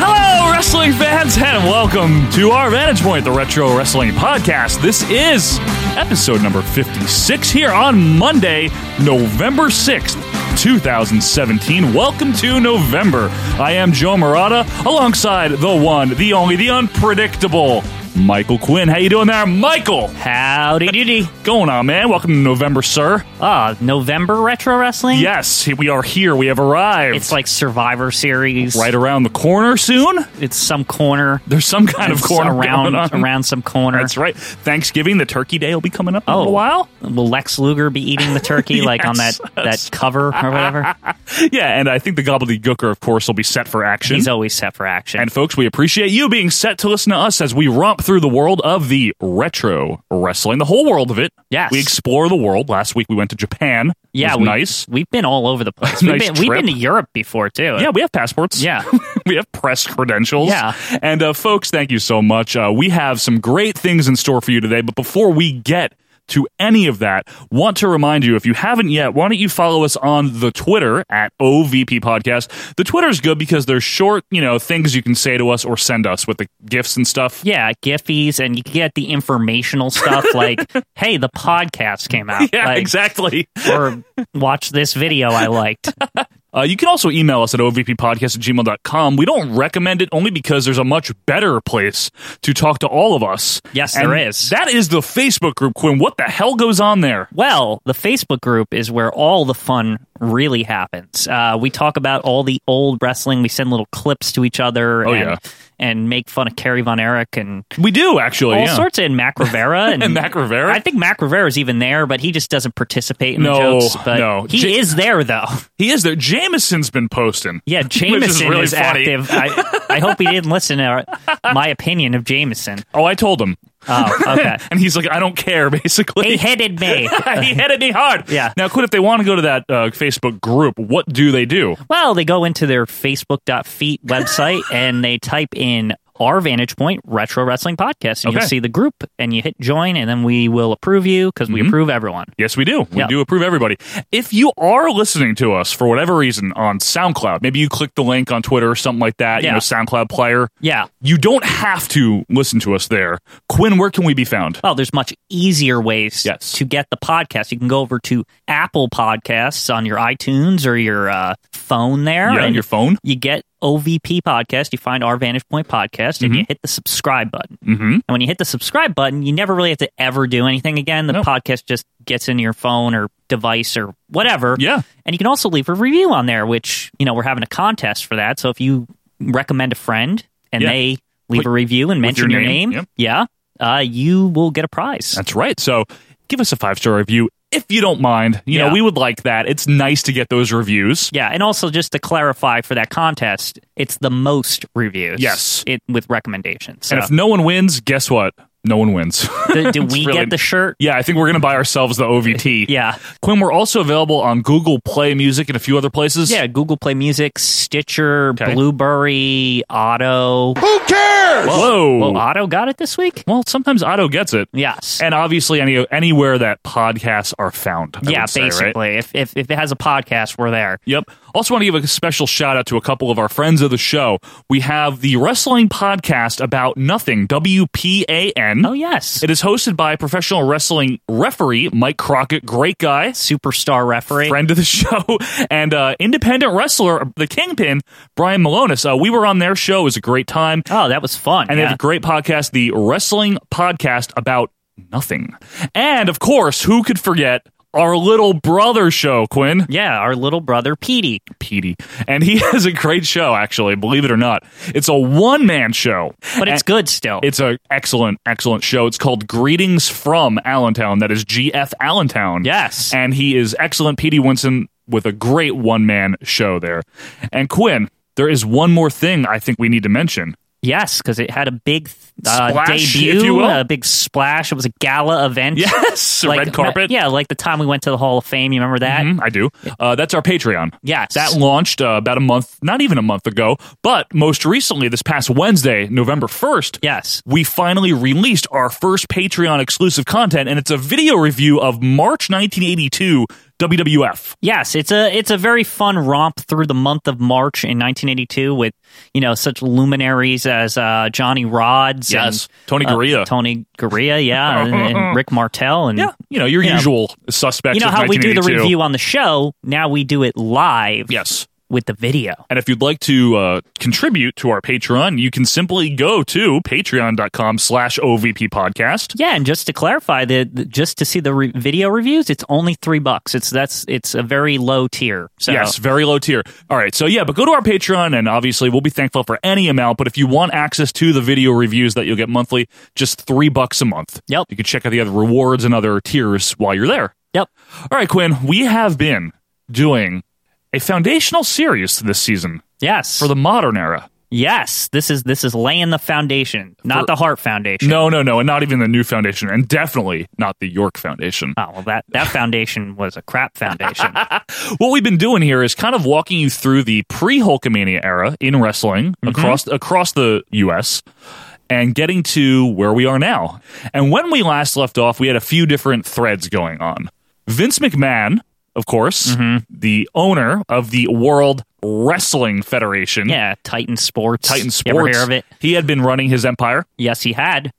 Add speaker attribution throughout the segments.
Speaker 1: Hello, wrestling fans, and welcome to our Vantage Point, the Retro Wrestling Podcast. This is episode number 56 here on Monday, November 6th. 2017. Welcome to November. I am Joe Murata, alongside the one, the only, the unpredictable Michael Quinn. How you doing there, Michael?
Speaker 2: Howdy doody.
Speaker 1: Going on, man. Welcome to November, sir.
Speaker 2: Ah, November retro wrestling?
Speaker 1: Yes, we are here. We have arrived.
Speaker 2: It's like Survivor Series.
Speaker 1: right around the corner soon.
Speaker 2: It's some corner.
Speaker 1: There's some kind of
Speaker 2: It's
Speaker 1: corner
Speaker 2: around
Speaker 1: going on.
Speaker 2: around some corner.
Speaker 1: That's right. Thanksgiving, the turkey day will be coming up in a
Speaker 2: Oh.
Speaker 1: little while.
Speaker 2: Will Lex Luger be eating the turkey like on that
Speaker 1: Yes, yes.
Speaker 2: that cover or whatever?
Speaker 1: Yeah, and I think the gobbledygooker, of course, will be set for action.
Speaker 2: He's always set for action.
Speaker 1: and folks, we appreciate you being set to listen to us as we romp through the world of the retro wrestling, the whole world of it.
Speaker 2: Yes.
Speaker 1: we explore the world. Last week we went to Japan. It
Speaker 2: yeah,
Speaker 1: was
Speaker 2: we,
Speaker 1: nice.
Speaker 2: We've been all over the place.
Speaker 1: Nice
Speaker 2: We've, been, we've
Speaker 1: trip.
Speaker 2: been to Europe before too.
Speaker 1: Yeah, we have passports.
Speaker 2: Yeah.
Speaker 1: we have press credentials.
Speaker 2: Yeah.
Speaker 1: And uh, folks, thank you so much. Uh, we have some great things in store for you today. But before we get to any of that, want to remind you if you haven't yet, why don't you follow us on the Twitter at OVP Podcast? The Twitter is good because there's short, you know, things you can say to us or send us with the gifts and stuff.
Speaker 2: Yeah, Giphies, and you can get the informational stuff like, hey, the podcast came out.
Speaker 1: Yeah,
Speaker 2: like,
Speaker 1: exactly.
Speaker 2: Or watch this video I liked.
Speaker 1: Uh, you can also email us at ovppodcast at gmail.com. We don't recommend it only because there's a much better place to talk to all of us.
Speaker 2: Yes,
Speaker 1: And
Speaker 2: there is.
Speaker 1: That is the Facebook group, Quinn. What the hell goes on there?
Speaker 2: Well, the Facebook group is where all the fun really happens. Uh, we talk about all the old wrestling. We send little clips to each other
Speaker 1: Oh,
Speaker 2: and,
Speaker 1: yeah.
Speaker 2: and make fun of Kerry Von Erich and
Speaker 1: We do, actually.
Speaker 2: all
Speaker 1: Oh, yeah.
Speaker 2: sorts of and Mac Rivera. And,
Speaker 1: And Mac Rivera?
Speaker 2: I think Mac Rivera's even there, but he just doesn't participate in
Speaker 1: No,
Speaker 2: the jokes. But
Speaker 1: no.
Speaker 2: he
Speaker 1: J-
Speaker 2: is there, though.
Speaker 1: He is there. Jameson's been posting.
Speaker 2: Yeah,
Speaker 1: Which
Speaker 2: Jameson is,
Speaker 1: really funny.
Speaker 2: active. I, I hope he didn't listen to our, my opinion of Jameson.
Speaker 1: Oh, I told him.
Speaker 2: Oh, okay.
Speaker 1: And he's like, I don't care, basically.
Speaker 2: he headed me.
Speaker 1: he headed me hard.
Speaker 2: Yeah.
Speaker 1: Now, Quinn, if they want to go to that uh, Facebook group, what do they do?
Speaker 2: Well, they go into their Facebook.feet website and they type in our vantage point retro wrestling podcast and
Speaker 1: Okay.
Speaker 2: you'll see the group and you hit join and then we will approve you because we
Speaker 1: Mm-hmm.
Speaker 2: approve everyone
Speaker 1: Yes, we do. We
Speaker 2: Yeah.
Speaker 1: do approve everybody. If you are listening to us for whatever reason on SoundCloud, maybe you click the link on Twitter or something like that, you
Speaker 2: Yeah.
Speaker 1: know, SoundCloud player.
Speaker 2: yeah
Speaker 1: You don't have to listen to us there. Quinn, where can we be found?
Speaker 2: well there's much easier ways
Speaker 1: Yes.
Speaker 2: to get the podcast you can go over to apple podcasts on your itunes or your uh, phone there
Speaker 1: yeah,
Speaker 2: and
Speaker 1: your phone.
Speaker 2: you get ovp podcast you find our vantage point podcast and you hit the subscribe button
Speaker 1: Mm-hmm.
Speaker 2: And when you hit the subscribe button, you never really have to ever do anything again. The
Speaker 1: Nope.
Speaker 2: podcast just gets into your phone or device or whatever.
Speaker 1: Yeah.
Speaker 2: And you can also leave a review on there, which, you know, we're having a contest for that. So if you recommend a friend and
Speaker 1: Yeah.
Speaker 2: they leave
Speaker 1: Put-
Speaker 2: a review and mention
Speaker 1: your
Speaker 2: your,
Speaker 1: name,
Speaker 2: name, yeah, uh, you will get a prize.
Speaker 1: That's right. So give us a five star review if you don't mind. You know,
Speaker 2: Yeah.
Speaker 1: we would like that. It's nice to get those reviews.
Speaker 2: yeah, and also just to clarify for that contest, it's the most reviews.
Speaker 1: Yes.
Speaker 2: it, with recommendations. So,
Speaker 1: And if no one wins, guess what? No one wins.
Speaker 2: do, do
Speaker 1: It's
Speaker 2: we
Speaker 1: really-
Speaker 2: get the shirt?
Speaker 1: Yeah, I think we're going to buy ourselves the OVT.
Speaker 2: Yeah.
Speaker 1: Quinn, we're also available on Google Play Music and a few other places.
Speaker 2: Yeah, Google Play Music, Stitcher,
Speaker 1: Okay.
Speaker 2: Blueberry, Auto.
Speaker 3: Who cares?
Speaker 1: Whoa.
Speaker 2: Well, Otto got it this week.
Speaker 1: Well, sometimes Otto gets it.
Speaker 2: Yes.
Speaker 1: And obviously, any anywhere that podcasts are found. I
Speaker 2: yeah,
Speaker 1: would say, right?
Speaker 2: basically. If, if if it has a podcast, we're there.
Speaker 1: Yep. Also, want to give a special shout out to a couple of our friends of the show. We have the Wrestling Podcast About Nothing, WPAN.
Speaker 2: Oh yes.
Speaker 1: It is hosted by professional wrestling referee Mike Crockett, great guy,
Speaker 2: Superstar referee.
Speaker 1: friend of the show, and uh, independent wrestler, the Kingpin, Brian Malonis. Uh, we were on their show; it was a great time.
Speaker 2: Oh, that was fun.
Speaker 1: And they
Speaker 2: yeah.
Speaker 1: have a great podcast, the Wrestling Podcast About Nothing. And of course, who could forget our little brother show, Quinn?
Speaker 2: yeah, our little brother Petey.
Speaker 1: Petey. And he has a great show, actually, believe it or not. It's a one man show.
Speaker 2: But it's
Speaker 1: And
Speaker 2: good still.
Speaker 1: It's an excellent, excellent show. It's called Greetings from Allentown. That is GF Allentown.
Speaker 2: Yes.
Speaker 1: And he is excellent. Petey Winston with a great one man show there. And Quinn, there is one more thing I think we need to mention.
Speaker 2: Yes, because it had a big uh,
Speaker 1: Splash,
Speaker 2: debut,
Speaker 1: if you will.
Speaker 2: a big splash. It was a gala event.
Speaker 1: Yes, a red carpet.
Speaker 2: Yeah, like the time we went to the Hall of Fame. You remember that?
Speaker 1: Mhm, I do. Uh, that's our Patreon.
Speaker 2: Yes.
Speaker 1: That launched uh, about a month, not even a month ago, but most recently, this past Wednesday, November 1st.
Speaker 2: Yes.
Speaker 1: We finally released our first Patreon exclusive content, and it's a video review of March 1982 WWF.
Speaker 2: Yes, it's a it's a very fun romp through the month of March in 1982 with you know such luminaries as uh, Johnny Rods,
Speaker 1: Yes,
Speaker 2: and,
Speaker 1: Tony
Speaker 2: uh,
Speaker 1: Gurria.
Speaker 2: Tony Gurria, yeah, and, and Rick Martel, and
Speaker 1: Yeah. You know, your
Speaker 2: Mm. Yeah.
Speaker 1: usual suspects.
Speaker 2: you know
Speaker 1: of
Speaker 2: how we do the
Speaker 1: 1982.
Speaker 2: review on the show. Now we do it live.
Speaker 1: Yes.
Speaker 2: with the video.
Speaker 1: And if you'd like to uh, contribute to our Patreon, you can simply go to patreon.com slash OVP podcast.
Speaker 2: Yeah, and just to clarify, the, the- just to see the re- video reviews, it's only three bucks. It's that's it's a very low tier. So
Speaker 1: Yes, very low tier. All right, so yeah, but go to our Patreon, and obviously we'll be thankful for any amount. But if you want access to the video reviews that you'll get monthly, just three bucks a month.
Speaker 2: Yep.
Speaker 1: You can check out the other rewards and other tiers while you're there.
Speaker 2: yep,
Speaker 1: All right, Quinn, we have been doing a foundational series this season
Speaker 2: yes,
Speaker 1: for the modern era.
Speaker 2: yes. This is this is laying the foundation, not the heart foundation.
Speaker 1: No, no, no, and not even the new foundation, and definitely not the York Foundation.
Speaker 2: Oh well, that that foundation was a crap foundation.
Speaker 1: What we've been doing here is kind of walking you through the pre Hulkamania era in wrestling
Speaker 2: Mm-hmm.
Speaker 1: across across the U.S. and getting to where we are now. And when we last left off, we had a few different threads going on. Vince McMahon, of course,
Speaker 2: Mm-hmm.
Speaker 1: the owner of the World Wrestling Federation,
Speaker 2: yeah, Titan Sports.
Speaker 1: Titan Sports.
Speaker 2: You ever hear of it?
Speaker 1: He had been running his empire.
Speaker 2: Yes, he had.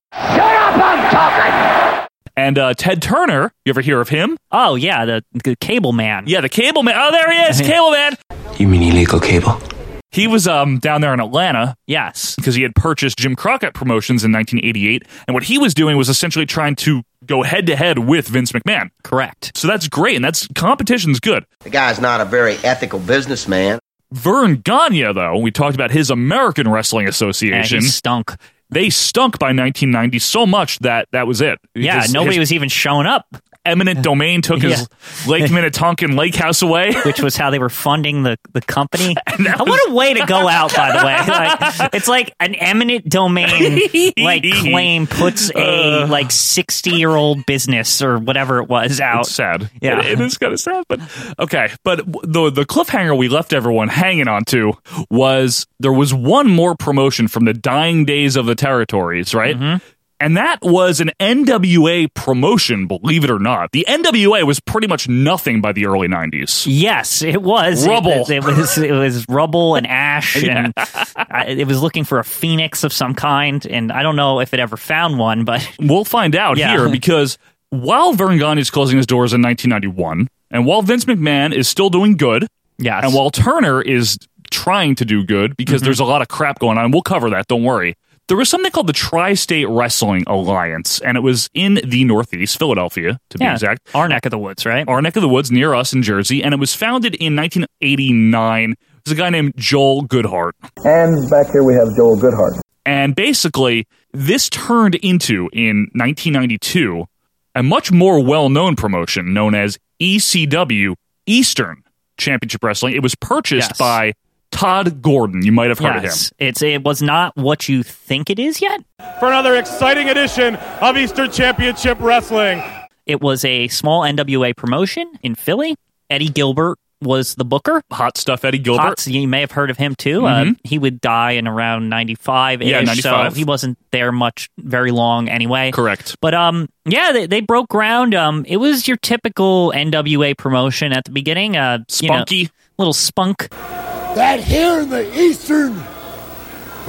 Speaker 1: And uh, Ted Turner, you ever hear of him? Uh,
Speaker 2: Oh yeah, the, the cable man.
Speaker 1: Yeah, the cable man. Oh, there he is, cable man.
Speaker 4: You mean illegal cable?
Speaker 1: He was um, down there in Atlanta
Speaker 2: Yes.
Speaker 1: because he had purchased Jim Crockett Promotions in 1988, and what he was doing was essentially trying to go head to head with Vince McMahon.
Speaker 2: Correct.
Speaker 1: So that's great, and that's competition's good.
Speaker 5: The guy's not a very ethical businessman.
Speaker 1: Vern Gagne, though, we talked about his American Wrestling
Speaker 2: And
Speaker 1: Association.
Speaker 2: he stunk.
Speaker 1: they stunk by 1990 so much that that was it.
Speaker 2: Yeah,
Speaker 1: His-
Speaker 2: nobody
Speaker 1: his
Speaker 2: was even showing up,
Speaker 1: eminent domain took his Lake Minnetonkan Lake House away.
Speaker 2: which was how they were funding the, the company.
Speaker 1: that was-
Speaker 2: what a way to go out, by the way. Like, it's like an eminent domain like claim puts
Speaker 1: Uh.
Speaker 2: a like sixty year old business or whatever it was out.
Speaker 1: It's sad.
Speaker 2: Yeah.
Speaker 1: It- it is kind of sad. But okay, but w- the the cliffhanger we left everyone hanging on to was there was one more promotion from the dying days of the territories, right?
Speaker 2: Mm-hmm.
Speaker 1: And that was an NWA promotion, believe it or not. The NWA was pretty much nothing by the early '90s.
Speaker 2: Yes, it was
Speaker 1: Rubble.
Speaker 2: It, it was it was rubble and ash, and I, it was looking for a phoenix of some kind. And I don't know if it ever found one, but
Speaker 1: We'll find out
Speaker 2: Yeah.
Speaker 1: here because while Vern Gagne is closing his doors in 1991, and while Vince McMahon is still doing good,
Speaker 2: yes, Mm-hmm.
Speaker 1: And while Turner is trying to do good because there's a lot of crap going on, we'll cover that, don't worry. There was something called the Tri State Wrestling Alliance, and it was in the Northeast, Philadelphia, to be
Speaker 2: yeah,
Speaker 1: exact,
Speaker 2: our neck of the woods, right?
Speaker 1: our neck of the woods near us in Jersey, and it was founded in 1989. There's a guy named Joel Goodhart.
Speaker 6: And back here we have Joel Goodhart.
Speaker 1: And basically, this turned into, in 1992, a much more well known promotion known as ECW Eastern Championship Wrestling. It was purchased
Speaker 2: Yes.
Speaker 1: by Todd Gordon. You might have heard
Speaker 2: yes, it's it was not what you think it is yet.
Speaker 7: for another exciting edition of Eastern Championship Wrestling.
Speaker 2: It was a small NWA promotion in Philly. Eddie Gilbert was the booker.
Speaker 1: of him. Hot stuff, Eddie Gilbert. Mm-hmm.
Speaker 2: Potts, you may have heard of him too. Uh, he would die in around 95
Speaker 1: Yeah, 95.
Speaker 2: so he wasn't there much very long anyway.
Speaker 1: Correct.
Speaker 2: But um yeah, they, they broke ground. Um it was your typical NWA promotion at the beginning. Uh you know,
Speaker 1: Spunky.
Speaker 2: little spunk.
Speaker 8: that here in the eastern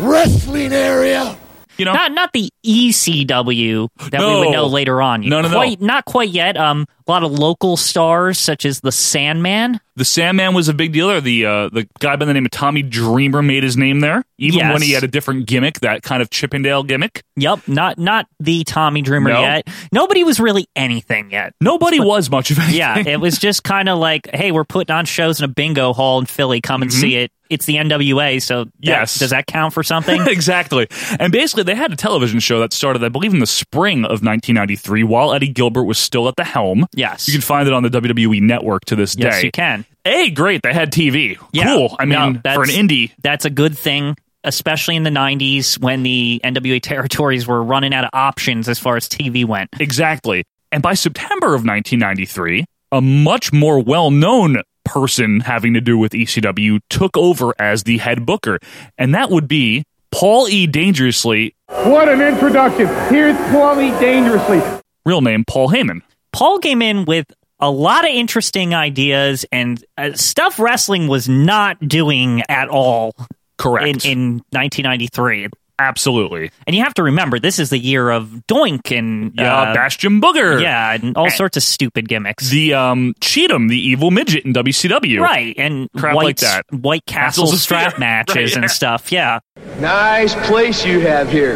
Speaker 8: wrestling area
Speaker 1: You know?
Speaker 2: Not not the ECW that we
Speaker 1: No.
Speaker 2: would know later on.
Speaker 1: No, no, no.
Speaker 2: quite, Not quite yet. Um a lot of local stars such as the Sandman.
Speaker 1: the Sandman was a big dealer. The uh, the guy by the name of Tommy Dreamer made his name there, even
Speaker 2: Yes.
Speaker 1: when he had a different gimmick, that kind of Chippendale gimmick.
Speaker 2: Yep, not not the Tommy Dreamer
Speaker 1: No.
Speaker 2: yet. Nobody was really anything yet.
Speaker 1: Nobody was much of anything.
Speaker 2: Yeah, it was just kind of like, hey, we're putting on shows in a bingo hall in Philly. Come and see it. It's the NWA, so that-
Speaker 1: Mm-hmm. Yes.
Speaker 2: does that count for something?
Speaker 1: exactly. And basically, they had a television show that started, I believe, in the spring of 1993 while Eddie Gilbert was still at the helm.
Speaker 2: Yes.
Speaker 1: You can find it on the WWE network to this
Speaker 2: yes,
Speaker 1: day.
Speaker 2: you can.
Speaker 1: Hey, great. They had TV.
Speaker 2: Yeah.
Speaker 1: Cool. I
Speaker 2: No,
Speaker 1: mean, for an
Speaker 2: that's-
Speaker 1: indie.
Speaker 2: That's a good thing. especially in the 90s when the NWA territories were running out of options as far as TV went.
Speaker 1: Exactly. And by September of 1993, a much more well known person having to do with ECW took over as the head booker, and that would be Paul E. Dangerously,
Speaker 7: What an introduction. Here's Paulie Dangerously.
Speaker 1: real name Paul Heyman.
Speaker 2: Paul came in with a lot of interesting ideas and uh, stuff wrestling was not doing at all in,
Speaker 1: Correct.
Speaker 2: in 1993.
Speaker 1: Absolutely.
Speaker 2: And you have to remember, this is the year of Doink and
Speaker 1: Yeah,
Speaker 2: uh,
Speaker 1: Bastion Booger.
Speaker 2: yeah, and all sorts of stupid gimmicks.
Speaker 1: The um Cheatham, the evil midget in WCW.
Speaker 2: right and
Speaker 1: Crap
Speaker 2: White,
Speaker 1: like that.
Speaker 2: White Castle
Speaker 1: Castles of
Speaker 2: strap
Speaker 1: Fear.
Speaker 2: matches
Speaker 1: Right, yeah.
Speaker 2: and stuff. Yeah,
Speaker 9: Nice place you have here.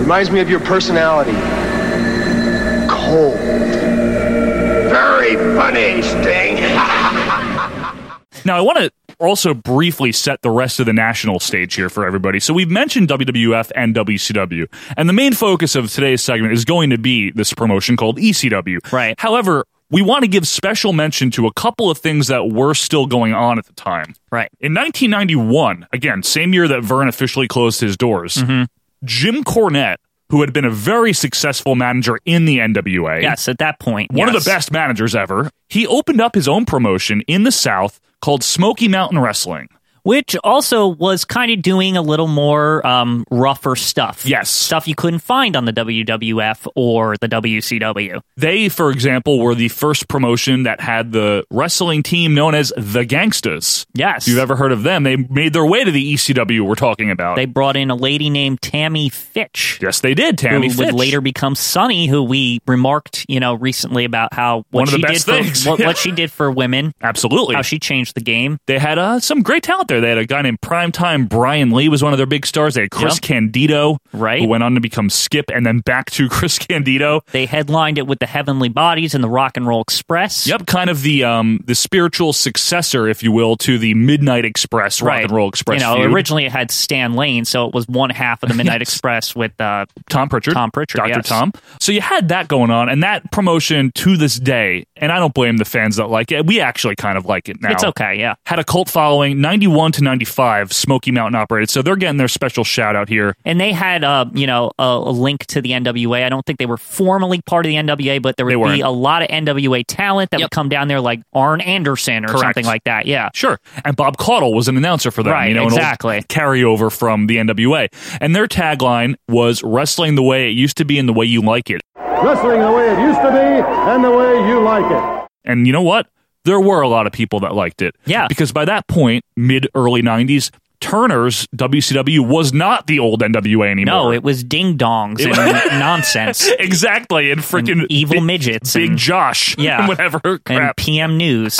Speaker 9: Reminds me of your personality. Cold. Very funny, Sting.
Speaker 1: Now, I want to also briefly set the rest of the national stage here for everybody. So, we've mentioned WWF and WCW, and the main focus of today's segment is going to be this promotion called ECW.
Speaker 2: Right.
Speaker 1: However, we want to give special mention to a couple of things that were still going on at the time.
Speaker 2: right.
Speaker 1: In 1991, again, same year that Vern officially closed his doors,
Speaker 2: Mm-hmm.
Speaker 1: Jim Cornette, who had been a very successful manager in the NWA,
Speaker 2: Yes, at that point,
Speaker 1: one
Speaker 2: yes.
Speaker 1: of the best managers ever, he opened up his own promotion in the South called Smoky Mountain Wrestling.
Speaker 2: which also was kind of doing a little more um, rougher stuff.
Speaker 1: Yes.
Speaker 2: stuff you couldn't find on the WWF or the WCW.
Speaker 1: They, for example, were the first promotion that had the wrestling team known as the Gangstas. If
Speaker 2: Yes.
Speaker 1: you've ever heard of them, they made their way to the ECW we're talking about.
Speaker 2: They brought in a lady named Tammy Fitch.
Speaker 1: yes, they did, Tammy
Speaker 2: who
Speaker 1: Fitch.
Speaker 2: would later become Sunny, who we remarked, you know, recently about how what
Speaker 1: One of the
Speaker 2: she
Speaker 1: best
Speaker 2: did
Speaker 1: things,
Speaker 2: for what,
Speaker 1: yeah.
Speaker 2: what she did for women,
Speaker 1: Absolutely.
Speaker 2: how she changed the game.
Speaker 1: they had uh, some great talent there. They had a guy named Primetime Brian Lee was one of their big stars. They had Chris
Speaker 2: Yeah.
Speaker 1: Candido,
Speaker 2: Right.
Speaker 1: who went on to become Skip and then back to Chris Candido.
Speaker 2: They headlined it with the Heavenly Bodies and the Rock and Roll Express.
Speaker 1: Yep, kind of the um the spiritual successor, if you will, to the Midnight Express Rock
Speaker 2: Right.
Speaker 1: and Roll Express.
Speaker 2: You know,
Speaker 1: feud.
Speaker 2: originally it had Stan Lane, so it was one half of the Midnight Express with uh,
Speaker 1: Tom Pritchard,
Speaker 2: Tom Pritchard,
Speaker 1: Doctor
Speaker 2: yes.
Speaker 1: Tom. So you had that going on, and that promotion to this day, and I don't blame the fans that like it. We actually kind of like it now.
Speaker 2: It's okay, yeah.
Speaker 1: Had a cult following, ninety one to ninety five, Smoky Mountain operated. So they're getting their special shout out here.
Speaker 2: And they had, uh, you know, a, a link to the NWA. I don't think they were formally part of the NWA, but there
Speaker 1: They
Speaker 2: would be
Speaker 1: weren't.
Speaker 2: a lot of NWA talent that
Speaker 1: Yep.
Speaker 2: would come down there, like Arn Anderson or
Speaker 1: Correct.
Speaker 2: something like that. Yeah,
Speaker 1: Sure. And Bob Caudle was an announcer for them.
Speaker 2: Right,
Speaker 1: you know, an old
Speaker 2: exactly.
Speaker 1: carryover from the NWA. And their tagline was wrestling the way it used to be and the way you like it.
Speaker 7: Wrestling the way it used to be and the way you like it.
Speaker 1: And you know what? There were a lot of people that liked it.
Speaker 2: Yeah.
Speaker 1: Because by that point, mid early 90s, Turner's WCW was not the old NWA anymore.
Speaker 2: No, it was ding dongs and nonsense.
Speaker 1: exactly. And freaking
Speaker 2: And evil midgets
Speaker 1: Big
Speaker 2: and-
Speaker 1: Josh.
Speaker 2: Yeah.
Speaker 1: And whatever
Speaker 2: And
Speaker 1: crap. Ah.
Speaker 2: PM News.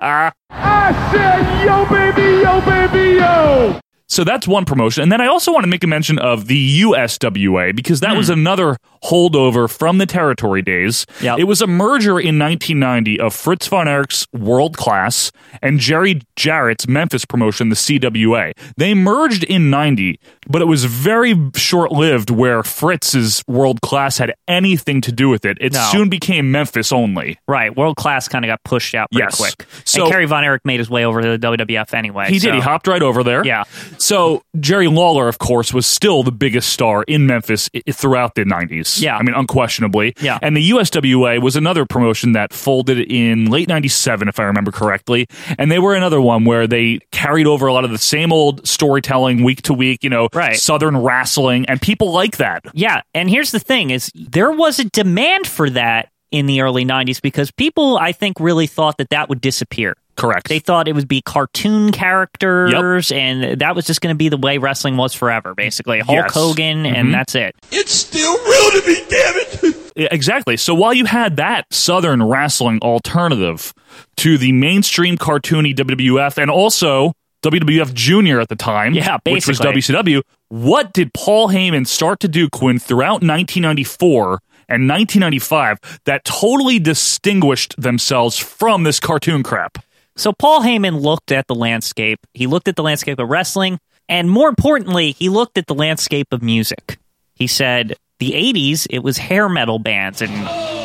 Speaker 7: I said, yo, baby, yo, baby, yo.
Speaker 1: So that's one promotion. And then I also want to make a mention of the USWA because that
Speaker 2: Hmm.
Speaker 1: was another holdover from the territory days.
Speaker 2: Yep.
Speaker 1: It was a merger in 1990 of Fritz von Erich's World Class and Jerry Jarrett's Memphis promotion, the CWA. They merged in 90, but it was very short lived where Fritz's World Class had anything to do with it. It
Speaker 2: No.
Speaker 1: soon became Memphis only.
Speaker 2: right, world class kind of got pushed out pretty
Speaker 1: Yes.
Speaker 2: quick.
Speaker 1: So-
Speaker 2: and Kerry Von Erich made his way over to the WWF anyway.
Speaker 1: He
Speaker 2: so-
Speaker 1: did. He hopped right over there.
Speaker 2: Yeah.
Speaker 1: So Jerry Lawler, of course, was still the biggest star in Memphis i- throughout the 90s.
Speaker 2: Yeah.
Speaker 1: I mean, unquestionably.
Speaker 2: Yeah.
Speaker 1: And the USWA was another promotion that folded in late 97, if I remember correctly. And they were another one where they carried over a lot of the same old storytelling week to week, you know,
Speaker 2: Right.
Speaker 1: Southern wrestling. And people like that.
Speaker 2: Yeah, and here's the thing: is there was a demand for that in the early '90s because people, I think, really thought that that would disappear.
Speaker 1: Correct.
Speaker 2: They thought it would be cartoon characters, and that was just going to be the way wrestling was forever, basically. Hulk
Speaker 1: Yes.
Speaker 2: Hogan, and that's it.
Speaker 8: It's still real to me, damn it!
Speaker 1: Yeah, Exactly. So while you had that Southern wrestling alternative to the mainstream cartoony WWF and also WWF Junior at the time,
Speaker 2: Yeah,
Speaker 1: which was
Speaker 2: basically.
Speaker 1: WCW, what did Paul Heyman start to do, Quinn, throughout 1994 and 1995 that totally distinguished themselves from this cartoon crap?
Speaker 2: So Paul Heyman looked at the landscape. He looked at the landscape of wrestling, and more importantly, he looked at the landscape of music. He said, "The '80s, it was hair metal bands and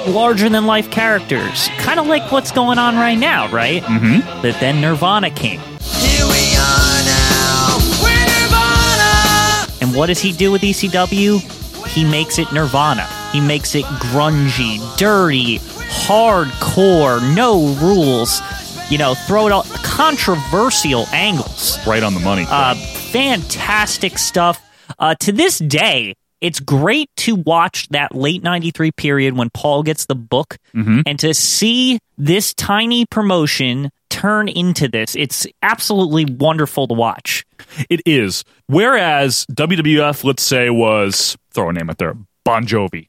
Speaker 2: larger than life characters, kind of like what's going on right now, right?" Mm-hmm. But then Nirvana came.
Speaker 8: Here we are now. We're Nirvana.
Speaker 2: And what does he do with ECW? He makes it Nirvana. He makes it grungy, dirty, hardcore, no rules. You know, throw it all controversial angles.
Speaker 1: Right on the money.
Speaker 2: Uh, fantastic stuff. Uh, to this day, it's great to watch that late 93 period when Paul gets the book
Speaker 1: Mm-hmm.
Speaker 2: and to see this tiny promotion turn into this. It's absolutely wonderful to watch.
Speaker 1: It is. Whereas WWF, let's say, was throw a name out there, Bon Jovi.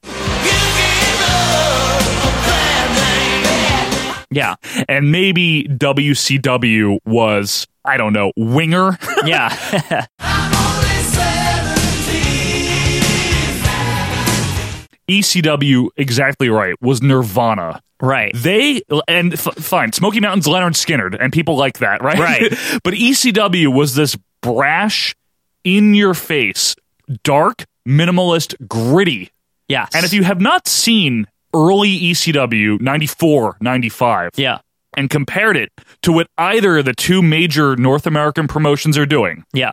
Speaker 2: Yeah.
Speaker 1: And maybe WCW was, I don't know, Winger.
Speaker 2: Yeah.
Speaker 1: ECW, E exactly right, was Nirvana.
Speaker 2: right.
Speaker 1: They, and f- fine, Smoky Mountain's Leonard Skinnerd, and people like that, right?
Speaker 2: Right.
Speaker 1: but ECW was this brash, in your face, dark, minimalist, gritty
Speaker 2: Yes.
Speaker 1: And if you have not seen early E ECW 94, 95,
Speaker 2: Yeah.
Speaker 1: and compared it to what either of the two major North American promotions are doing,
Speaker 2: Yeah.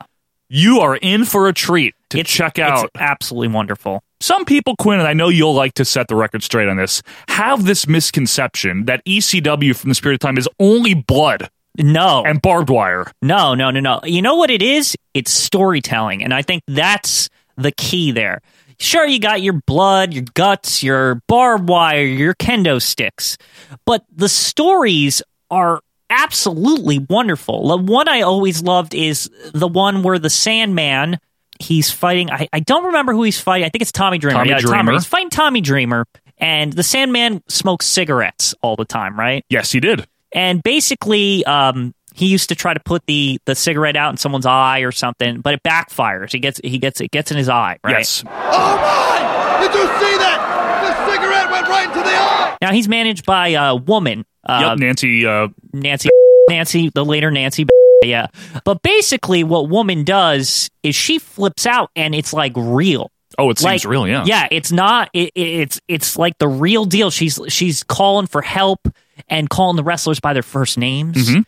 Speaker 1: you are in for a treat to check out.
Speaker 2: It's absolutely wonderful.
Speaker 1: Some people, Quinn, and I know you'll like to set the record straight on this, have this misconception that ECW from this period of time is only blood
Speaker 2: No.
Speaker 1: and barbed wire.
Speaker 2: No, no, no, no. You know what it is? It's storytelling. And I think that's the key there. Sure, you got your blood, your guts, your barbed wire, your kendo sticks, but the stories are absolutely wonderful. The one I always loved is the one where the Sandman, he's fighting, I, I don't remember who he's fighting. I think it's Tommy Dreamer.
Speaker 1: Tommy
Speaker 2: yeah,
Speaker 1: Dreamer.
Speaker 2: He's fighting Tommy Dreamer, and the Sandman smokes cigarettes all the time, right?
Speaker 1: Yes, he did.
Speaker 2: and basically um he used to try to put the the cigarette out in someone's eye or something but it backfires he gets he gets it gets in his eye right
Speaker 1: Yes.
Speaker 7: Oh my! Did you see that? The cigarette went right into the eye!
Speaker 2: now he's managed by a woman uh
Speaker 1: yep, Nancy. Uh,
Speaker 2: nancy nancy the later nancy yeah but basically what woman does is she flips out and it's like real
Speaker 1: oh, it
Speaker 2: like
Speaker 1: seems real, yeah.
Speaker 2: yeah it's not it, it- it's it's like the real deal she's she's calling for help and calling the wrestlers by their first names
Speaker 1: Mm-hmm.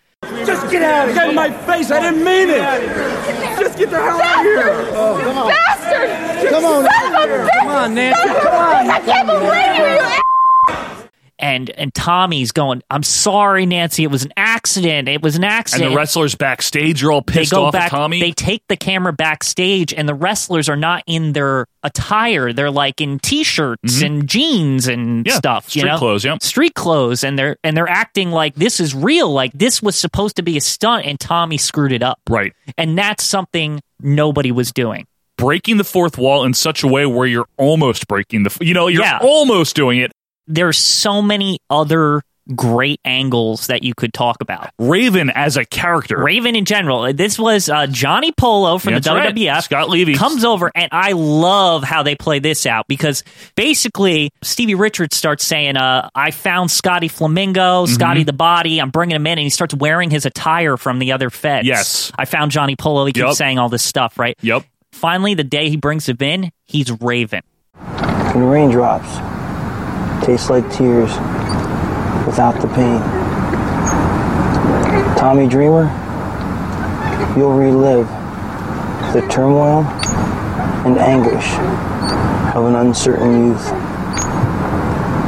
Speaker 8: Just get out of here. Get in my face. I didn't mean it. Just get the hell out of here.
Speaker 7: Bastard! Come on, Son of a bitch! Come on, Nancy! Come on! I can't believe you, you
Speaker 2: and and Tommy's going, "I'm sorry, Nancy. It was an accident. It was an
Speaker 1: And
Speaker 2: accident."
Speaker 1: the wrestlers backstage are all
Speaker 2: they
Speaker 1: pissed
Speaker 2: go
Speaker 1: off
Speaker 2: back.
Speaker 1: at Tommy.
Speaker 2: They take the camera backstage, and the wrestlers are not in their attire. They're like in t-shirts and jeans and
Speaker 1: Mm-hmm. Yeah,
Speaker 2: stuff. you
Speaker 1: street
Speaker 2: know?
Speaker 1: clothes, yeah.
Speaker 2: street clothes, and they're and they're acting like this is real. Like this was supposed to be a stunt, and Tommy screwed it up.
Speaker 1: right.
Speaker 2: and that's something nobody was doing.
Speaker 1: breaking the fourth wall in such a way where you're almost breaking the you know you're
Speaker 2: Yeah.
Speaker 1: almost doing it
Speaker 2: There's so many other great angles that you could talk about.
Speaker 1: raven as a character
Speaker 2: Raven in general. This was uh, Johnny Polo from
Speaker 1: That's
Speaker 2: the
Speaker 1: right.
Speaker 2: WWF.
Speaker 1: Scott Levy.
Speaker 2: comes over, and I love how they play this out because basically Stevie Richards starts saying, uh, "I found Scotty Flamingo,
Speaker 1: Mm-hmm.
Speaker 2: Scotty the Body. I'm bringing him in," and he starts wearing his attire from the other feds.
Speaker 1: Yes.
Speaker 2: I found Johnny Polo. He keeps
Speaker 1: Yep.
Speaker 2: saying all this stuff, right?
Speaker 1: yep
Speaker 2: Finally, the day he brings him in, he's Raven.
Speaker 6: And raindrops taste like tears without the pain. Tommy Dreamer, you'll relive the turmoil and anguish of an uncertain youth.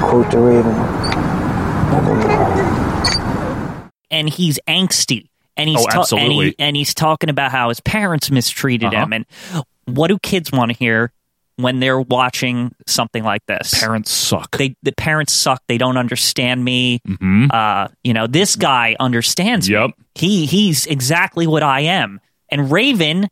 Speaker 6: Quote the Raven, nevermore.
Speaker 2: and he's angsty and he's
Speaker 1: Oh,
Speaker 2: ta- and,
Speaker 1: absolutely.
Speaker 2: he- and he's talking about how his parents mistreated
Speaker 1: Uh-huh.
Speaker 2: him and what do kids want to hear when they're watching something like this
Speaker 1: parents suck
Speaker 2: they the parents suck they don't understand me uh you know this guy understands me.
Speaker 1: Mm-hmm. Yep.
Speaker 2: he he's exactly what i am and raven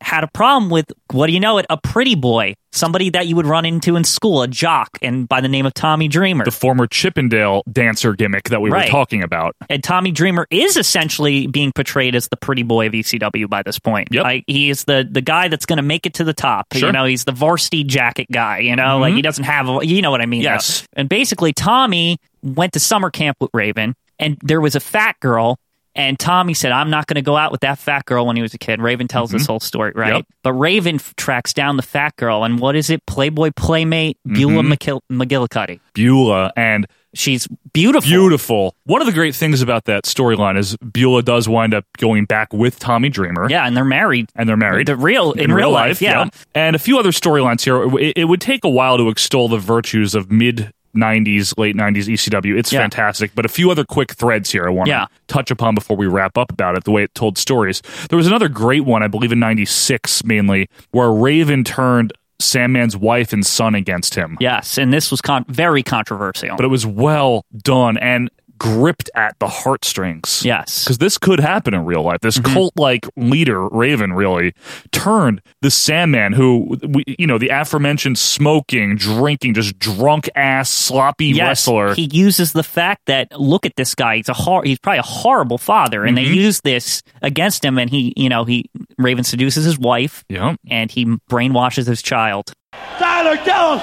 Speaker 2: had a problem with what do you know it a pretty boy somebody that you would run into in school a jock and by the name of tommy dreamer
Speaker 1: the former chippendale dancer gimmick that we
Speaker 2: Right.
Speaker 1: were talking about
Speaker 2: and Tommy Dreamer is essentially being portrayed as the pretty boy of ECW by this point.
Speaker 1: Yep.
Speaker 2: Like he is the the guy that's going to make it to the top. You
Speaker 1: Sure. Mm-hmm.
Speaker 2: know, he's the varsity jacket guy. You know, like he doesn't have. A, you know what I mean?
Speaker 1: Yes.
Speaker 2: though. And basically, Tommy went to summer camp with Raven, and there was a fat girl. And Tommy said, "I'm not going to go out with that fat girl." When he was a kid, Raven tells this whole story, right?
Speaker 1: Mm-hmm. Yep.
Speaker 2: But Raven f- tracks down the
Speaker 1: Mm-hmm.
Speaker 2: fat girl, and what is it? Playboy playmate Beulah McGill- McGillicuddy.
Speaker 1: beulah and
Speaker 2: She's beautiful.
Speaker 1: Beautiful. One of the great things about that storyline is Beulah does wind up going back with Tommy Dreamer.
Speaker 2: Yeah, and they're married.
Speaker 1: And they're married.
Speaker 2: The real in, real life, yeah.
Speaker 1: And a few other storylines here. It, it would take a while to extol the virtues of mid 90s, late 90s ECW. It's
Speaker 2: Yeah.
Speaker 1: fantastic. But a few other quick threads here I want
Speaker 2: Yeah.
Speaker 1: to touch upon before we wrap up about it, the way it told stories. There was another great one, I believe in 96 mainly, where Raven turned Sandman's wife and son against him.
Speaker 2: Yes, and this was con- very controversial.
Speaker 1: But it was well done and gripped at the heartstrings.
Speaker 2: Yes.
Speaker 1: Because this could happen in real life. This
Speaker 2: Mm-hmm.
Speaker 1: cult like leader, Raven, really turned the Sandman, who, we, you know, the aforementioned smoking, drinking, just drunk ass, sloppy
Speaker 2: Yes,
Speaker 1: wrestler.
Speaker 2: He uses the fact that look at this guy. He's a hor- he's probably a horrible father, and they use this against him. And he, you know, he Raven seduces his wife,
Speaker 1: yeah.
Speaker 2: and he brainwashes his child.
Speaker 8: Tyler, tell us.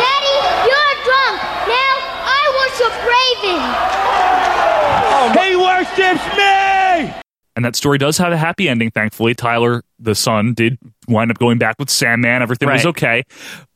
Speaker 7: Daddy, you're drunk. Now I worship Raven.
Speaker 8: He worships me!
Speaker 1: And that story does have a happy ending, thankfully. Tyler, the son, did wind up going back with Sandman. Everything was
Speaker 2: Right.
Speaker 1: okay.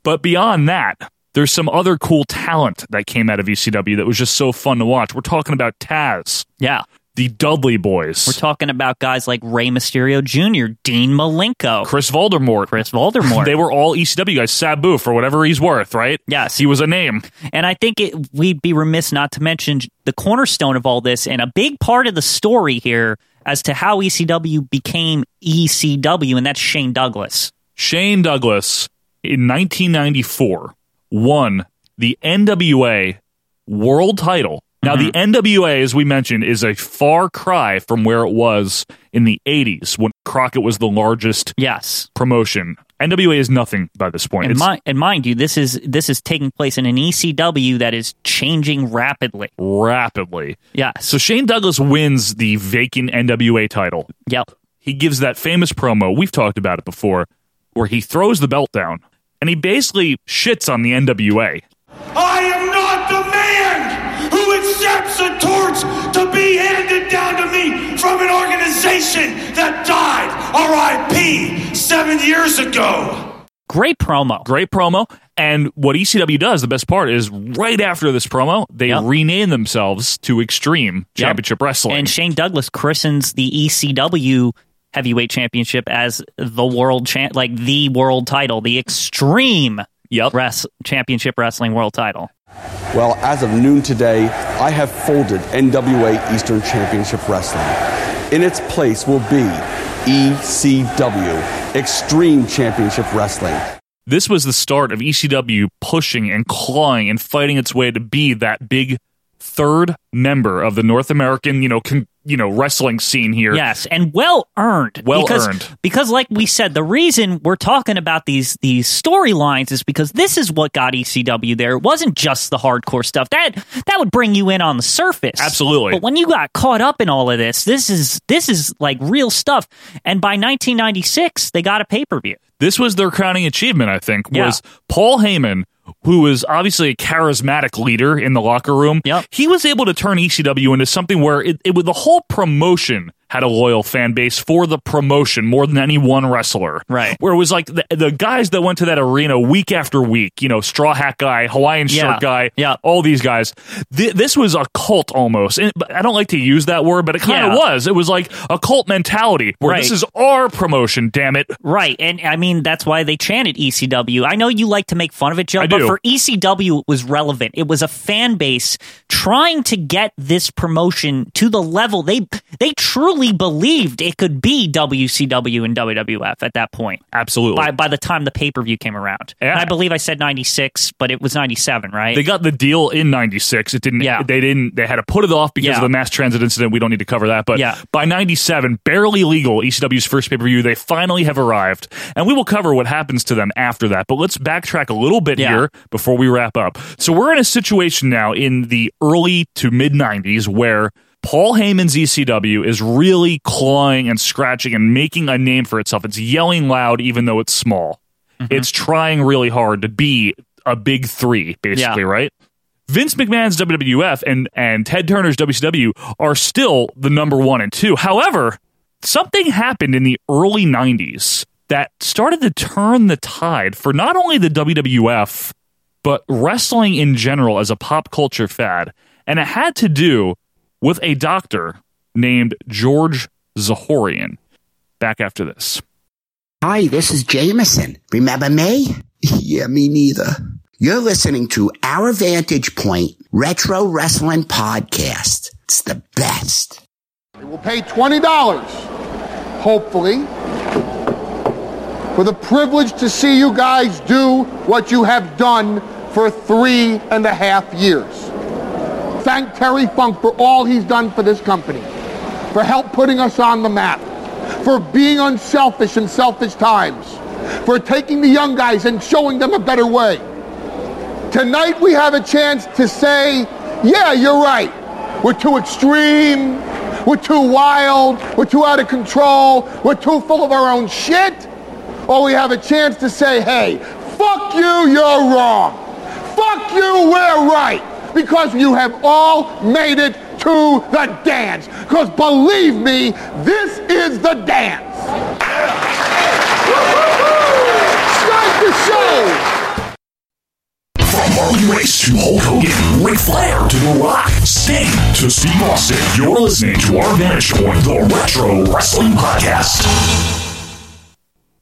Speaker 1: But beyond that, there's some other cool talent that came out of ECW that was just so fun to watch. We're talking about Taz,
Speaker 2: Yeah,
Speaker 1: the Dudley Boys,
Speaker 2: we're talking about guys like Ray Mysterio Jr., Dean Malenko,
Speaker 1: Chris Voldemort.
Speaker 2: Chris Voldemort.
Speaker 1: They were all ECW guys. Sabu, for whatever he's worth, right?
Speaker 2: Yes.
Speaker 1: He was a name.
Speaker 2: And I think it, we'd be remiss not to mention the cornerstone of all this and a big part of the story here as to how ECW became ECW, and that's Shane Douglas.
Speaker 1: Shane Douglas in 1994 won the NWA World Title. Now, the
Speaker 2: Mm-hmm.
Speaker 1: NWA, as we mentioned, is a far cry from where it was in the 80s when Crockett was the largest
Speaker 2: Yes.
Speaker 1: promotion. NWA is nothing by this point.
Speaker 2: And,
Speaker 1: It's
Speaker 2: mi- and mind you, this is this is taking place in an ECW that is changing rapidly.
Speaker 1: rapidly.
Speaker 2: Yes.
Speaker 1: So Shane Douglas wins the vacant NWA title.
Speaker 2: Yep.
Speaker 1: he gives that famous promo we've talked about it before where he throws the belt down and he basically shits on the NWA.
Speaker 8: I am not the man who accepts a torch to be handed down to me from an organization that died, R.I.P., seven years ago.
Speaker 2: Great promo.
Speaker 1: Great promo. And what ECW does, the best part is right after this promo, they
Speaker 2: Yep.
Speaker 1: rename themselves to Extreme
Speaker 2: Yep.
Speaker 1: Championship Wrestling.
Speaker 2: And Shane Douglas christens the ECW heavyweight championship as the world champ, like the world title, the extreme
Speaker 1: Yep.
Speaker 2: res- championship wrestling world title.
Speaker 10: Well, as of noon today, I have folded NWA Eastern Championship Wrestling. In its place will be ECW, Extreme Championship Wrestling.
Speaker 1: this was the start of ECW pushing and clawing and fighting its way to be that big third member of the North American, you know, con- you know, wrestling scene here.
Speaker 2: Yes, and well earned.
Speaker 1: Well
Speaker 2: because,
Speaker 1: earned.
Speaker 2: Because like we said, the reason we're talking about these these storylines is because this is what got ECW there. It wasn't just the hardcore stuff. That that would bring you in on the surface.
Speaker 1: Absolutely.
Speaker 2: But when you got caught up in all of this, this is this is like real stuff. And by 1996, they got a pay-per-view.
Speaker 1: this was their crowning achievement, I think,
Speaker 2: Yeah.
Speaker 1: was Paul Heyman, who was obviously a charismatic leader in the locker room.
Speaker 2: Yep.
Speaker 1: He was able to turn ECW into something where it, it was the whole promotion had a loyal fan base for the promotion more than any one wrestler.
Speaker 2: Right.
Speaker 1: Where it was like the, the guys that went to that arena week after week, you know, straw hat guy, Hawaiian
Speaker 2: Yeah.
Speaker 1: shirt guy,
Speaker 2: Yeah.
Speaker 1: all these guys. Th- this was a cult almost. And, but I don't like to use that word, but it kind of
Speaker 2: Yeah.
Speaker 1: was. It was like a cult mentality where
Speaker 2: Right.
Speaker 1: this is our promotion, damn it.
Speaker 2: Right. And I mean, that's why they chanted ECW. I know you like to make fun of it, Joe,
Speaker 1: I
Speaker 2: but
Speaker 1: do.
Speaker 2: for ECW, it was relevant. It was a fan base trying to get this promotion to the level they they truly believed it could be WCW and WWF at that point.
Speaker 1: Absolutely.
Speaker 2: By, by the time the pay per view came around,
Speaker 1: Yeah.
Speaker 2: And I believe I said ninety six, but it was ninety seven, right?
Speaker 1: They got the deal in '96. It didn't.
Speaker 2: Yeah.
Speaker 1: They didn't. They had to put it off because
Speaker 2: Yeah.
Speaker 1: of the mass transit incident. We don't need to cover that. But
Speaker 2: Yeah.
Speaker 1: by '97, barely legal ECW's first pay per view. They finally have arrived, and we will cover what happens to them after that. But let's backtrack a little bit
Speaker 2: Yeah.
Speaker 1: here before we wrap up. So we're in a situation now in the early to mid '90s where. Paul Heyman's ECW is really clawing and scratching and making a name for itself. It's yelling loud, even though it's small. It's trying really hard to be a big three, basically, right? Vince McMahon's WWF and, and Ted Turner's WCW are still the number one and two. However, something happened in the early 90s that started to turn the tide for not only the WWF, but wrestling in general as a pop culture fad. And it had to do with a doctor named George Zahorian. Back after this.
Speaker 11: Hi, this is Jameson. Remember me?
Speaker 12: Yeah, me neither.
Speaker 11: You're listening to Our Vantage Point Retro Wrestling Podcast. It's the best.
Speaker 13: They will pay $20, hopefully, for the privilege to see you guys do what you have done for three and a half years. Thank Terry Funk for all he's done for this company, for help putting us on the map, for being unselfish in selfish times, for taking the young guys and showing them a better way. Tonight we have a chance to say, yeah, you're right. We're too extreme. We're too wild. We're too out of control. We're too full of our own shit or we have a chance to say, hey, fuck you, you're wrong. Fuck you, we're right. Because you have all made it to the dance. Because believe me, this is the dance. Start the show.
Speaker 14: From Harley Race to Hulk Hogan, Ric Flair to The Rock, Sting to Steve Austin, you're listening to our Vantage Point, the Retro Wrestling Podcast.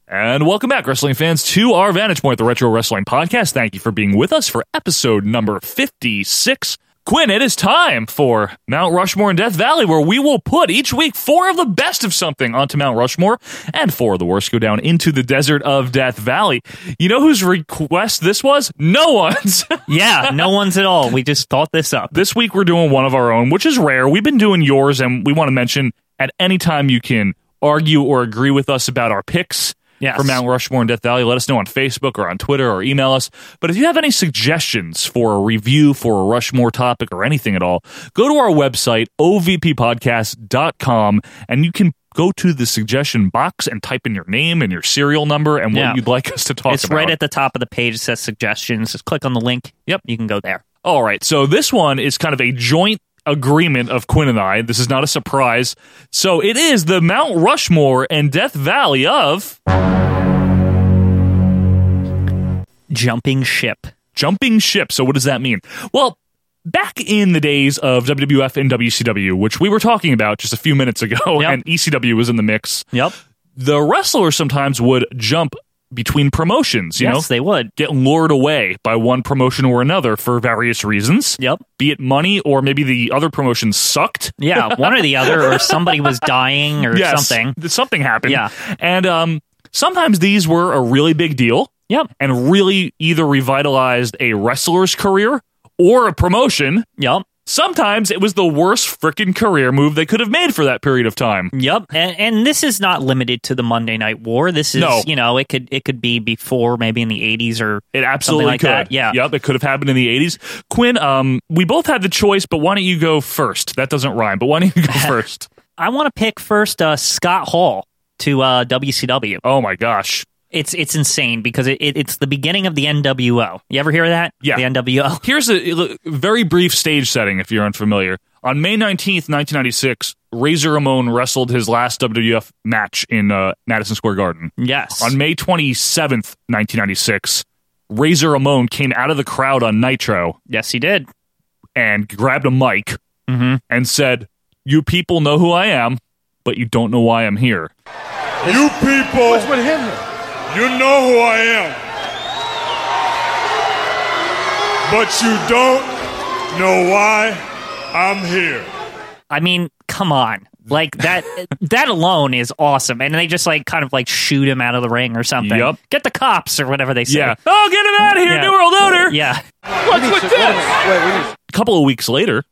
Speaker 1: And welcome back, wrestling fans, to our Vantage Point, the Retro Wrestling Podcast. Thank you for being with us for episode number 56. Quinn, it is time for Mount Rushmore and Death Valley, where we will put each week four of the best of something onto Mount Rushmore, and four of the worst go down into the desert of Death Valley. You know whose request this was? No one's.
Speaker 2: yeah, no one's at all. We just thought this up.
Speaker 1: This week we're doing one of our own, which is rare. We've been doing yours, and we want to mention at any time you can argue or agree with us about our picks
Speaker 2: yes.
Speaker 1: for Mount Rushmore and Death Valley. Let us know on Facebook or on Twitter or email us. But if you have any suggestions for a review for a Rushmore topic or anything at all, go to our website, ovppodcast.com, and you can go to the suggestion box and type in your name and your serial number and what
Speaker 2: Yeah.
Speaker 1: you'd like us to talk
Speaker 2: It's
Speaker 1: about.
Speaker 2: right at the top of the page. It says suggestions. Just click on the link.
Speaker 1: Yep.
Speaker 2: You can go there.
Speaker 1: All right. So this one is kind of a joint agreement of Quinn and I. This is not a surprise. So it is the Mount Rushmore and Death Valley of
Speaker 2: Jumping ship.
Speaker 1: jumping ship. So what does that mean? Well, back in the days of WWF and WCW, which we were talking about just a few minutes ago,
Speaker 2: Yep.
Speaker 1: and ECW was in the mix.
Speaker 2: Yep.
Speaker 1: The wrestlers sometimes would jump between promotions, you
Speaker 2: Yes,
Speaker 1: know?
Speaker 2: they would.
Speaker 1: Get lured away by one promotion or another for various reasons.
Speaker 2: Yep.
Speaker 1: Be it money or maybe the other promotion sucked.
Speaker 2: Yeah, one or the other, or somebody was dying or
Speaker 1: Yes,
Speaker 2: something.
Speaker 1: th- Something happened.
Speaker 2: Yeah.
Speaker 1: And um, sometimes these were a really big deal.
Speaker 2: Yep.
Speaker 1: And really either revitalized a wrestler's career or a promotion.
Speaker 2: Yep.
Speaker 1: Sometimes it was the worst freaking career move they could have made for that period of time.
Speaker 2: Yep, and, and this is not limited to the Monday Night War. This is,
Speaker 1: No.
Speaker 2: you know, it could it could be before, maybe in the eighties or
Speaker 1: It
Speaker 2: something
Speaker 1: absolutely
Speaker 2: like
Speaker 1: could.
Speaker 2: That. Yeah,
Speaker 1: Yep. It could have happened in the 80s. Quinn, um, we both had the choice, but why don't you go first? That doesn't rhyme, but why don't you go first?
Speaker 2: I want to pick first uh, Scott Hall to uh, WCW.
Speaker 1: Oh my gosh.
Speaker 2: It's it's insane because it, it, it's the beginning of the NWO. You ever hear of that?
Speaker 1: Yeah.
Speaker 2: the NWO.
Speaker 1: Here's a a very brief stage setting if you're unfamiliar. On May 19th, 1996, Razor Ramon wrestled his last WWF match in uh, Madison Square Garden.
Speaker 2: Yes,
Speaker 1: On May 27th, 1996, Razor Ramon came out of the crowd on Nitro
Speaker 2: yes, he did.
Speaker 1: and grabbed a mic
Speaker 2: Mhm.
Speaker 1: and said, You people know who I am, but you don't know why I'm here.
Speaker 15: You people,
Speaker 16: What's with him?
Speaker 15: you know who I am. But you don't know why I'm here.
Speaker 2: I mean, come on. Like that that alone is awesome. And they just like kind of like shoot him out of the ring or something.
Speaker 1: Yep.
Speaker 2: Get the cops or whatever they say.
Speaker 1: Yeah. Oh, get him out of here,
Speaker 2: Yeah.
Speaker 1: New World Order!
Speaker 2: Yeah.
Speaker 16: What's with this? Wait, we need
Speaker 1: A couple of weeks later,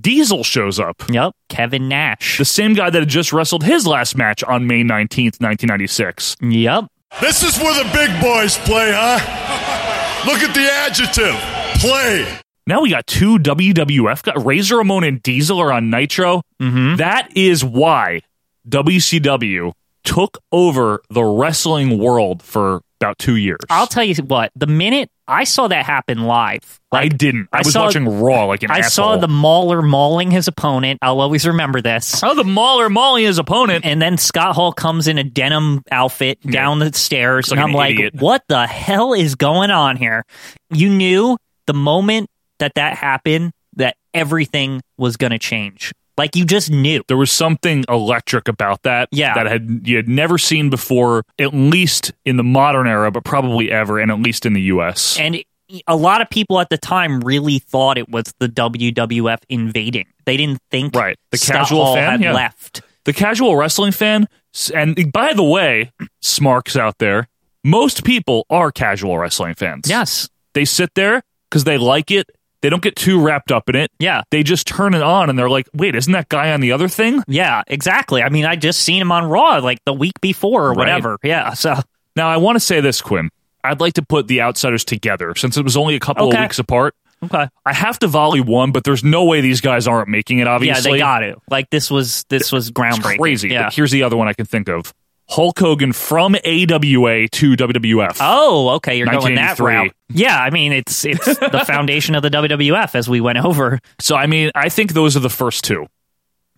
Speaker 1: Diesel shows up.
Speaker 2: Yep. Kevin Nash.
Speaker 1: the same guy that had just wrestled his last match on May 19th, 1996.
Speaker 2: Yep.
Speaker 15: This is where the big boys play, huh? Look at the adjective play.
Speaker 1: Now we got two WWF guys. Razor Ramon and Diesel are on Nitro.
Speaker 2: Mm-hmm.
Speaker 1: That is why WCW took over the wrestling world for about two years.
Speaker 2: I'll tell you what. The minute I saw that happen live,
Speaker 1: I didn't. I, was
Speaker 2: saw-
Speaker 1: watching Raw like an
Speaker 2: I saw
Speaker 1: asshole.
Speaker 2: the Mauler mauling his opponent. I'll always remember this.
Speaker 1: Oh, the Mauler mauling his opponent.
Speaker 2: And then Scott Hall comes in a denim outfit down the stairs,
Speaker 1: like
Speaker 2: and
Speaker 1: an
Speaker 2: I'm like,
Speaker 1: idiot.
Speaker 2: "What the hell is going on here?" You knew the moment that that happened that everything was going to change. Like you just knew.
Speaker 1: There was something electric about that.
Speaker 2: Yeah.
Speaker 1: That had you had never seen before, at least in the modern era, but probably ever, and at least in the US.
Speaker 2: And it- a lot of people at the time really thought it was the WWF invading. They didn't think
Speaker 1: Right. The
Speaker 2: Scott
Speaker 1: casual
Speaker 2: Hall
Speaker 1: fan,
Speaker 2: had
Speaker 1: yeah.
Speaker 2: left.
Speaker 1: the casual wrestling fan, s- and by the way, smarks out there, most people are casual wrestling fans.
Speaker 2: Yes.
Speaker 1: They sit there because they like it. They don't get too wrapped up in it.
Speaker 2: Yeah.
Speaker 1: They just turn it on and they're like, wait, isn't that guy on the other thing?
Speaker 2: Yeah, exactly. I mean, I just seen him on Raw like the week before or whatever. Yeah, so
Speaker 1: Now, I want to say this, Quinn. I'd like to put the outsiders together since it was only a couple
Speaker 2: Okay.
Speaker 1: of weeks apart.
Speaker 2: okay.
Speaker 1: I have to volley one, but there's no way these guys aren't making it,
Speaker 2: Yeah,
Speaker 1: obviously.
Speaker 2: they got to. Like this was this was groundbreaking.
Speaker 1: It's crazy.
Speaker 2: Yeah.
Speaker 1: But here's the other one I can think of Hulk Hogan from AWA to WWF.
Speaker 2: Oh, okay. You're going that
Speaker 1: 1983.
Speaker 2: route. Yeah, I mean it's it's the foundation of the WWF as we went over.
Speaker 1: So I mean, I think those are the first two.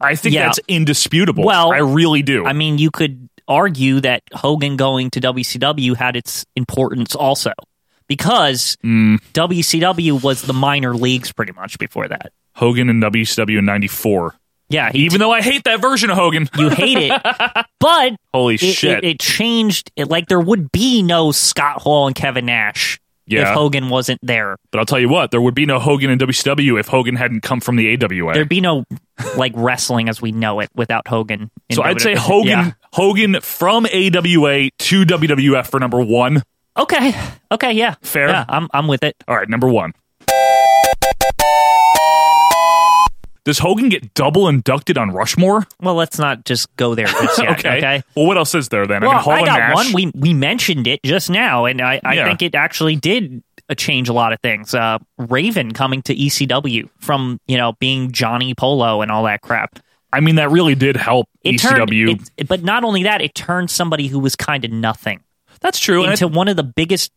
Speaker 1: I think
Speaker 2: Yeah.
Speaker 1: that's indisputable.
Speaker 2: Well,
Speaker 1: I really do.
Speaker 2: I mean, you could argue that Hogan going to WCW had its importance also because
Speaker 1: Mm.
Speaker 2: WCW was the minor leagues pretty much before that.
Speaker 1: Hogan and WCW in '94.
Speaker 2: Yeah, he
Speaker 1: Even though I hate that version of Hogan,
Speaker 2: you hate it, but
Speaker 1: Holy
Speaker 2: it,
Speaker 1: shit.
Speaker 2: it, it changed. It, like there would be no Scott Hall and Kevin Nash if
Speaker 1: Yeah.
Speaker 2: Hogan wasn't there.
Speaker 1: but I'll tell you what, there would be no Hogan in WCW if Hogan hadn't come from the AWA.
Speaker 2: There'd be no like wrestling as we know it without Hogan. in
Speaker 1: so I'd say
Speaker 2: WWE.
Speaker 1: Hogan,
Speaker 2: Yeah.
Speaker 1: Hogan from AWA to WWF for number one.
Speaker 2: Okay. Okay. Yeah.
Speaker 1: Fair.
Speaker 2: Yeah, I'm I'm with it.
Speaker 1: All right, number one. Does Hogan get double inducted on Rushmore?
Speaker 2: Well, let's not just go there. just yet, okay.
Speaker 1: Well, what else is there then?
Speaker 2: Well,
Speaker 1: Hall
Speaker 2: I
Speaker 1: and
Speaker 2: got
Speaker 1: Nash-
Speaker 2: one. We we mentioned it just now, and I, I
Speaker 1: Yeah.
Speaker 2: think it actually did uh, change a lot of things. Uh, Raven coming to ECW from you know being Johnny Polo and all that crap.
Speaker 1: I mean, that really did help
Speaker 2: It turned,
Speaker 1: ECW.
Speaker 2: it, but not only that, it turned somebody who was kind of nothing
Speaker 1: That's true. and I-
Speaker 2: into one of the biggest.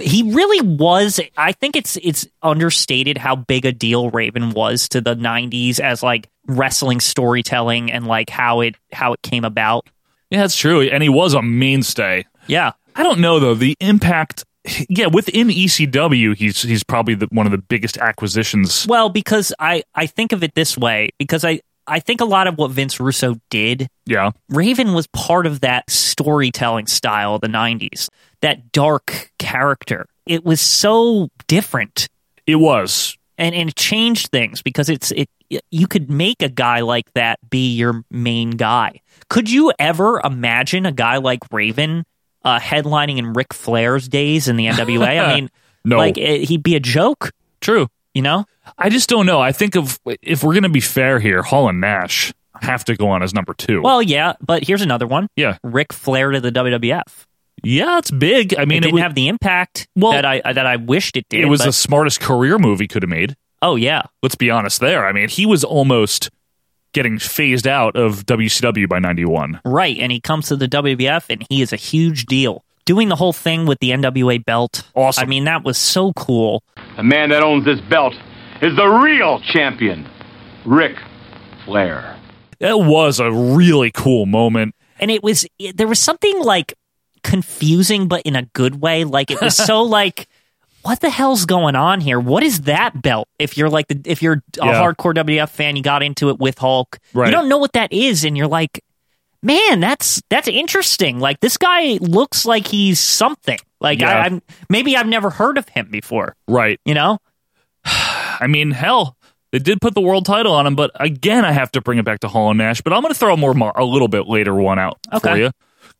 Speaker 2: He really was. I think it's it's understated how big a deal Raven was to the '90s as like wrestling storytelling and like how it how it came about.
Speaker 1: yeah, that's true. And he was a mainstay.
Speaker 2: Yeah,
Speaker 1: I don't know though the impact. Yeah, within ECW, he's he's probably the, one of the biggest acquisitions.
Speaker 2: Well, because I I think of it this way because I I think a lot of what Vince Russo did,
Speaker 1: Yeah,
Speaker 2: Raven was part of that storytelling style of the 90s, that dark character. It was so different
Speaker 1: it was.
Speaker 2: and and it changed things because it's it you could make a guy like that be your main guy. Could you ever imagine a guy like Raven uh, headlining in Ric Flair's days in the NWA? I mean,
Speaker 1: No.
Speaker 2: like it, he'd be a joke,
Speaker 1: True.
Speaker 2: you know?
Speaker 1: I just don't know. I think of if we're gonna be fair here, Hall and Nash have to go on as number two.
Speaker 2: Well, yeah, but here's another one.
Speaker 1: yeah,
Speaker 2: Rick Flair to the WWF.
Speaker 1: yeah, it's big. I
Speaker 2: It
Speaker 1: mean, it,
Speaker 2: didn't
Speaker 1: was,
Speaker 2: have the impact
Speaker 1: Well-
Speaker 2: that I that I wished it did.
Speaker 1: it was
Speaker 2: but-
Speaker 1: the smartest career move he could have made.
Speaker 2: oh yeah,
Speaker 1: Let's be honest. There, I mean, he was almost getting phased out of WCW by '91.
Speaker 2: right. And he comes to the WWF, and he is a huge deal. Doing the whole thing with the NWA belt.
Speaker 1: Awesome.
Speaker 2: I mean, that was so cool.
Speaker 17: The man that owns this belt is the real champion, Rick Flair.
Speaker 1: That was a really cool moment.
Speaker 2: And it was it- there was something like confusing, but in a good way. Like it was so like. What the hell's going on here? What is that belt? If you're like the, if you're a
Speaker 1: Yeah.
Speaker 2: hardcore WWF fan, you got into it with Hulk.
Speaker 1: Right.
Speaker 2: You don't know what that is, and you're like, man, that's that's interesting. Like this guy looks like he's something. Like
Speaker 1: Yeah.
Speaker 2: I, I'm maybe I've never heard of him before.
Speaker 1: Right.
Speaker 2: You know?
Speaker 1: I mean, hell, they did put the world title on him, but again, I have to bring it back to Hall and Nash. But I'm going to throw more, more a little bit later one out for
Speaker 2: Okay.
Speaker 1: you.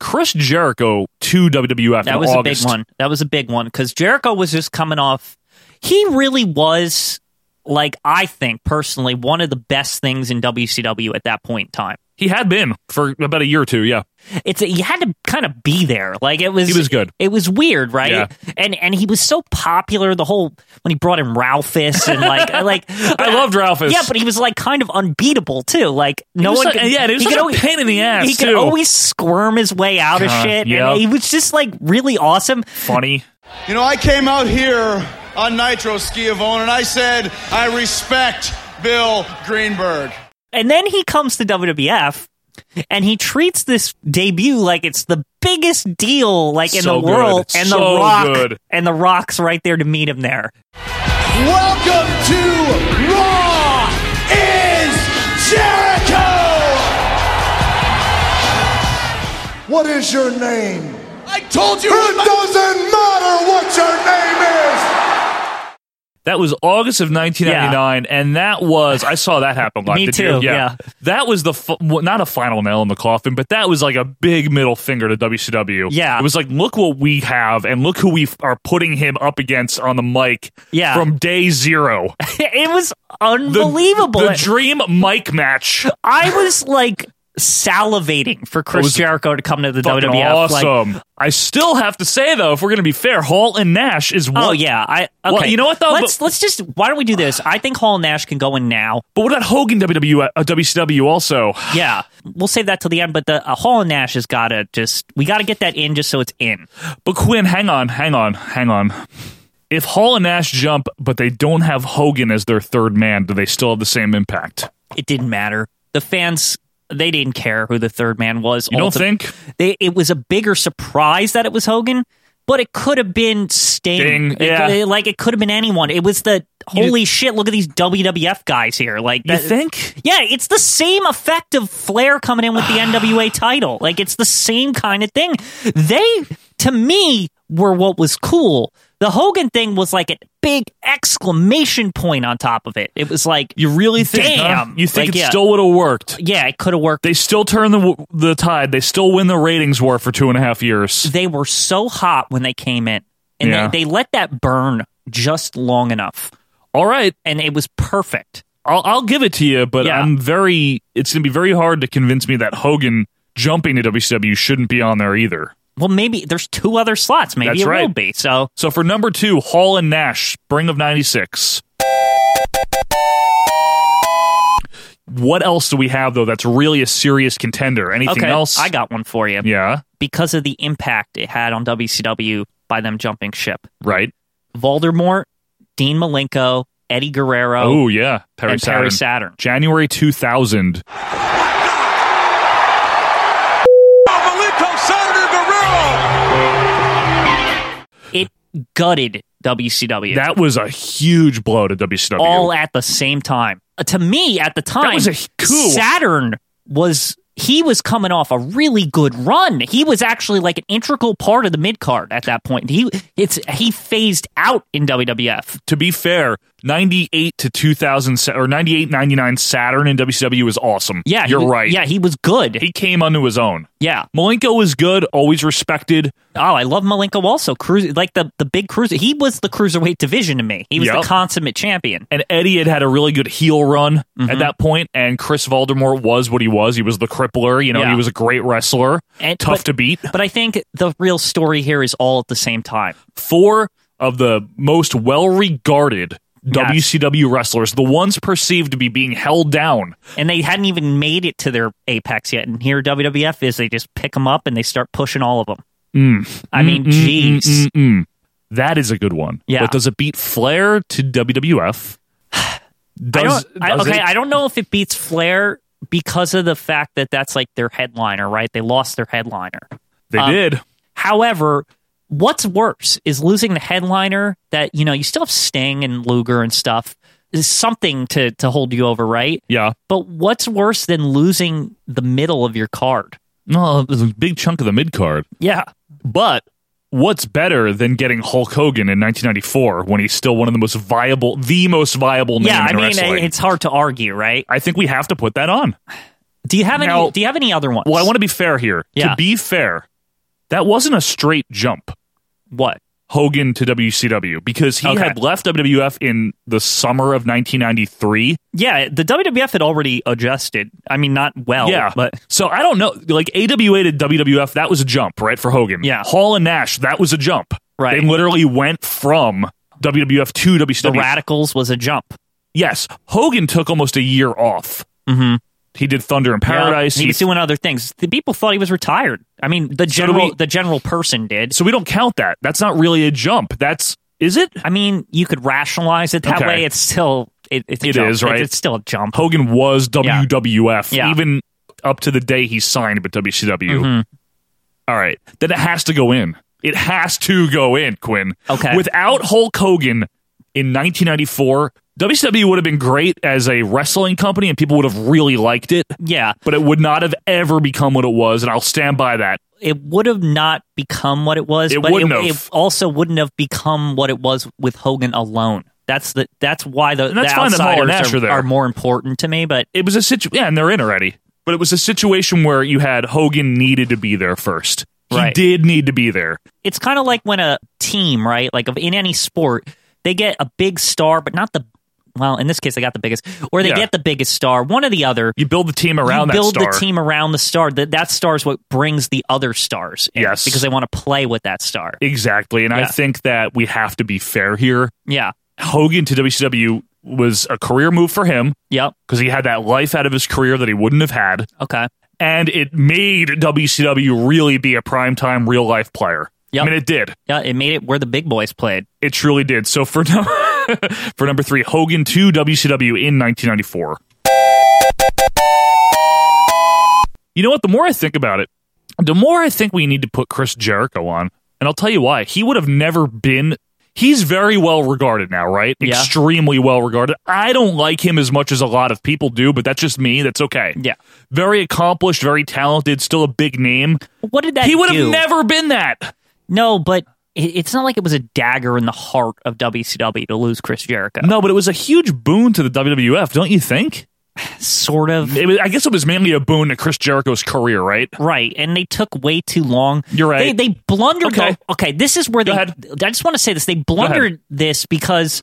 Speaker 1: Chris Jericho to WWF.
Speaker 2: That
Speaker 1: in
Speaker 2: was
Speaker 1: August.
Speaker 2: a big one. That was a big one because Jericho was just coming off. He really was like I think personally one of the best things in WCW at that point in time.
Speaker 1: He had been for about a year or two, yeah.
Speaker 2: It's you had to kind of be there. Like it was
Speaker 1: He was good.
Speaker 2: It was weird, right?
Speaker 1: Yeah.
Speaker 2: And and he was so popular the whole when he brought in Ralphus and like I like
Speaker 1: I loved Ralphus.
Speaker 2: Yeah, but he was like kind of unbeatable too. Like
Speaker 1: He
Speaker 2: no
Speaker 1: was
Speaker 2: one
Speaker 1: like-
Speaker 2: could,
Speaker 1: yeah, he was such a
Speaker 2: always-
Speaker 1: pain in the ass,
Speaker 2: He could
Speaker 1: too.
Speaker 2: always squirm his way out of
Speaker 1: God,
Speaker 2: shit.
Speaker 1: yeah.
Speaker 2: And he was just like really awesome.
Speaker 1: funny.
Speaker 18: You know, I came out here on Nitro Schiavone and I said, I respect Bill Greenberg.
Speaker 2: And then he comes to WWF and he treats this debut like it's the biggest deal like in
Speaker 1: So
Speaker 2: the
Speaker 1: good.
Speaker 2: world and the
Speaker 1: So
Speaker 2: rock
Speaker 1: good.
Speaker 2: and the rock's right there to meet him there.
Speaker 18: Welcome to Raw is Jericho!
Speaker 19: What is your name?
Speaker 18: I told you
Speaker 19: It doesn't matter what your name is.
Speaker 1: That was August of 1999, and that was I saw that happen live.
Speaker 2: Me
Speaker 1: Did
Speaker 2: too,
Speaker 1: You?
Speaker 2: yeah.
Speaker 1: that was the fu- well, not a final nail in the coffin, but that was like a big middle finger to WCW.
Speaker 2: Yeah.
Speaker 1: it was like look what we have, and look who we f- are putting him up against on the mic.
Speaker 2: Yeah.
Speaker 1: from day zero,
Speaker 2: it was
Speaker 1: The-
Speaker 2: unbelievable.
Speaker 1: The, dream mic match.
Speaker 2: I was like salivating for
Speaker 1: It
Speaker 2: Chris
Speaker 1: was
Speaker 2: Jericho to come to the
Speaker 1: Fucking
Speaker 2: WWF.
Speaker 1: awesome.
Speaker 2: Like,
Speaker 1: I still have to say though, if we're gonna be fair, Hall and Nash is. one
Speaker 2: oh yeah, I okay.
Speaker 1: Well, you know what, though?
Speaker 2: Let's
Speaker 1: But-
Speaker 2: let's just why don't we do this? I think Hall and Nash can go in now.
Speaker 1: But what about Hogan WWE uh, WCW also?
Speaker 2: Yeah, we'll save that till the end. But the uh, Hall and Nash has got to just we got to get that in just so it's in.
Speaker 1: But Quinn, hang on, hang on, hang on. If Hall and Nash jump, but they don't have Hogan as their third man, do they still have the same impact?
Speaker 2: It didn't matter. The fans they didn't care who the third man was.
Speaker 1: You don't
Speaker 2: Ulti-
Speaker 1: think?
Speaker 2: they, it was a bigger surprise that it was Hogan? But it could have been Sting.
Speaker 1: Sting,
Speaker 2: It-
Speaker 1: yeah.
Speaker 2: it- like it could have been anyone. It was the holy shit. Look at these WWF guys here. Like
Speaker 1: You
Speaker 2: that-
Speaker 1: think?
Speaker 2: Yeah, it's the same effect of Flair coming in with the NWA title. Like it's the same kind of thing. They to me were what was cool. The Hogan thing was like a big exclamation point on top of it. It was like
Speaker 1: You really think? huh?
Speaker 2: Damn,
Speaker 1: You think
Speaker 2: Like,
Speaker 1: it
Speaker 2: yeah.
Speaker 1: still would have worked?
Speaker 2: yeah, it could have worked.
Speaker 1: They still turn the the tide. They still win the ratings war for two and a half years.
Speaker 2: they were so hot when they came in, and
Speaker 1: Yeah.
Speaker 2: they, they let that burn just long enough,
Speaker 1: All right,
Speaker 2: and it was perfect.
Speaker 1: I'll, I'll give it to you, but
Speaker 2: Yeah.
Speaker 1: I'm very. It's gonna be very hard to convince me that Hogan jumping to WCW shouldn't be on there either.
Speaker 2: Well, maybe there's two other slots. Maybe
Speaker 1: That's
Speaker 2: it will
Speaker 1: right.
Speaker 2: be. So
Speaker 1: So for number two, Hall and Nash, spring of '96. What else do we have though? That's really a serious contender. Anything
Speaker 2: okay,
Speaker 1: else?
Speaker 2: I got one for you.
Speaker 1: Yeah.
Speaker 2: Because of the impact it had on WCW by them jumping ship,
Speaker 1: Right.
Speaker 2: Voldemort, Dean Malenko, Eddie Guerrero,
Speaker 1: Oh yeah. Perry
Speaker 2: and
Speaker 1: Saturn.
Speaker 2: Perry Saturn.
Speaker 1: January 2000.
Speaker 2: It gutted WCW
Speaker 1: That was a huge blow to WCW.
Speaker 2: all at the same time. Uh, to me, at the time,
Speaker 1: was a- cool.
Speaker 2: Saturn was he was coming off a really good run. He was actually like an integral part of the mid card at that point. He it's he phased out in WWF.
Speaker 1: to be fair, 98 to 2000 sa- or 98 99 Saturn in WCW was awesome.
Speaker 2: Yeah, he
Speaker 1: You're
Speaker 2: was-
Speaker 1: right.
Speaker 2: Yeah, he was good.
Speaker 1: He came onto his own.
Speaker 2: yeah.
Speaker 1: Malenko was good, always respected.
Speaker 2: Oh, I love Malenko also. Cruise like the the big cruiser. He was the cruiserweight division to me. He was
Speaker 1: Yep.
Speaker 2: the consummate champion.
Speaker 1: and Eddie had had a really good heel run
Speaker 2: Mm-hmm.
Speaker 1: at that point, and Chris Voldemort was what he was. He was the crippler, you know.
Speaker 2: Yeah.
Speaker 1: He was a great wrestler,
Speaker 2: And-
Speaker 1: tough
Speaker 2: but-
Speaker 1: to beat.
Speaker 2: But I think the real story here is all at the same time.
Speaker 1: Four of the most well-regarded WCW wrestlers, the ones perceived to be being held down.
Speaker 2: and they hadn't even made it to their apex yet. And here WWF is they just pick them up and they start pushing all of them. I mean,
Speaker 1: Mm,
Speaker 2: jeez,
Speaker 1: mm, mm. That is a good one.
Speaker 2: Yeah.
Speaker 1: But does it beat Flair to WWF?
Speaker 2: I
Speaker 1: Does,
Speaker 2: don't- I-
Speaker 1: does
Speaker 2: okay,
Speaker 1: it?
Speaker 2: I don't know if it beats Flair because of the fact that that's like their headliner, right? They lost their headliner.
Speaker 1: they
Speaker 2: um,
Speaker 1: did.
Speaker 2: However, what's worse is losing the headliner that you know you still have Sting and Luger and stuff. Is something to to hold you over, right?
Speaker 1: Yeah.
Speaker 2: But what's worse than losing the middle of your card?
Speaker 1: No, it was a big chunk of the mid card.
Speaker 2: Yeah.
Speaker 1: But what's better than getting Hulk Hogan in 1994 when he's still one of the most viable, the most viable name
Speaker 2: Yeah, I
Speaker 1: in
Speaker 2: mean,
Speaker 1: wrestling?
Speaker 2: it's hard to argue, right?
Speaker 1: I think we have to put that on.
Speaker 2: Do you have any?
Speaker 1: Now-
Speaker 2: do you have any other ones?
Speaker 1: Well, I want to be fair here.
Speaker 2: Yeah.
Speaker 1: To be fair, that wasn't a straight jump.
Speaker 2: what?
Speaker 1: Hogan to WCW because he
Speaker 2: Okay.
Speaker 1: had left WWF in the summer of 1993.
Speaker 2: Yeah, the WWF had already adjusted. I mean, not well.
Speaker 1: yeah,
Speaker 2: but
Speaker 1: so I don't know. Like AWA to WWF, that was a jump, right? For Hogan,
Speaker 2: Yeah.
Speaker 1: Hall and Nash, that was a jump.
Speaker 2: Right.
Speaker 1: They literally went from WWF to WCW.
Speaker 2: the Radicals was a jump.
Speaker 1: Yes, Hogan took almost a year off.
Speaker 2: Mm-hmm.
Speaker 1: He did Thunder in Paradise.
Speaker 2: he was doing other things. The people thought he was retired. I mean,
Speaker 1: So
Speaker 2: the
Speaker 1: do
Speaker 2: general
Speaker 1: we-
Speaker 2: the general person did.
Speaker 1: so we don't count that. That's not really a jump. That's is it?
Speaker 2: I mean, you could rationalize it that
Speaker 1: Okay.
Speaker 2: way. It's still it, it's a
Speaker 1: It
Speaker 2: jump.
Speaker 1: is, right?
Speaker 2: It's still a jump.
Speaker 1: Hogan was
Speaker 2: Yeah.
Speaker 1: WWF
Speaker 2: Yeah.
Speaker 1: even up to the day he signed with WCW.
Speaker 2: Mhm.
Speaker 1: All right, then it has to go in. It has to go in, Quinn.
Speaker 2: Okay.
Speaker 1: Without Hulk Hogan in 1994, WCW would have been great as a wrestling company, and people would have really liked it.
Speaker 2: Yeah,
Speaker 1: But it would not have ever become what it was, and I'll stand by that.
Speaker 2: it would have not become what it was.
Speaker 1: It
Speaker 2: but
Speaker 1: wouldn't
Speaker 2: it,
Speaker 1: have.
Speaker 2: it also wouldn't have become what it was with Hogan alone. That's the that's why the,
Speaker 1: And that's
Speaker 2: the
Speaker 1: fine that Hall and
Speaker 2: outsiders
Speaker 1: Nash are
Speaker 2: are,
Speaker 1: there.
Speaker 2: are more important to me. But
Speaker 1: It was a situation, yeah, and they're in already. But it was a situation where you had Hogan needed to be there first. He
Speaker 2: Right.
Speaker 1: did need to be there.
Speaker 2: it's kind of like when a team, right? Like of- in any sport, they get a big star, but not the well. In this case, they got the biggest, or they
Speaker 1: Yeah.
Speaker 2: get the biggest star, one or the other.
Speaker 1: You build the team around
Speaker 2: you build
Speaker 1: that star.
Speaker 2: the team around the star. That that star is what brings the other stars. in,
Speaker 1: Yes.
Speaker 2: because they want to play with that star.
Speaker 1: Exactly. And I
Speaker 2: Yeah.
Speaker 1: think that we have to be fair here.
Speaker 2: yeah.
Speaker 1: Hogan to WCW was a career move for him
Speaker 2: Yep.
Speaker 1: because he had that life out of his career that he wouldn't have had.
Speaker 2: Okay.
Speaker 1: And it made WCW really be a primetime real life player.
Speaker 2: Yep.
Speaker 1: I mean, it did.
Speaker 2: Yeah. It made it where the big boys played.
Speaker 1: It truly did. So for, no- for number three, Hogan to WCW in 1994. You know what? The more I think about it, the more I think we need to put Chris Jericho on. And I'll tell you why. He would have never been. He's very well regarded now, right?
Speaker 2: Yeah.
Speaker 1: Extremely well regarded. I don't like him as much as a lot of people do, but that's just me. That's okay.
Speaker 2: Yeah.
Speaker 1: Very accomplished, very talented, still a big name.
Speaker 2: What did that?
Speaker 1: he would have
Speaker 2: do?
Speaker 1: never been that.
Speaker 2: No, but it, it's not like it was a dagger in the heart of WCW to lose Chris Jericho.
Speaker 1: No, but it was a huge boon to the WWF, don't you think?
Speaker 2: Sort of.
Speaker 1: It was, I guess it was mainly a boon to Chris Jericho's career, right?
Speaker 2: Right, and they took way too long.
Speaker 1: You're right.
Speaker 2: They, they blundered.
Speaker 1: Okay.
Speaker 2: Okay. okay, this is where
Speaker 1: Go
Speaker 2: they.
Speaker 1: ahead.
Speaker 2: I just want to say this. They blundered this because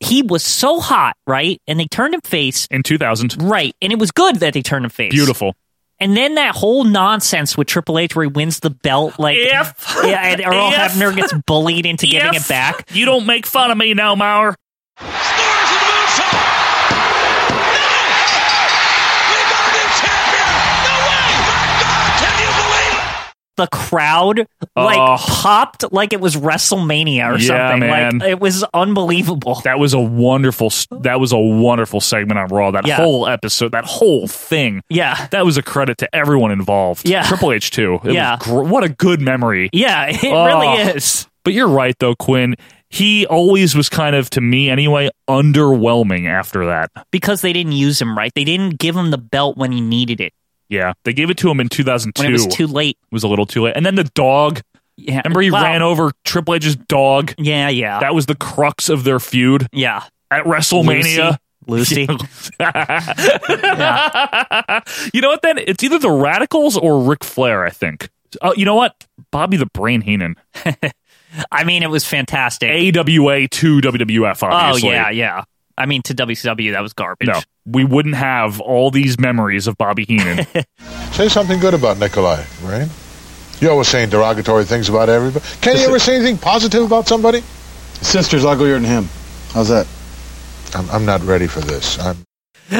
Speaker 2: he was so hot, right? And they turned him face,
Speaker 1: In 2000.
Speaker 2: right? And it was good that they turned him face.
Speaker 1: Beautiful.
Speaker 2: And then that whole nonsense with Triple H, where he wins the belt, like
Speaker 1: If-
Speaker 2: yeah, and Earl
Speaker 1: if-
Speaker 2: Hebner gets bullied into giving
Speaker 1: If
Speaker 2: it back.
Speaker 1: You don't make fun of me now, Maurer.
Speaker 8: Scores with the moonsault. No! We got a new champion. No way! My God, can you believe it?
Speaker 2: The crowd like
Speaker 1: Oh.
Speaker 2: popped like it was WrestleMania or
Speaker 1: Yeah,
Speaker 2: something.
Speaker 1: man.
Speaker 2: Like it was unbelievable.
Speaker 1: That was a wonderful. That was a wonderful segment on Raw. That
Speaker 2: Yeah.
Speaker 1: whole episode. That whole thing.
Speaker 2: yeah.
Speaker 1: That was a credit to everyone involved.
Speaker 2: Yeah.
Speaker 1: Triple H too. It was
Speaker 2: Yeah.
Speaker 1: gr- what a good memory.
Speaker 2: Yeah, it
Speaker 1: Oh.
Speaker 2: really is.
Speaker 1: But you're right though, Quinn. He always was kind of to me anyway underwhelming after that.
Speaker 2: because they didn't use him right. They didn't give him the belt when he needed it.
Speaker 1: Yeah, they gave it to him in 2002.
Speaker 2: When it was too late.
Speaker 1: It was a little too late. And then the dog.
Speaker 2: Yeah.
Speaker 1: Remember he
Speaker 2: Well,
Speaker 1: ran over Triple H's dog.
Speaker 2: Yeah, yeah.
Speaker 1: That was the crux of their feud
Speaker 2: yeah.
Speaker 1: at WrestleMania.
Speaker 2: Lucy. Lucy.
Speaker 1: you know what? Then it's either the Radicals or Ric Flair. I think. Oh, you know what? Bobby the Brain Heenan,
Speaker 2: I mean, it was fantastic.
Speaker 1: AWA to WWF.
Speaker 2: oh,
Speaker 1: Obviously.
Speaker 2: yeah, yeah. I mean, to WCW, that was garbage.
Speaker 1: No, we wouldn't have all these memories of Bobby Heenan.
Speaker 19: Say something good about Nikolai, right? You're always saying derogatory things about everybody. Can you ever say anything positive about somebody?
Speaker 20: Sister's uglier than him. How's that?
Speaker 19: I'm, I'm not ready for this. I'm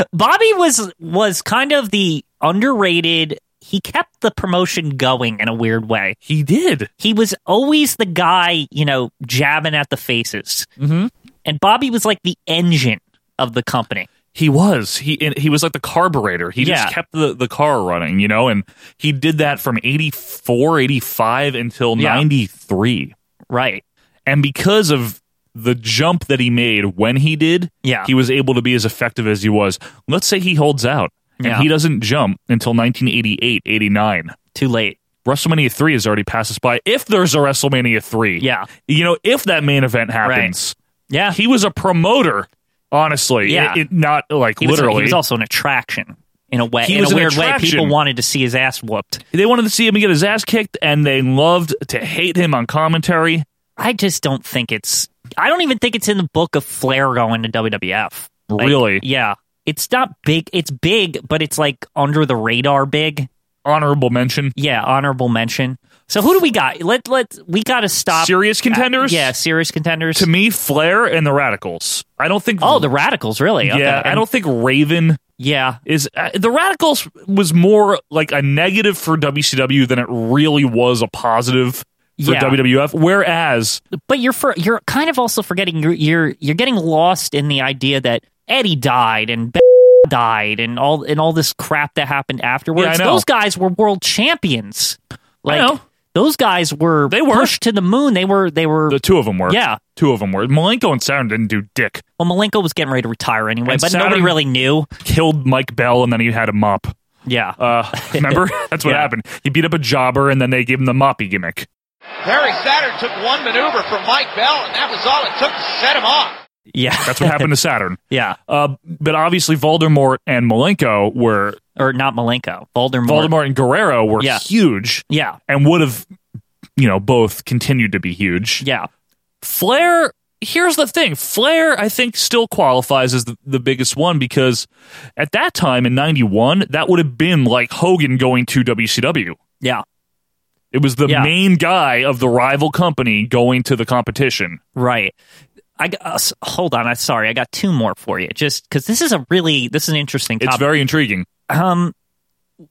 Speaker 2: Bobby was was kind of the underrated. He kept the promotion going in a weird way.
Speaker 1: he did.
Speaker 2: He was always the guy, you know, jabbing at the faces.
Speaker 1: Mm-hmm.
Speaker 2: And Bobby was like the engine of the company.
Speaker 1: He was. He and he was like the carburetor. He
Speaker 2: Yeah.
Speaker 1: just kept the, the car running, you know, and he did that from 84, 85 until
Speaker 2: Yeah.
Speaker 1: 93.
Speaker 2: Right.
Speaker 1: And because of the jump that he made when he did,
Speaker 2: Yeah.
Speaker 1: he was able to be as effective as he was. Let's say he holds out and
Speaker 2: Yeah.
Speaker 1: he doesn't jump until 1988, 89.
Speaker 2: Too late.
Speaker 1: WrestleMania 3 has already passed us by. If there's a WrestleMania 3,
Speaker 2: Yeah.
Speaker 1: you know, if that main event happens,
Speaker 2: Yeah.
Speaker 1: he was a promoter, honestly.
Speaker 2: Yeah.
Speaker 1: It, it- not like
Speaker 2: He was-
Speaker 1: literally.
Speaker 2: he was also an attraction in a way.
Speaker 1: He
Speaker 2: in
Speaker 1: was
Speaker 2: a
Speaker 1: an
Speaker 2: weird way,
Speaker 1: attraction.
Speaker 2: people wanted to see his ass whooped.
Speaker 1: they wanted to see him get his ass kicked, and they loved to hate him on commentary.
Speaker 2: I just don't think it's. I don't even think it's in the book of Flair going to WWF. Like,
Speaker 1: Really?
Speaker 2: Yeah. It's not big. It's big, but it's like under the radar big.
Speaker 1: Honorable mention.
Speaker 2: Yeah, honorable mention. So who do we got? Let let we got to stop
Speaker 1: Serious contenders?
Speaker 2: yeah, serious contenders.
Speaker 1: To me, Flair and the Radicals. I don't think.
Speaker 2: Oh, the Radicals, really? Okay.
Speaker 1: Yeah, I
Speaker 2: And-
Speaker 1: don't think Raven.
Speaker 2: Yeah,
Speaker 1: is uh, the Radicals was more like a negative for WCW than it really was a positive for
Speaker 2: Yeah.
Speaker 1: WWF. Whereas
Speaker 2: but you're for, you're kind of also forgetting you're, you're you're getting lost in the idea that Eddie died and B- died and all and all this crap that happened afterwards.
Speaker 1: Yeah, I know.
Speaker 2: those guys were world champions. Like
Speaker 1: know.
Speaker 2: those guys were they
Speaker 1: were.
Speaker 2: pushed to the moon. They were they were
Speaker 1: the two of them were,
Speaker 2: Yeah.
Speaker 1: two of them were. Malenko and Saturn didn't do dick.
Speaker 2: well Malenko was getting ready to retire anyway,
Speaker 1: And
Speaker 2: but nobody
Speaker 1: Saturn-
Speaker 2: really knew.
Speaker 1: Killed Mike Bell, and then he had a mop.
Speaker 2: Yeah.
Speaker 1: Uh, remember that's what
Speaker 2: Yeah.
Speaker 1: happened. He beat up a jobber, and then they gave him the moppy gimmick.
Speaker 18: Harry Saturn took one maneuver from Mike Bell, and that was all it took to set him off.
Speaker 2: yeah.
Speaker 1: That's what happened to Saturn.
Speaker 2: yeah.
Speaker 1: Uh, but obviously, Voldemort and Malenko were
Speaker 2: Or not Malenko. Voldemort.
Speaker 1: Voldemort and Guerrero were
Speaker 2: Yeah.
Speaker 1: huge,
Speaker 2: Yeah.
Speaker 1: and would have, you know, both continued to be huge.
Speaker 2: Yeah.
Speaker 1: Flair. Here's the thing. Flair, I think, still qualifies as the, the biggest one because at that time in '91, that would have been like Hogan going to WCW.
Speaker 2: Yeah.
Speaker 1: It was the
Speaker 2: Yeah.
Speaker 1: main guy of the rival company going to the competition.
Speaker 2: Right. I got, uh, s- hold on. I sorry. I got two more for you. Just because this is a really this is an interesting
Speaker 1: It's
Speaker 2: topic.
Speaker 1: very intriguing.
Speaker 2: um,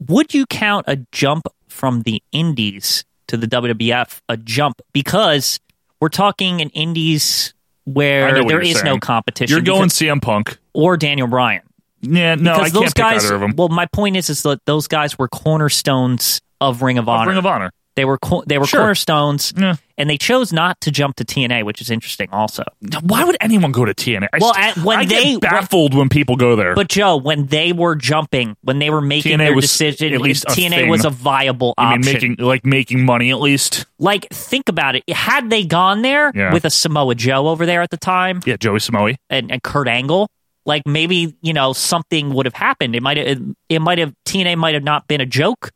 Speaker 2: would you count a jump from the Indies to the WWF a jump because we're talking an Indies
Speaker 1: I know
Speaker 2: where
Speaker 1: what
Speaker 2: there
Speaker 1: you're
Speaker 2: is no
Speaker 1: saying.
Speaker 2: competition.
Speaker 1: You're going
Speaker 2: because-
Speaker 1: CM Punk.
Speaker 2: or Daniel Bryan.
Speaker 1: Yeah, no, I
Speaker 2: Because
Speaker 1: can't
Speaker 2: those
Speaker 1: pick
Speaker 2: guys,
Speaker 1: either of them.
Speaker 2: Well, my point is, is that those guys were cornerstones of Ring of Honor.
Speaker 1: Ring of Honor.
Speaker 2: They were co- they were
Speaker 1: Sure.
Speaker 2: cornerstones,
Speaker 1: Yeah.
Speaker 2: and they chose not to jump to TNA, which is interesting, also.
Speaker 1: Why would anyone go to TNA? I,
Speaker 2: Well,
Speaker 1: st-
Speaker 2: at- when
Speaker 1: I
Speaker 2: they-
Speaker 1: get baffled when people go there.
Speaker 2: But Joe, when they were jumping, when they were making
Speaker 1: TNA
Speaker 2: their
Speaker 1: was
Speaker 2: decision,
Speaker 1: at least a
Speaker 2: TNA
Speaker 1: thing.
Speaker 2: was a viable
Speaker 1: I
Speaker 2: option.
Speaker 1: mean, making like making money at least.
Speaker 2: like, think about it. Had they gone there
Speaker 1: Yeah.
Speaker 2: with a Samoa Joe over there at the time
Speaker 1: Yeah, Joey Samoe.
Speaker 2: and, and Kurt Angle, like maybe you know something would have happened. It might have. It, it might have. TNA might have not been a joke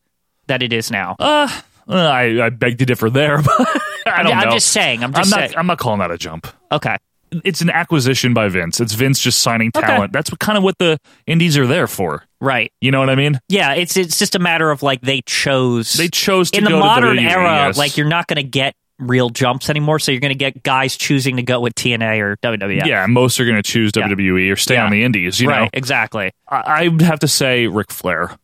Speaker 2: that it is now.
Speaker 1: Uh, I, I beg to differ there. But I don't
Speaker 2: I'm
Speaker 1: know.
Speaker 2: just saying, I'm just
Speaker 1: I'm not,
Speaker 2: saying.
Speaker 1: I'm not calling that a jump.
Speaker 2: okay.
Speaker 1: It's an acquisition by Vince. It's Vince just signing
Speaker 2: Okay.
Speaker 1: talent. That's what, kind of what the indies are there for.
Speaker 2: Right.
Speaker 1: You know what I mean?
Speaker 2: Yeah, it's it's just a matter of like they chose
Speaker 1: They chose to
Speaker 2: in the
Speaker 1: go to
Speaker 2: modern
Speaker 1: WWE,
Speaker 2: era.
Speaker 1: yes.
Speaker 2: Like you're not going to get real jumps anymore, so you're going to get guys choosing to go with TNA or WWF.
Speaker 1: Yeah, most are going to choose
Speaker 2: Yeah.
Speaker 1: WWE or stay
Speaker 2: Yeah.
Speaker 1: on the indies. You
Speaker 2: right,
Speaker 1: know,
Speaker 2: exactly.
Speaker 1: I, I'd have to say Ric Flair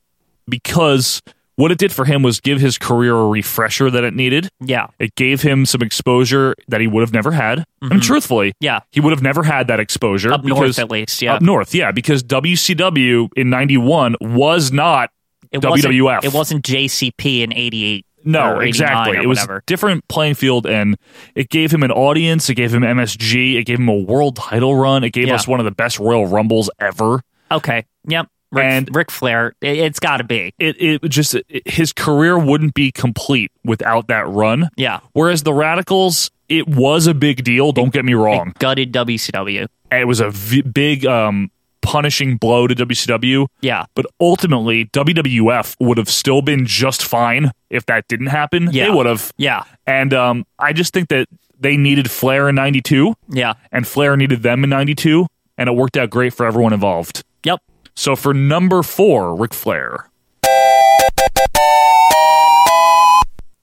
Speaker 1: because what it did for him was give his career a refresher that it needed.
Speaker 2: Yeah,
Speaker 1: It gave him some exposure that he would have never had. I mean, truthfully,
Speaker 2: Yeah.
Speaker 1: he would have never had that exposure
Speaker 2: Mm-hmm. Up north,
Speaker 1: because-
Speaker 2: at least, yeah.
Speaker 1: up north, yeah, because WCW in '91 was not
Speaker 2: it
Speaker 1: WWF.
Speaker 2: Wasn't, it wasn't JCP in '88.
Speaker 1: No,
Speaker 2: or 89
Speaker 1: exactly.
Speaker 2: Or
Speaker 1: It was
Speaker 2: whatever.
Speaker 1: different playing field, and it gave him an audience. It gave him MSG. It gave him a world title run. It gave
Speaker 2: Yeah.
Speaker 1: us one of the best Royal Rumbles ever.
Speaker 2: okay. Yep. Rick,
Speaker 1: And-
Speaker 2: Ric Flair. It, it's got to be.
Speaker 1: It, it just it, his career wouldn't be complete without that run.
Speaker 2: Yeah.
Speaker 1: Whereas the Radicals, it was a big deal. Don't get me wrong.
Speaker 2: It gutted WCW.
Speaker 1: and it was a v- big um, punishing blow to WCW.
Speaker 2: Yeah.
Speaker 1: But ultimately, WWF would have still been just fine if that didn't happen.
Speaker 2: Yeah.
Speaker 1: They would have.
Speaker 2: Yeah.
Speaker 1: And um, I just think that they needed Flair in 92,
Speaker 2: Yeah.
Speaker 1: and Flair needed them in 92, and it worked out great for everyone involved.
Speaker 2: Yep.
Speaker 1: So for number four, Ric Flair.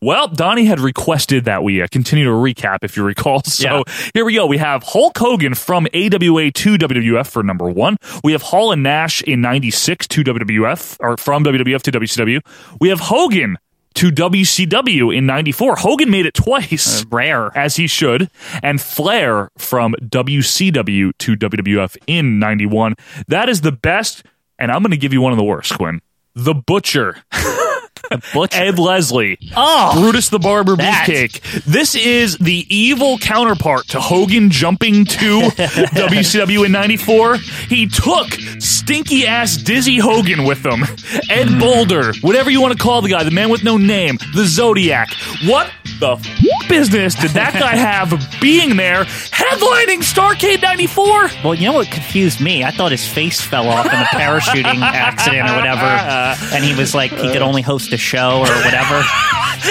Speaker 1: Well, Donnie had requested that we uh, continue to recap, if you recall. So here we go. We have Hulk Hogan from AWA to WWF for number one. We have Hall and Nash in 96 to WWF, or from WWF to WCW. We have Hogan to WCW in 94. Hogan made it twice.
Speaker 2: Rare.
Speaker 1: as he should, and Flair from WCW to WWF in 91. That is the best, and I'm going to give you one of the worst, Quinn. The Butcher.
Speaker 2: Butcher.
Speaker 1: Ed Leslie.
Speaker 2: Oh,
Speaker 1: Brutus the Barber
Speaker 2: that.
Speaker 1: Beefcake. This is the evil counterpart to Hogan jumping to WCW in 94. He took stinky ass Dizzy Hogan with him. Ed
Speaker 2: Mm.
Speaker 1: Boulder, whatever you want to call the guy, the man with no name, the Zodiac. What the f- business did that guy have being there headlining Starcade 94?
Speaker 2: Well, you know what confused me? I thought his face fell off in the Uh-huh. parachuting accident or whatever, and he was like he could only host a show or whatever.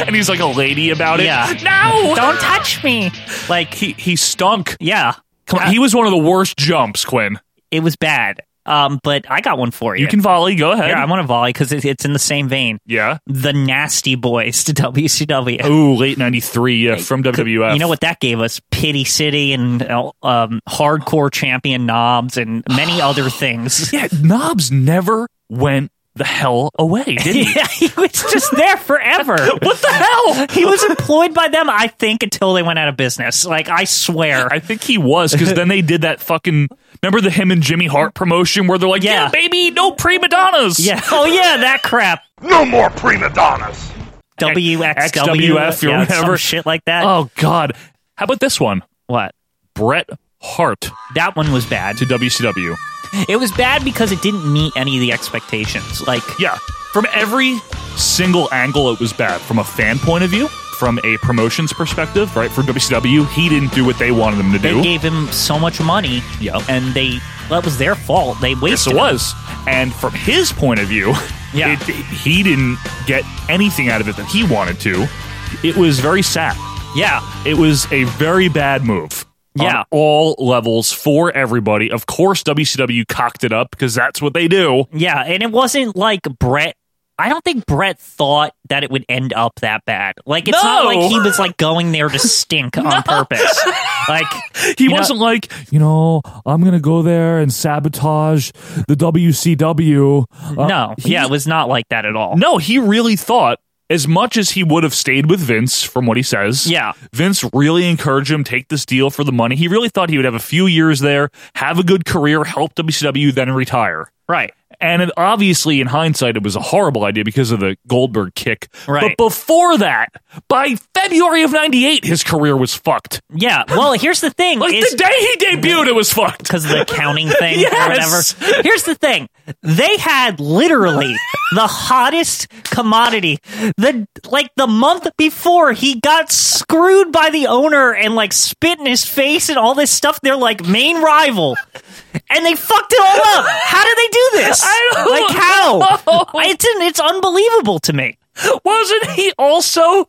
Speaker 1: and he's like a lady about it.
Speaker 2: Yeah.
Speaker 1: No,
Speaker 2: don't touch me. Like
Speaker 1: he he stunk.
Speaker 2: Yeah,
Speaker 1: Come on,
Speaker 2: Uh,
Speaker 1: he was one of the worst jumps, Quinn.
Speaker 2: it was bad. Um, but I got one for you.
Speaker 1: You can volley. Go ahead.
Speaker 2: Here, I want to volley because it, it's in the same vein.
Speaker 1: yeah.
Speaker 2: The nasty boys to WCW.
Speaker 1: Ooh, late '93. Yeah, from WWF.
Speaker 2: You know what that gave us? Pity City and uh, um, hardcore champion knobs and many other things.
Speaker 1: Yeah, Knobs never went the hell away, did he?
Speaker 2: yeah, he was just there forever.
Speaker 1: What the hell?
Speaker 2: He was employed by them, I think, until they went out of business. Like I swear.
Speaker 1: I think he was because then they did that fucking. Remember the him and Jimmy Hart promotion where they're like, "Yeah,
Speaker 2: Yeah.
Speaker 1: baby, no prima donnas."
Speaker 2: yeah. Oh yeah, that crap.
Speaker 21: No more prima donnas.
Speaker 2: WXW,
Speaker 1: XWF, you
Speaker 2: yeah, some
Speaker 1: remember?
Speaker 2: shit like that.
Speaker 1: Oh God. How about this one?
Speaker 2: What?
Speaker 1: Bret Hart
Speaker 2: That one was bad.
Speaker 1: to WCW.
Speaker 2: It was bad because it didn't meet any of the expectations. Like
Speaker 1: Yeah, from every single angle, it was bad. From a fan point of view, from a promotions perspective, right? For WCW, he didn't do what they wanted him to
Speaker 2: they
Speaker 1: do.
Speaker 2: gave him so much money.
Speaker 1: Yep.
Speaker 2: And they that was their fault. They wasted
Speaker 1: Yes, it was. And from his point of view,
Speaker 2: Yeah.
Speaker 1: it, he didn't get anything out of it that he wanted to. It was very sad.
Speaker 2: Yeah.
Speaker 1: It was a very bad move.
Speaker 2: Yeah.
Speaker 1: On all levels for everybody. Of course, WCW cocked it up because that's what they do.
Speaker 2: Yeah, and it wasn't like Brett. I don't think Brett thought that it would end up that bad. Like it's not
Speaker 1: No.
Speaker 2: like he was like going there to stink on purpose. Like
Speaker 1: He
Speaker 2: you know-
Speaker 1: wasn't like, you know, I'm going to go there and sabotage the WCW. Uh,
Speaker 2: no,
Speaker 1: he-
Speaker 2: yeah, it was not like that at all.
Speaker 1: No, he really thought as much as he would have stayed with Vince, from what he says.
Speaker 2: Yeah.
Speaker 1: Vince really encouraged him take this deal for the money. He really thought he would have a few years there, have a good career, help WCW, then retire.
Speaker 2: Right.
Speaker 1: And it, obviously, in hindsight, it was a horrible idea because of the Goldberg kick.
Speaker 2: Right.
Speaker 1: But before that, by February of '98, his career was fucked.
Speaker 2: Yeah. Well, here's the thing.
Speaker 1: Like
Speaker 2: is-
Speaker 1: the day he debuted, it was fucked.
Speaker 2: because of the counting thing
Speaker 1: Yes.
Speaker 2: or whatever. Here's the thing. They had literally the hottest commodity. The like the month before he got screwed by the owner and like spit in his face and all this stuff. They're like main rival. And they fucked it all up. How did they do this?
Speaker 1: I don't
Speaker 2: like
Speaker 1: know.
Speaker 2: how? It's it's unbelievable to me.
Speaker 1: Wasn't he also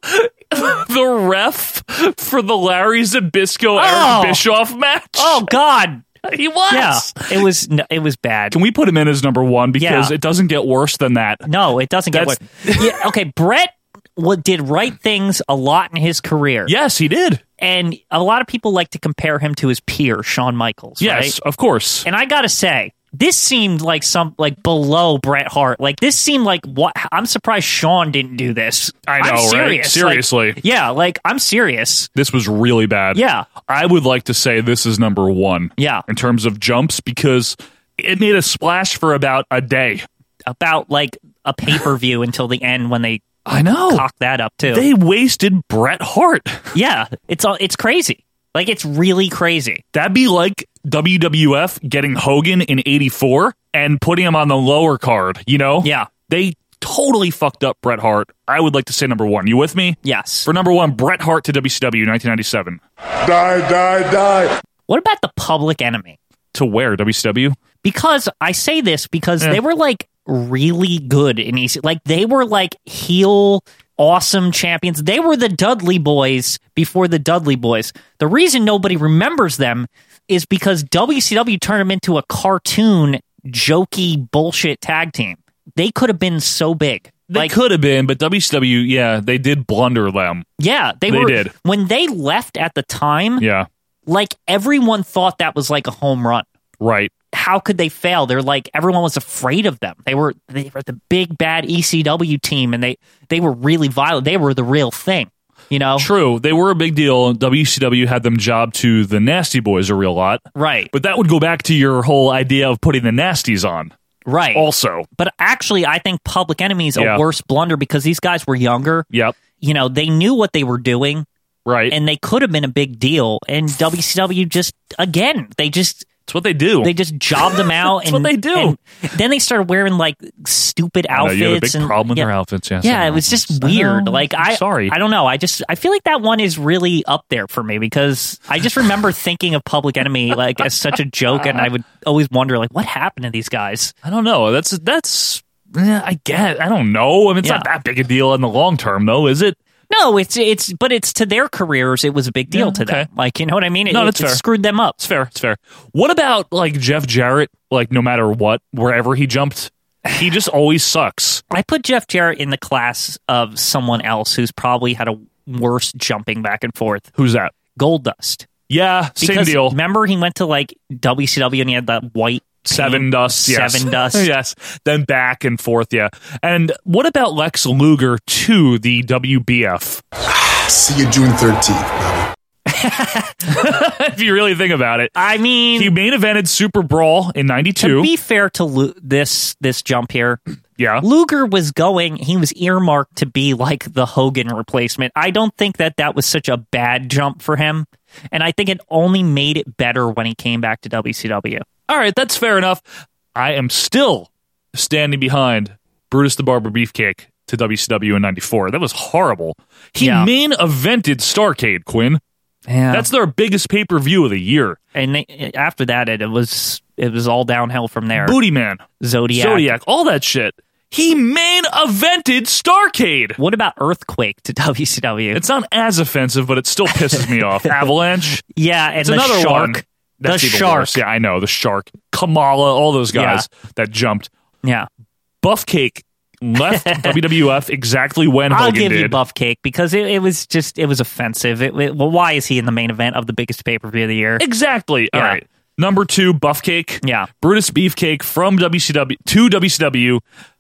Speaker 1: the ref for the Larry Zabisco
Speaker 2: Oh.
Speaker 1: Eric Bischoff match?
Speaker 2: Oh God.
Speaker 1: he was.
Speaker 2: Yeah. It was no, it was bad.
Speaker 1: Can we put him in as number one because
Speaker 2: Yeah.
Speaker 1: it doesn't get worse than that?
Speaker 2: No, it doesn't get worse.
Speaker 1: That's-
Speaker 2: yeah, okay, Brett wa- did right things a lot in his career.
Speaker 1: Yes, he did.
Speaker 2: And a lot of people like to compare him to his peer, Shawn Michaels.
Speaker 1: Yes,
Speaker 2: right?
Speaker 1: of course.
Speaker 2: And I got to say, this seemed like some like below Bret Hart. Like this seemed like what I'm surprised Shawn didn't do this.
Speaker 1: I
Speaker 2: I'm
Speaker 1: know, right?
Speaker 2: serious. Like,
Speaker 1: Seriously.
Speaker 2: yeah, like I'm serious.
Speaker 1: This was really bad.
Speaker 2: Yeah.
Speaker 1: I would like to say this is number one.
Speaker 2: Yeah.
Speaker 1: In terms of jumps, because it made a splash for about a day.
Speaker 2: About like a pay per view until the end when they
Speaker 1: I know.
Speaker 2: cock that up too.
Speaker 1: Oh, They wasted Bret Hart.
Speaker 2: yeah, it's all it's crazy. Like it's really crazy.
Speaker 1: That'd be like WWF getting Hogan in 84 and putting him on the lower card, you know?
Speaker 2: Yeah.
Speaker 1: They totally fucked up Bret Hart. I would like to say number one. You with me?
Speaker 2: Yes.
Speaker 1: For number one, Bret Hart to WCW 1997.
Speaker 19: Die, die, die.
Speaker 2: What about the Public Enemy?
Speaker 1: To where? WCW?
Speaker 2: because I say this because
Speaker 1: Yeah.
Speaker 2: they were like really good in EC. Like they were like heel awesome champions. They were the Dudley Boys before the Dudley Boys. The reason nobody remembers them is because WCW turned them into a cartoon jokey bullshit tag team. They could have been so big.
Speaker 1: They
Speaker 2: like
Speaker 1: could have been, but WCW, yeah, they did blunder them.
Speaker 2: yeah, they,
Speaker 1: They
Speaker 2: were
Speaker 1: did.
Speaker 2: when they left at the time.
Speaker 1: Yeah.
Speaker 2: Like everyone thought that was like a home run.
Speaker 1: Right.
Speaker 2: how could they fail? They're like everyone was afraid of them. They were they were the big bad ECW team, and they they were really violent. They were the real thing, you know.
Speaker 1: True. They were a big deal. WCW had them job to the Nasty Boys a real lot.
Speaker 2: Right,
Speaker 1: But that would go back to your whole idea of putting the Nasties on.
Speaker 2: right.
Speaker 1: Also.
Speaker 2: but actually, I think Public Enemy's
Speaker 1: Yeah.
Speaker 2: a worse blunder because these guys were younger.
Speaker 1: Yep.
Speaker 2: You know, they knew what they were doing,
Speaker 1: Right.
Speaker 2: and they could have been a big deal. And WCW just again, they just
Speaker 1: that's what they do.
Speaker 2: they just jobbed them out.
Speaker 1: That's
Speaker 2: and,
Speaker 1: what they do.
Speaker 2: and then they started wearing like stupid
Speaker 1: I know,
Speaker 2: outfits.
Speaker 1: you had a big
Speaker 2: and,
Speaker 1: problem with
Speaker 2: yeah.
Speaker 1: their outfits. Yeah,
Speaker 2: yeah,
Speaker 1: some
Speaker 2: it was just
Speaker 1: outfits. I
Speaker 2: weird.
Speaker 1: know.
Speaker 2: Like
Speaker 1: I'm
Speaker 2: I,
Speaker 1: sorry,
Speaker 2: I don't know. I just I feel like that one is really up there for me because I just remember thinking of Public Enemy like as such a joke, and I would always wonder like what happened to these guys.
Speaker 1: I don't know. That's that's. eh, I guess I don't know. I mean, it's
Speaker 2: Yeah.
Speaker 1: not that big a deal in the long term, though, is it?
Speaker 2: No, it's it's but it's to their careers. It was a big deal
Speaker 1: Yeah,
Speaker 2: to them.
Speaker 1: okay.
Speaker 2: Like you know what I mean? It,
Speaker 1: No,
Speaker 2: it-
Speaker 1: that's
Speaker 2: it
Speaker 1: fair.
Speaker 2: Screwed them up.
Speaker 1: It's fair. It's fair. What about like Jeff Jarrett? Like no matter what, wherever he jumped, he just always sucks.
Speaker 2: I put Jeff Jarrett in the class of someone else who's probably had a worse jumping back and forth.
Speaker 1: Who's that?
Speaker 2: Gold Dust.
Speaker 1: Yeah, same
Speaker 2: Because
Speaker 1: deal.
Speaker 2: Remember, he went to like WCW and he had that white
Speaker 1: Seven
Speaker 2: paint-
Speaker 1: dust, yes.
Speaker 2: seven dust.
Speaker 1: yes. Then back and forth, yeah. And what about Lex Luger to the WBF?
Speaker 22: See you June 13th.
Speaker 1: if you really think about it,
Speaker 2: I mean,
Speaker 1: he main evented Super Brawl in
Speaker 2: to
Speaker 1: '92.
Speaker 2: be fair to Lu- this this jump here,
Speaker 1: yeah,
Speaker 2: Luger was going. He was earmarked to be like the Hogan replacement. I don't think that that was such a bad jump for him, and I think it only made it better when he came back to WCW.
Speaker 1: All right, that's fair enough. I am still standing behind Brutus the Barber Beefcake to WCW in '94. That was horrible. He
Speaker 2: Yeah.
Speaker 1: main evented Starcade, Quinn.
Speaker 2: Yeah.
Speaker 1: That's their biggest pay per view of the year.
Speaker 2: And they, after that, it, it was it was all downhill from there.
Speaker 1: Booty Man,
Speaker 2: Zodiac.
Speaker 1: Zodiac, all that shit. He main evented Starcade.
Speaker 2: What about Earthquake to WCW?
Speaker 1: It's not as offensive, but it still pisses me off. Avalanche.
Speaker 2: yeah, and
Speaker 1: It's
Speaker 2: the
Speaker 1: another
Speaker 2: shark.
Speaker 1: one. That's
Speaker 2: the
Speaker 1: even
Speaker 2: shark.
Speaker 1: worse. Yeah, I know. The shark. Kamala, all those guys that jumped.
Speaker 2: Yeah.
Speaker 1: Buff Cake left WWF exactly when
Speaker 2: I'll
Speaker 1: Hogan
Speaker 2: give
Speaker 1: did.
Speaker 2: you buff cake because it, it was just it was offensive. It, it- well, why is he in the main event of the biggest pay per view of the year?
Speaker 1: Exactly. All
Speaker 2: Yeah.
Speaker 1: right. Number two, Buff Cake.
Speaker 2: Yeah.
Speaker 1: Brutus Beefcake from WCW to WCW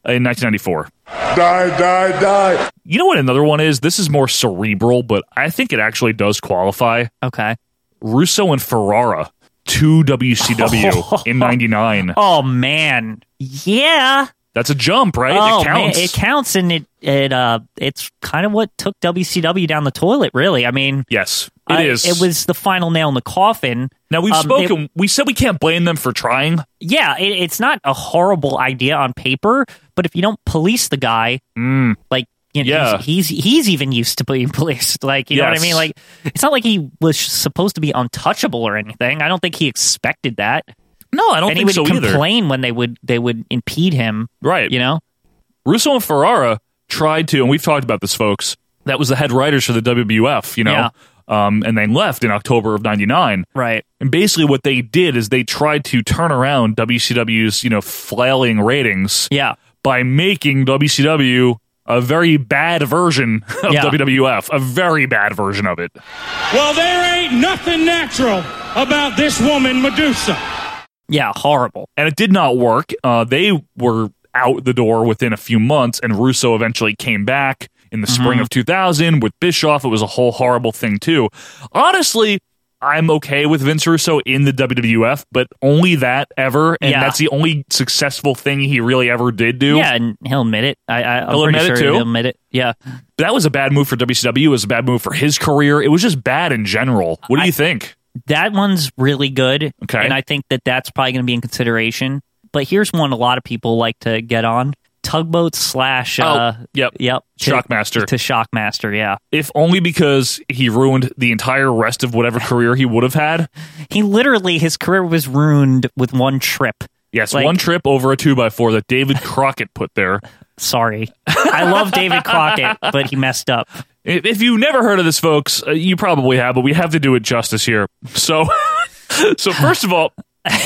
Speaker 1: in 1994.
Speaker 19: Die, die, die.
Speaker 1: You know what another one is? This is more cerebral, but I think it actually does qualify.
Speaker 2: Okay.
Speaker 1: Russo and Ferrara to WCW in 99.
Speaker 2: Oh man, yeah.
Speaker 1: That's a jump, right?
Speaker 2: oh
Speaker 1: it counts.
Speaker 2: man, it counts, and it it uh it's kind of what took WCW down the toilet. Really, I mean,
Speaker 1: Yes,
Speaker 2: I-
Speaker 1: it is.
Speaker 2: It was the final nail in the coffin.
Speaker 1: Now we've
Speaker 2: Um, it-
Speaker 1: spoken. we said we can't blame them for trying.
Speaker 2: yeah, it, it's not a horrible idea on paper, but if you don't police the guy, like you know,
Speaker 1: Mm. Yeah.
Speaker 2: he's, he's he's even used to being policed. Like you know what I
Speaker 1: Yes.
Speaker 2: mean? Like it's not like he was supposed to be untouchable or anything. I don't think he expected that.
Speaker 1: No, I don't
Speaker 2: and he
Speaker 1: think
Speaker 2: would
Speaker 1: so either.
Speaker 2: complain when they would they would impede him.
Speaker 1: Right.
Speaker 2: You know.
Speaker 1: Russo and Ferrara tried to, and we've talked about this, folks. That was the head writers for the WWF, you know, um, and they left in October of '99.
Speaker 2: Right.
Speaker 1: And basically, what they did is they tried to turn around WCW's, you know, flailing ratings
Speaker 2: Yeah.
Speaker 1: by making WCW a very bad version of
Speaker 2: Yeah.
Speaker 1: WWF, a very bad version of it.
Speaker 23: Well, there ain't nothing natural about this woman, Medusa.
Speaker 2: Yeah. Horrible.
Speaker 1: and it did not work. Uh, they were out the door within a few months, and Russo eventually came back in the
Speaker 2: Mm-hmm.
Speaker 1: spring of 2000 with Bischoff. It was a whole horrible thing, too. Honestly, I'm okay with Vince Russo in the WWF, but only that ever, and
Speaker 2: Yeah.
Speaker 1: that's the only successful thing he really ever did do.
Speaker 2: Yeah, and he'll admit it. I, I, I'm
Speaker 1: He'll
Speaker 2: pretty
Speaker 1: admit it
Speaker 2: sure
Speaker 1: too?
Speaker 2: He'll admit it. Yeah.
Speaker 1: That was a bad move for WCW. It was a bad move for his career. It was just bad in general. What do you think?
Speaker 2: That one's really good.
Speaker 1: Okay.
Speaker 2: And I think that that's probably going to be in consideration. But here's one a lot of people like to get on Tugboat slash. Uh,
Speaker 1: Oh, yep.
Speaker 2: Yep. to-
Speaker 1: Shockmaster.
Speaker 2: To Shockmaster, yeah.
Speaker 1: If only because he ruined the entire rest of whatever career he would have had.
Speaker 2: He literally, his career was ruined with one trip.
Speaker 1: Yes,
Speaker 2: Like-
Speaker 1: one trip over a two by four that David Crockett put there.
Speaker 2: Sorry. I love David Crockett, but he messed up.
Speaker 1: If if you've never heard of this, folks, uh, you probably have, but we have to do it justice here. So, so first of all,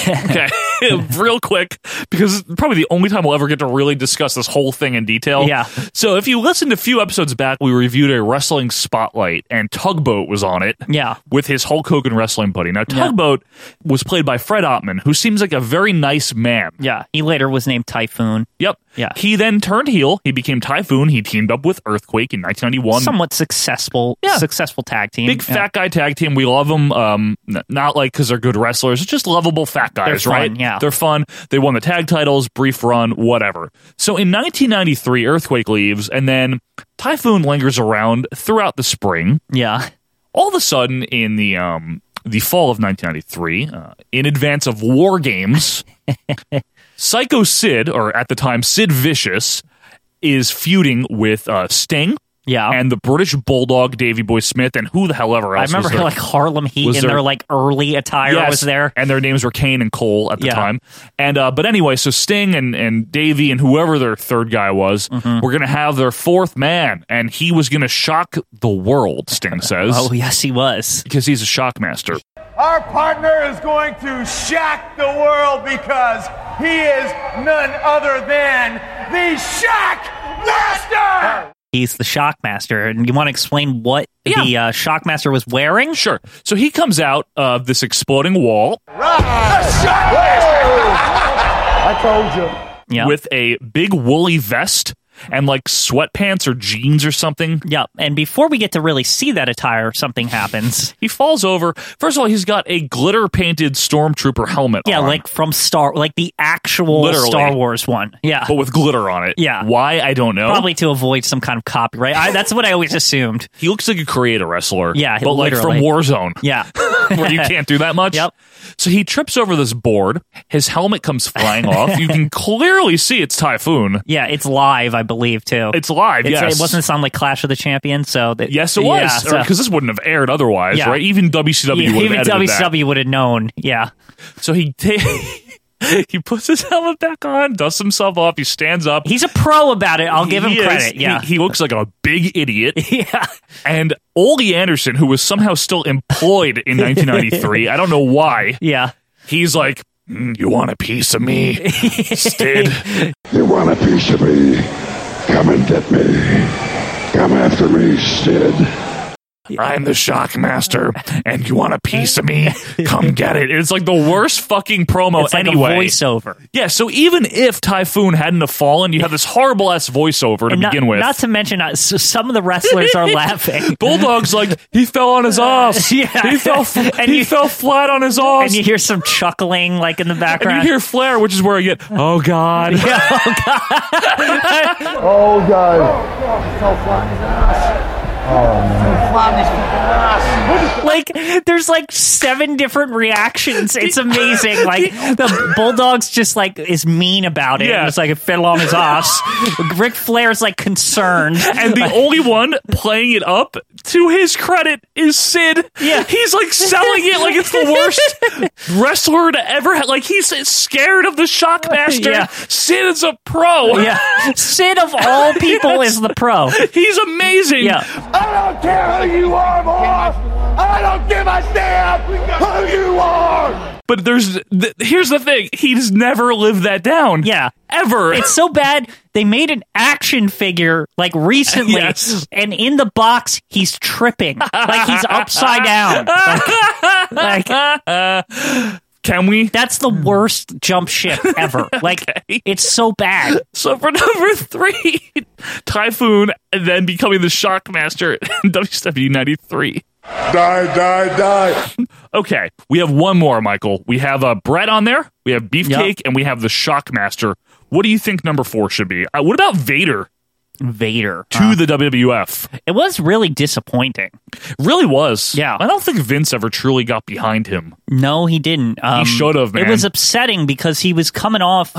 Speaker 1: okay, real quick, because it's probably the only time we'll ever get to really discuss this whole thing in detail.
Speaker 2: Yeah.
Speaker 1: So, if you listened a few episodes back, we reviewed a wrestling spotlight, and Tugboat was on it.
Speaker 2: Yeah.
Speaker 1: with his Hulk Hogan wrestling buddy. Now,
Speaker 2: Yeah.
Speaker 1: Tugboat was played by Fred Ottman, who seems like a very nice man.
Speaker 2: Yeah. He later was named Typhoon.
Speaker 1: Yep.
Speaker 2: Yeah.
Speaker 1: He then turned heel. He became Typhoon. He teamed up with Earthquake in 1991.
Speaker 2: Somewhat successful, successful tag team.
Speaker 1: Big
Speaker 2: Yeah.
Speaker 1: fat guy tag team. We love them. Um, n- not like because they're good wrestlers, just lovable fat guys,
Speaker 2: fun,
Speaker 1: right?
Speaker 2: yeah.
Speaker 1: They're fun. They won the tag titles, brief run, whatever. So in 1993, Earthquake leaves, and then Typhoon lingers around throughout the spring.
Speaker 2: Yeah.
Speaker 1: All of a sudden, in the um, the fall of 1993, uh, in advance of War Games, Psycho Sid, or at the time Sid Vicious, is feuding with uh, Sting,
Speaker 2: Yeah.
Speaker 1: and the British Bulldog Davy Boy Smith, and who the hell ever
Speaker 2: I
Speaker 1: else. was
Speaker 2: remember
Speaker 1: there.
Speaker 2: like Harlem Heat
Speaker 1: was
Speaker 2: in
Speaker 1: there-
Speaker 2: their like early attire
Speaker 1: Yes,
Speaker 2: was there.
Speaker 1: and their names were Kane and Cole at the
Speaker 2: Yeah.
Speaker 1: time. And uh, but anyway, so Sting and and Davey and whoever their third guy was,
Speaker 2: Mm-hmm.
Speaker 1: were gonna have their fourth man, and he was gonna shock the world. Sting says,
Speaker 2: Oh yes, he was.
Speaker 1: because he's a shock master.
Speaker 13: Our partner is going to shock the world because he is none other than the Shock Master!
Speaker 2: He's the Shockmaster, and you want to explain what the uh, Shockmaster was wearing?
Speaker 1: Sure. So he comes out of this exploding wall
Speaker 13: I told you.
Speaker 2: Yeah.
Speaker 1: with a big woolly vest and like sweatpants or jeans or something.
Speaker 2: Yeah, and before we get to really see that attire, something happens.
Speaker 1: He falls over. First of all, he's got a glitter painted stormtrooper helmet.
Speaker 2: Yeah,
Speaker 1: on,
Speaker 2: like from Star, like the actual
Speaker 1: Literally. Oh,
Speaker 2: Star Wars one. Yeah,
Speaker 1: but with glitter on it.
Speaker 2: Yeah.
Speaker 1: Why I don't know.
Speaker 2: probably to avoid some kind of copyright. I, that's what I always assumed.
Speaker 1: He looks like a creator wrestler.
Speaker 2: Yeah,
Speaker 1: but like from
Speaker 2: literally.
Speaker 1: Warzone.
Speaker 2: Yeah,
Speaker 1: where you can't do that much.
Speaker 2: Yep.
Speaker 1: So he trips over this board. His helmet comes flying off. You can clearly see it's Typhoon.
Speaker 2: Yeah, it's live, I believe, too.
Speaker 1: It's live, yes.
Speaker 2: It wasn't some like Clash of the Champions, so that,
Speaker 1: Yes, it
Speaker 2: yeah,
Speaker 1: was.
Speaker 2: so-
Speaker 1: Because this wouldn't have aired otherwise,
Speaker 2: Yeah.
Speaker 1: right? Even WCW
Speaker 2: Yeah,
Speaker 1: would have
Speaker 2: even
Speaker 1: edited that.
Speaker 2: WCW would have known. Yeah,
Speaker 1: So he he puts his helmet back on, dusts himself off. He stands up.
Speaker 2: he's a pro about it. I'll give him
Speaker 1: He is-
Speaker 2: credit. Yeah,
Speaker 1: he, he looks like a big idiot.
Speaker 2: yeah.
Speaker 1: And Ollie Anderson, who was somehow still employed in 1993, I don't know why.
Speaker 2: Yeah.
Speaker 1: He's like, "Mm, you want a piece of me, Stid?
Speaker 24: You want a piece of me? Come and get me. Come after me, Sid.
Speaker 1: I'm the Shockmaster, and you want a piece of me? Come get it. It's like the worst fucking promo
Speaker 2: It's like
Speaker 1: anyway.
Speaker 2: a voiceover.
Speaker 1: Yeah, so even if Typhoon hadn't have fallen, you have this horrible ass voiceover to
Speaker 2: And not,
Speaker 1: begin with.
Speaker 2: not to mention, uh, s some of the wrestlers are laughing.
Speaker 1: Bulldog's like, he fell on his ass.
Speaker 2: Yeah.
Speaker 1: He fell f-
Speaker 2: And
Speaker 1: he
Speaker 2: you-
Speaker 1: fell flat on his ass.
Speaker 2: and you hear some chuckling like in the
Speaker 1: And you
Speaker 2: background.
Speaker 1: hear Flair, which is where I get, oh God.
Speaker 24: Oh, God. Oh,
Speaker 2: like there's like seven different reactions. It's amazing. Like the Bulldogs just like is mean about it.
Speaker 1: Yeah.
Speaker 2: It's like it fell on his ass. Ric Flair's like concerned.
Speaker 1: And the only one playing it up, to his credit, is Sid.
Speaker 2: Yeah.
Speaker 1: He's like selling it like it's the worst wrestler to ever have. Like he's scared of the Shockmaster.
Speaker 2: Yeah.
Speaker 1: Sid is a pro.
Speaker 2: yeah. Sid of all people is the pro.
Speaker 1: He's amazing.
Speaker 2: Yeah.
Speaker 24: I don't care who you are, boy. I don't give a damn who you are.
Speaker 1: But there's th- here's the thing. He's never lived that down.
Speaker 2: Yeah.
Speaker 1: Ever.
Speaker 2: It's so bad. They made an action figure like recently,
Speaker 1: Yes.
Speaker 2: and in the box he's tripping, like he's upside down. Like- like
Speaker 1: Can we?
Speaker 2: That's the worst jump ship ever. Like it's so bad.
Speaker 1: So for number three, Typhoon, and then becoming the Shockmaster in E WCW 93.
Speaker 22: Die, die, die.
Speaker 1: Okay, we have one more, Michael. We have uh, Brett on there, we have Beefcake, and we have the Shockmaster. What do you think number four should be? Uh, what about Vader
Speaker 2: Vader.
Speaker 1: to the WWF?
Speaker 2: It was really disappointing.
Speaker 1: Really was.
Speaker 2: Yeah.
Speaker 1: I don't think Vince ever truly got behind him.
Speaker 2: No, he didn't. Um,
Speaker 1: should have, man.
Speaker 2: It was upsetting because he was coming off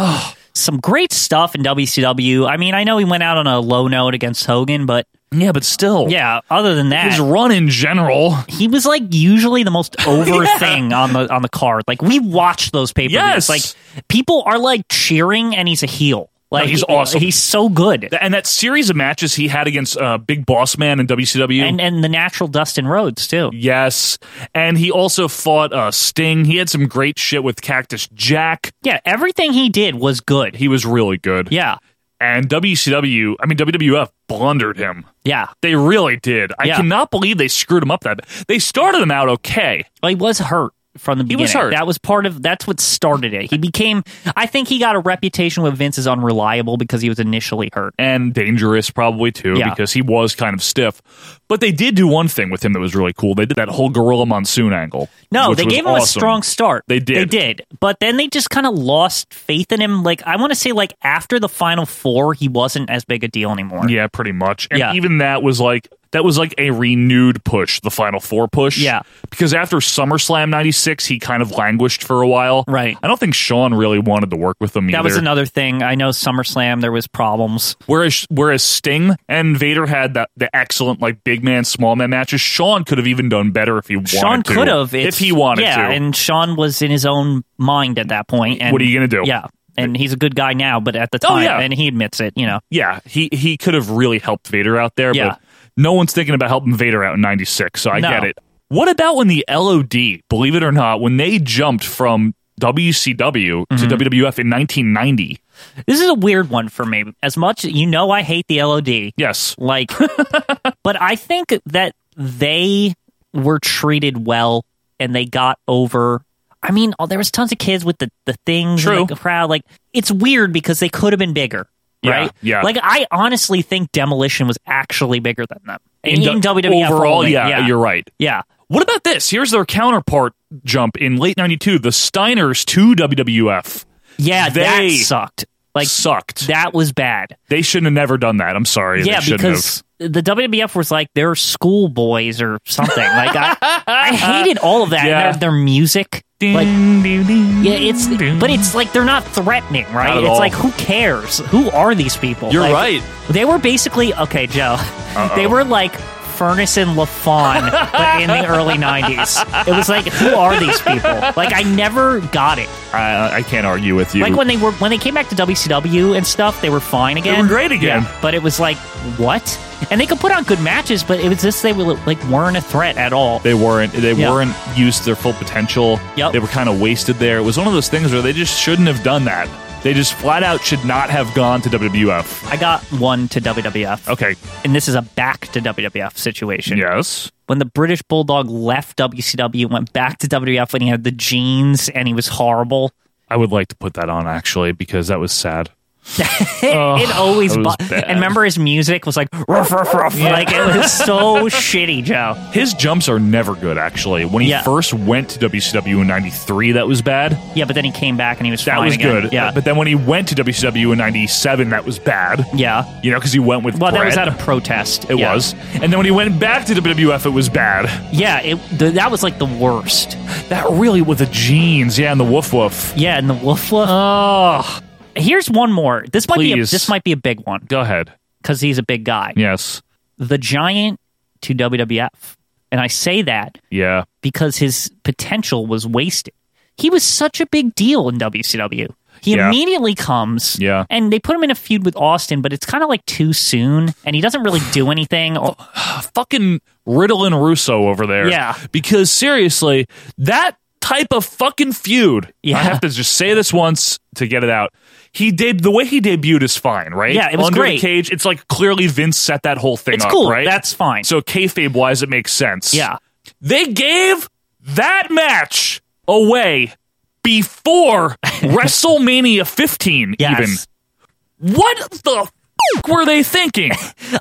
Speaker 2: some great stuff in WCW. I mean, I know he went out on a low note against Hogan, but
Speaker 1: Yeah, but still.
Speaker 2: yeah, other than that,
Speaker 1: His run in general.
Speaker 2: he was like usually the most over
Speaker 1: Yeah.
Speaker 2: thing on the on the card. Like we watch those pay per
Speaker 1: Yes.
Speaker 2: Like people are like cheering, and he's a heel. Like
Speaker 1: he's awesome.
Speaker 2: He's so good.
Speaker 1: And that series of matches he had against uh, Big Boss Man in WCW.
Speaker 2: and and the natural Dustin Rhodes too.
Speaker 1: Yes. And he also fought uh, Sting. He had some great shit with Cactus Jack.
Speaker 2: Yeah, everything he did was good.
Speaker 1: He was really good.
Speaker 2: Yeah,
Speaker 1: And WCW, I mean, WWF blundered him.
Speaker 2: yeah.
Speaker 1: They really did. I
Speaker 2: Yeah.
Speaker 1: cannot believe they screwed him up that bad. They started him out okay.
Speaker 2: Well, he was hurt from the
Speaker 1: He
Speaker 2: beginning.
Speaker 1: was hurt.
Speaker 2: That was part of that's what started it. He became I think he got a reputation with Vince as unreliable because he was initially hurt.
Speaker 1: And dangerous, probably too,
Speaker 2: Yeah.
Speaker 1: because he was kind of stiff. But they did do one thing with him that was really cool. They did that whole Gorilla Monsoon angle.
Speaker 2: No,
Speaker 1: which
Speaker 2: they
Speaker 1: was
Speaker 2: gave him a
Speaker 1: awesome.
Speaker 2: strong start.
Speaker 1: They did.
Speaker 2: They did. But then they just kind of lost faith in him. Like I want to say like after the final 4, he wasn't as big a deal anymore.
Speaker 1: Yeah, pretty much. And
Speaker 2: Yeah.
Speaker 1: even that was like that was like a renewed push, the Final Four push.
Speaker 2: Yeah.
Speaker 1: Because after SummerSlam 96, he kind of languished for a while.
Speaker 2: Right.
Speaker 1: I don't think Sean really wanted to work with them
Speaker 2: That
Speaker 1: either.
Speaker 2: was another thing. I know SummerSlam there was problems.
Speaker 1: Whereas whereas Sting and Vader had that the excellent like big man small man matches, Sean could have even done better if he wanted
Speaker 2: Sean
Speaker 1: to.
Speaker 2: could have
Speaker 1: if he wanted
Speaker 2: yeah,
Speaker 1: to.
Speaker 2: and Sean was in his own mind at that point. And
Speaker 1: What are you gonna do?
Speaker 2: Yeah, and he's a good guy now, but at the
Speaker 1: Oh,
Speaker 2: time,
Speaker 1: yeah.
Speaker 2: and he admits it. You know,
Speaker 1: yeah, he he could have really helped Vader out there,
Speaker 2: Yeah.
Speaker 1: but no one's thinking about helping Vader out in 96, so I
Speaker 2: No.
Speaker 1: get it. What about when the LOD, believe it or not, when they jumped from WCW
Speaker 2: Mm-hmm.
Speaker 1: to WWF in 1990?
Speaker 2: this is a weird one for me. As much you know, I hate the LOD.
Speaker 1: Yes.
Speaker 2: Like, but I think that they were treated well and they got over. I mean, oh, there was tons of kids with the the things, and,
Speaker 1: True.
Speaker 2: like, the crowd. Like, it's weird because they could have been bigger,
Speaker 1: Yeah,
Speaker 2: right?
Speaker 1: yeah.
Speaker 2: Like, I honestly think Demolition was actually bigger than them in,
Speaker 1: du-
Speaker 2: in E WWF
Speaker 1: uh, overall,
Speaker 2: only.
Speaker 1: yeah, you're right.
Speaker 2: Yeah.
Speaker 1: What about this? Here's their counterpart jump in late 92, the Steiners to WWF.
Speaker 2: Yeah, that
Speaker 1: They
Speaker 2: sucked. Like
Speaker 1: sucked.
Speaker 2: That was bad.
Speaker 1: They shouldn't have never done that. I'm sorry.
Speaker 2: Yeah,
Speaker 1: they shouldn't
Speaker 2: because
Speaker 1: have.
Speaker 2: the WWF was like they're schoolboys or something. Like I, I hated all of that.
Speaker 1: Yeah.
Speaker 2: Their, their music, like yeah, it's but it's like they're not threatening, right?
Speaker 1: Not at
Speaker 2: it's
Speaker 1: all.
Speaker 2: like who cares? Who are these people?
Speaker 1: You're
Speaker 2: Like,
Speaker 1: right.
Speaker 2: They were basically okay, Joe. They were like Furnace and LaFon, but in the early '90s. It was like who are these people? Like I never got it.
Speaker 1: I, I can't argue with you.
Speaker 2: Like when they were when they came back to WCW and stuff, they were fine again.
Speaker 1: were great again.
Speaker 2: but it was like what? And they could put on good matches, but it was just they were like weren't a threat at all.
Speaker 1: They weren't. They
Speaker 2: Yeah.
Speaker 1: weren't used to their full potential.
Speaker 2: Yep.
Speaker 1: They were kind of wasted there. It was one of those things where they just shouldn't have done that. They just flat out should not have gone to WWF.
Speaker 2: I got one to WWF.
Speaker 1: Okay.
Speaker 2: And this is a back to WWF situation.
Speaker 1: Yes.
Speaker 2: When the British Bulldog left WCW, went back to WWF, and he had the jeans, and he was horrible.
Speaker 1: I would like to put that on actually because that was sad.
Speaker 2: it always
Speaker 1: that Oh, was
Speaker 2: bu-
Speaker 1: bad.
Speaker 2: and remember his music was like ruff, ruff, ruff. like it was so shitty, Joe.
Speaker 1: His jumps are never good actually. When he
Speaker 2: Yeah.
Speaker 1: first went to WCW in 93, that was bad.
Speaker 2: Yeah, but then he came back and he was
Speaker 1: That
Speaker 2: fine
Speaker 1: was
Speaker 2: again.
Speaker 1: good.
Speaker 2: Yeah,
Speaker 1: But then when he went to WCW in 97, that was bad.
Speaker 2: yeah.
Speaker 1: You know, because he went with
Speaker 2: Well, that was
Speaker 1: Brett.
Speaker 2: out of protest.
Speaker 1: It
Speaker 2: Yeah.
Speaker 1: was. And then when he went back to WWF, it was bad.
Speaker 2: Yeah, it th- that was like the worst.
Speaker 1: That really with the jeans, yeah, and the woof woof.
Speaker 2: Yeah, and the wolf.
Speaker 1: Oh,
Speaker 2: Here's one more. This might be a,
Speaker 1: Please.
Speaker 2: this might be a big one
Speaker 1: go ahead.
Speaker 2: because he's a big guy.
Speaker 1: Yes.
Speaker 2: The giant to WWF, and I say that
Speaker 1: Yeah.
Speaker 2: because his potential was wasted. He was such a big deal in WCW. He
Speaker 1: Yeah.
Speaker 2: immediately comes,
Speaker 1: Yeah.
Speaker 2: and they put him in a feud with Austin, but it's kind of like too soon, and he doesn't really do anything. Or,
Speaker 1: Fucking Riddle and Russo over there.
Speaker 2: Yeah.
Speaker 1: Because seriously, that type of fucking feud.
Speaker 2: Yeah.
Speaker 1: I have to just say this once to get it out. He did the way he debuted is fine, right?
Speaker 2: Yeah, it was
Speaker 1: Under
Speaker 2: great.
Speaker 1: the cage, it's like clearly Vince set that whole thing
Speaker 2: It's
Speaker 1: up,
Speaker 2: cool.
Speaker 1: right?
Speaker 2: That's fine.
Speaker 1: So kayfabe wise, it makes sense.
Speaker 2: yeah,
Speaker 1: They gave that match away before WrestleMania 15,
Speaker 2: Yes.
Speaker 1: even. What the f- were they thinking?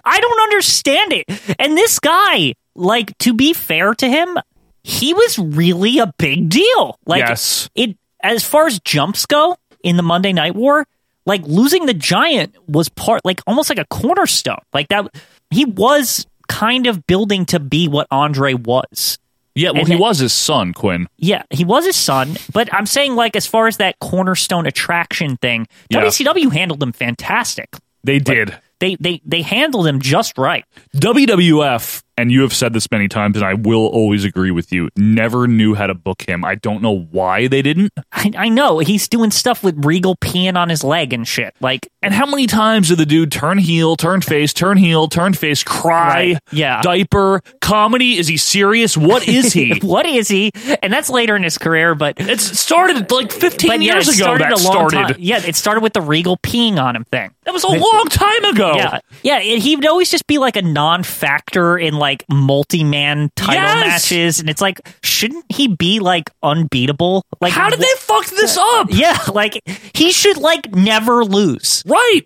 Speaker 2: I don't understand it. And this guy, like, to be fair to him, he was really a big deal. Like,
Speaker 1: Yes.
Speaker 2: it as far as jumps go in the Monday Night War, like losing the giant was part, like almost like a cornerstone. Like that, he was kind of building to be what Andre was.
Speaker 1: Yeah, well,
Speaker 2: And
Speaker 1: he
Speaker 2: that-
Speaker 1: was his son, Quinn.
Speaker 2: Yeah, he was his son, but I'm saying like as far as that cornerstone attraction thing,
Speaker 1: Yeah.
Speaker 2: WCW handled him fantastic.
Speaker 1: They did.
Speaker 2: They they they handled him just right.
Speaker 1: WWF, and you have said this many times, and I will always agree with you, never knew how to book him. I don't know why they didn't.
Speaker 2: I, I know he's doing stuff with Regal peeing on his leg and shit. Like,
Speaker 1: And how many times did the dude turn heel, turn face, turn heel, turn face, cry,
Speaker 2: Right. Yeah.
Speaker 1: diaper, comedy? Is he serious? What is he?
Speaker 2: what is he? And that's later in his career, but
Speaker 1: It started like 15
Speaker 2: but yeah,
Speaker 1: years
Speaker 2: it
Speaker 1: ago.
Speaker 2: started
Speaker 1: That
Speaker 2: a long
Speaker 1: started.
Speaker 2: time- Yeah, it started with the Regal peeing on him thing.
Speaker 1: That was a long time ago.
Speaker 2: Yeah, yeah. And he'd always just be like a non-factor in like multi-man title
Speaker 1: Yes!
Speaker 2: matches, and it's like, shouldn't he be like unbeatable? Like,
Speaker 1: How did
Speaker 2: wh-
Speaker 1: they fuck this up?
Speaker 2: Yeah, like he should like never lose,
Speaker 1: Right.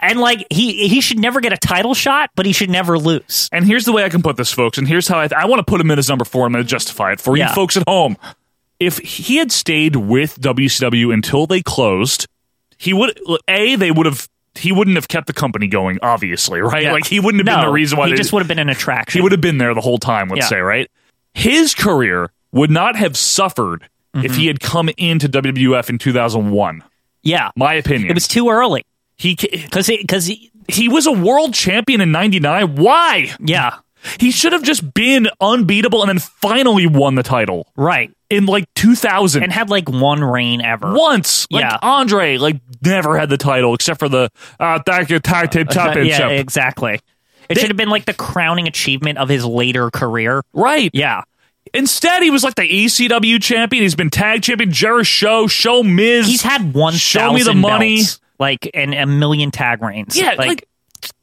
Speaker 2: and like he he should never get a title shot, but he should never lose.
Speaker 1: And here's the way I can put this, folks. And here's how I, I want to put him in as number four. I'm going to justify it for
Speaker 2: Yeah.
Speaker 1: you folks at home. If he had stayed with WCW until they closed, he would a they would have he wouldn't have kept the company going, obviously, right?
Speaker 2: Yeah.
Speaker 1: Like he wouldn't have been
Speaker 2: No,
Speaker 1: the reason why
Speaker 2: he
Speaker 1: they-
Speaker 2: just would have been an attraction.
Speaker 1: He would have been there the whole time, let's
Speaker 2: Yeah.
Speaker 1: say, right? His career would not have suffered if
Speaker 2: Mhm.
Speaker 1: he had come into WWF in 2001.
Speaker 2: Yeah.
Speaker 1: My opinion. It was
Speaker 2: too early.
Speaker 1: He cuz cuz he, he was a world champion in 99. Why?
Speaker 2: Yeah.
Speaker 1: He should have just been unbeatable and then finally won the title.
Speaker 2: Right.
Speaker 1: In like 2000.
Speaker 2: And had like one reign ever.
Speaker 1: Once. Like
Speaker 2: Yeah.
Speaker 1: Andre like never had the title except for the uh tag team championship.
Speaker 2: yeah, exactly. It should have been like the crowning achievement of his later career.
Speaker 1: Right.
Speaker 2: Yeah.
Speaker 1: Instead, he was like the ECW champion. He's been tag champion. Jericho show, show Miz.
Speaker 2: He's had one
Speaker 1: Show me the
Speaker 2: 1,000
Speaker 1: money.
Speaker 2: belts, like and a million tag reigns.
Speaker 1: Yeah, like,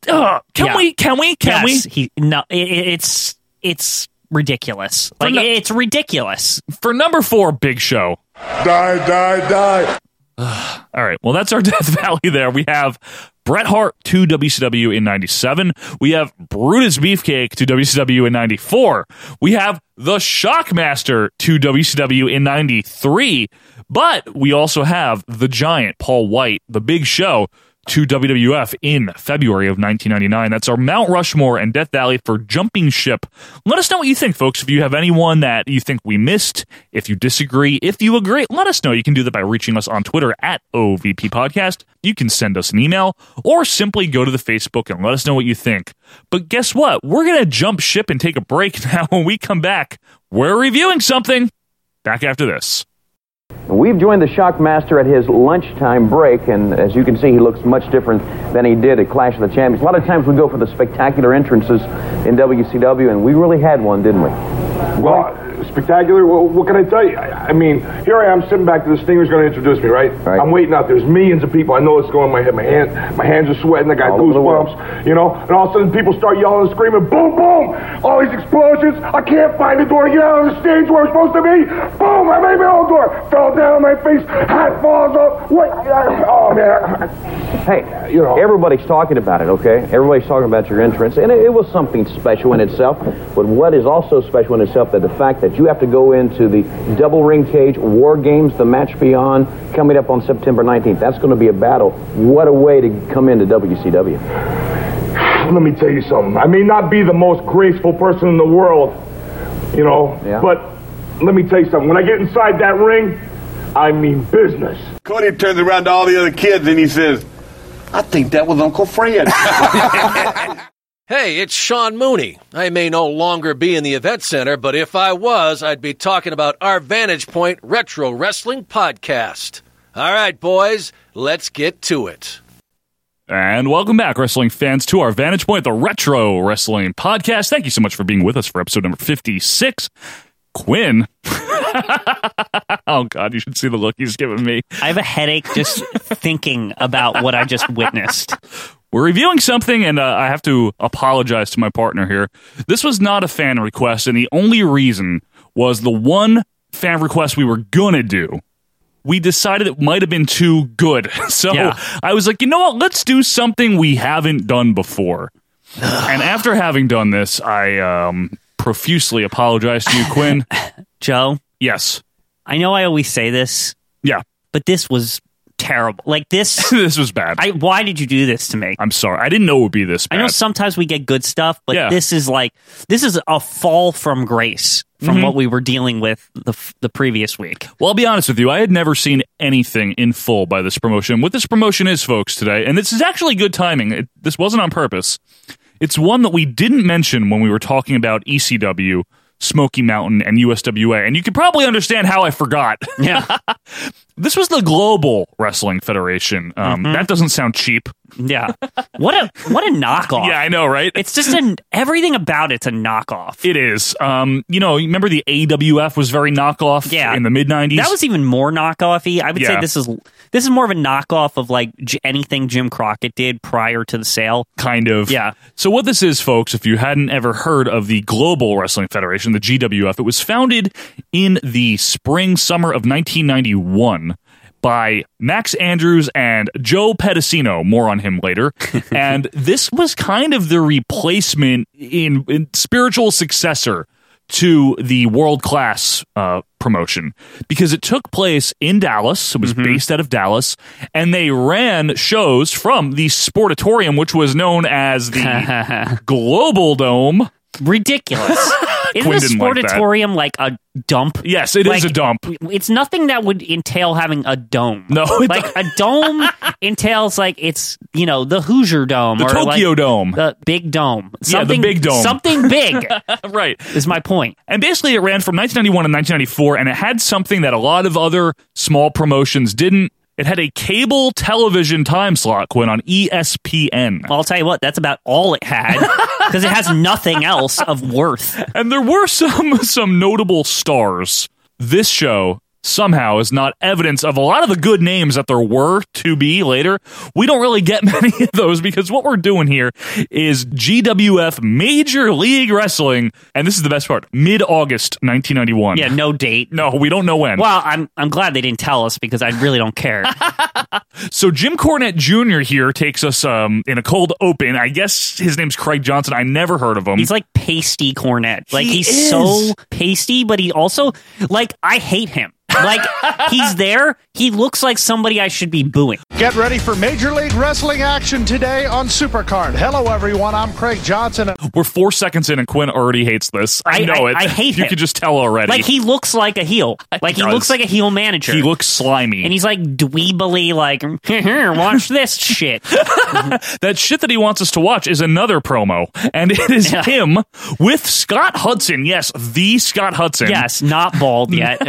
Speaker 1: ugh, can we- can we- can
Speaker 2: Yes, He no, i- i it's it's ridiculous. Like
Speaker 1: no-
Speaker 2: it's ridiculous.
Speaker 1: For number four, Big Show.
Speaker 22: Die, die, die.
Speaker 1: All right. Well, that's our Death Valley there. We have Bret Hart to WCW in 97. We have Brutus Beefcake to WCW in 94. We have The Shockmaster to WCW in 93. But we also have The Giant, Paul White, The Big Show to WWF in February of 1999. That's our Mount Rushmore and Death Valley for Jumping Ship. Let us know what you think, folks. If you have anyone that you think we missed, if you disagree, if you agree, let us know. You can do that by reaching us on Twitter at OVP Podcast. You can send us an email or simply go to the Facebook and let us know what you think. But guess what? We're going to jump ship and take a break now. When we come back, we're reviewing something. Back after this.
Speaker 3: We've joined the Shockmaster at his lunchtime break, and as you can see, he looks much different than he did at Clash of the Champions. A lot of times we go for the spectacular entrances in WCW, and we really had one, didn't we?
Speaker 22: Well, spectacular. What, what can I tell you? I, I mean, here I am sitting back. This thing is going to introduce me, right?
Speaker 3: Right.
Speaker 22: I'm waiting out. there. There's millions of people. I know it's going in my head. My hand, my hands are sweating. I got
Speaker 3: All over the world.
Speaker 22: goosebumps. You know, and all of a sudden people start yelling and screaming. Boom, boom! All these explosions. I can't find the door to get out of the stage where I'm supposed to be. Boom! I made my own door. Fell down on my face. Hat falls off. What? Oh man!
Speaker 3: Hey, you know, everybody's talking about it, okay? Everybody's talking about your entrance, and it, it was something special in itself. But what is also special in itself that the fact that you have to go into the double ring cage war games, the match beyond, coming up on September 19th. That's going to be a battle. What a way to come into WCW.
Speaker 22: Let me tell you something. I may not be the most graceful person in the world, you know,
Speaker 3: Yeah.
Speaker 22: but let me tell you something. When I get inside that ring, I mean business.
Speaker 25: Cody turns around to all the other kids and he says, I think that was Uncle Fred.
Speaker 26: Hey, it's Sean Mooney. I may no longer be in the event center, but if I was, I'd be talking about our Vantage Point Retro Wrestling Podcast. All right, boys, let's get to it.
Speaker 1: And welcome back, wrestling fans, to our Vantage Point, the Retro Wrestling Podcast. Thank you so much for being with us for episode number 56. Quinn. oh, God, you should see the look he's giving me.
Speaker 2: I have a headache just thinking about what I just witnessed.
Speaker 1: We're reviewing something, and uh, I have to apologize to my partner here. This was not a fan request, and the only reason was the one fan request we were going to do. We decided it might have been too good. So
Speaker 26: Yeah.
Speaker 1: I was like, you know what? Let's do something we haven't done before. and after having done this, I um, profusely apologize to you, Quinn.
Speaker 2: Joe?
Speaker 1: Yes.
Speaker 2: I know I always say this.
Speaker 1: Yeah.
Speaker 2: But this was terrible. Like this
Speaker 1: This was bad.
Speaker 2: I why did you do this to me?
Speaker 1: I'm sorry. I didn't know it would be this bad.
Speaker 2: I know sometimes we get good stuff, but
Speaker 1: Yeah.
Speaker 2: this is like this is a fall from grace from
Speaker 1: Mhm.
Speaker 2: what we were dealing with the f- the previous week.
Speaker 1: Well, I'll be honest with you. I had never seen anything in full by this promotion. What this promotion is, folks, today, and this is actually good timing. It, this wasn't on purpose. It's one that we didn't mention when we were talking about ECW, Smoky Mountain, and USWA. And you can probably understand how I forgot.
Speaker 2: Yeah.
Speaker 1: this was the Global Wrestling Federation. Um,
Speaker 2: Mhm.
Speaker 1: That doesn't sound cheap.
Speaker 2: Yeah. What a what a knockoff.
Speaker 1: Yeah, I know, right?
Speaker 2: It's just an everything about it's a knockoff.
Speaker 1: It is. Um, you know, remember the AWF was very knockoff
Speaker 2: Yeah.
Speaker 1: in the mid 90s?
Speaker 2: That was even more knockoffy. I would
Speaker 1: Yeah.
Speaker 2: say this is this is more of a knockoff of like j- anything Jim Crockett did prior to the sale.
Speaker 1: kind of.
Speaker 2: Yeah.
Speaker 1: So what this is, folks, if you hadn't ever heard of the Global Wrestling Federation, the GWF, it was founded in the spring summer of 1991 by Max Andrews and Joe Pedicino. More on him later. and this was kind of the replacement in, in spiritual successor to the world class uh, promotion because it took place in Dallas. It was based out of Dallas, and they ran shows from the Sportatorium, which was known as the Uh-huh. Global Dome.
Speaker 2: Ridiculous. Isn't
Speaker 1: Quinn
Speaker 2: a
Speaker 1: didn't like that.
Speaker 2: sportatorium like, a dump?
Speaker 1: Yes, it is
Speaker 2: Like,
Speaker 1: a dump.
Speaker 2: It's nothing that would entail having a dome. No, like a dome entails like it's you know the Hoosier Dome,
Speaker 1: The
Speaker 2: or
Speaker 1: Tokyo
Speaker 2: like
Speaker 1: Dome.
Speaker 2: the big dome,
Speaker 1: Yeah, the
Speaker 2: something
Speaker 1: big dome.
Speaker 2: something big.
Speaker 1: right
Speaker 2: is my point.
Speaker 1: And basically, it ran from 1991 to 1994, and it had something that a lot of other small promotions didn't. It had a cable television time slot, Quinn, on E ESPN.
Speaker 2: I'll tell you what, that's about all it had because it has nothing else of worth.
Speaker 1: And there were some some notable stars. This show somehow is not evidence of a lot of the good names that there were to be later. We don't really get many of those because what we're doing here is GWF Major League Wrestling, and this is the best part: mid August 1991.
Speaker 2: Yeah, no date.
Speaker 1: No, we don't know when.
Speaker 2: Well, I'm I'm glad they didn't tell us because I really don't care.
Speaker 1: So Jim Cornette Jr. here takes us um, in a cold open. I guess his name's Craig Johnson. I never heard of him.
Speaker 2: He's like pasty cornet. Like
Speaker 1: He
Speaker 2: he's
Speaker 1: is.
Speaker 2: so pasty, but he also like I hate him. Like he's there. He looks like somebody I should be booing.
Speaker 4: Get ready for Major League Wrestling action today on Supercard. Hello, everyone. I'm Craig Johnson.
Speaker 1: We're four seconds in, and Quinn already hates this. I,
Speaker 2: I-
Speaker 1: know
Speaker 2: I-
Speaker 1: it.
Speaker 2: I hate
Speaker 1: You
Speaker 2: him.
Speaker 1: can just tell already.
Speaker 2: Like he looks like a heel. Like he,
Speaker 1: does.
Speaker 2: looks like a heel manager.
Speaker 1: He looks slimy.
Speaker 2: and he's like dweebily like watch this shit.
Speaker 1: that shit that he wants us to watch is another promo, and it is him with Scott Hudson. Yes, the Scott Hudson.
Speaker 2: Yes, not bald yet.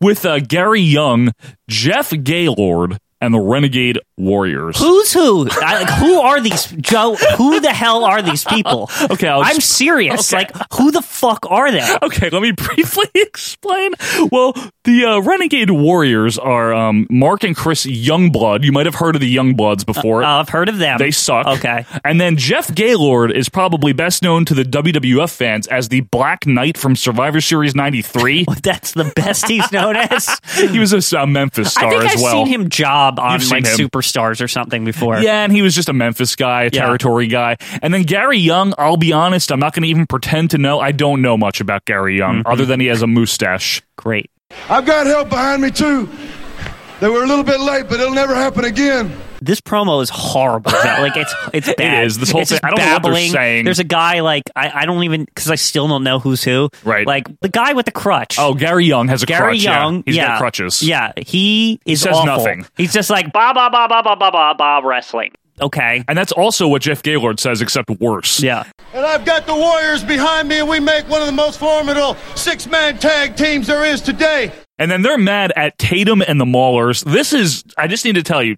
Speaker 1: with uh, Gary Young, Jeff Gaylord, and the Renegade Warriors.
Speaker 2: Who's who? I, like, who are these Joe? Who the hell are these people?
Speaker 1: Okay, I'll
Speaker 2: I'm
Speaker 1: just-
Speaker 2: serious.
Speaker 1: Okay.
Speaker 2: Like, who the fuck are they?
Speaker 1: Okay, let me briefly explain. Well, the uh, Renegade Warriors are um, Mark and Chris Youngblood. You might have heard of the Youngbloods before.
Speaker 2: Uh, I've heard of them.
Speaker 1: they suck.
Speaker 2: Okay.
Speaker 1: And then Jeff Gaylord is probably best known to the WWF fans as the Black Knight from Survivor Series 93.
Speaker 2: That's the best he's known as.
Speaker 1: he was a, uh, Memphis star
Speaker 2: I think
Speaker 1: as
Speaker 2: I've
Speaker 1: well.
Speaker 2: seen him job on
Speaker 1: You've seen
Speaker 2: like
Speaker 1: him.
Speaker 2: superstars or something before.
Speaker 1: Yeah, and he was just a Memphis guy, a
Speaker 2: Yeah.
Speaker 1: territory guy. And then Gary Young, I'll be honest, I'm not going to even pretend to know. I don't know much about Gary Young
Speaker 2: Mm-hmm.
Speaker 1: other than he has a mustache.
Speaker 2: Great.
Speaker 5: I've got help behind me, too. They were a little bit late, but it'll never happen again.
Speaker 2: This promo is horrible. Joe. Like it's it's bad.
Speaker 1: is. This whole
Speaker 2: It's just
Speaker 1: thing- I don't know what they're
Speaker 2: babbling.
Speaker 1: saying.
Speaker 2: There's a guy like I, I don't even because I still don't know who's who. Right. Like the guy with the crutch.
Speaker 1: Oh, Gary Young has a
Speaker 2: Gary
Speaker 1: crutch.
Speaker 2: Young.
Speaker 1: yeah. He's
Speaker 2: yeah.
Speaker 1: got crutches.
Speaker 2: Yeah. He is
Speaker 1: says
Speaker 2: awful.
Speaker 1: nothing.
Speaker 2: He's just like ba ba ba ba ba ba ba ba wrestling. Okay.
Speaker 1: And that's also what Jeff Gaylord says, except worse.
Speaker 2: Yeah.
Speaker 5: And I've got the Warriors behind me, and we make one of the most formidable six man tag teams there is today.
Speaker 1: And then they're mad at Tatum and the Maulers. This is, I just need to tell you,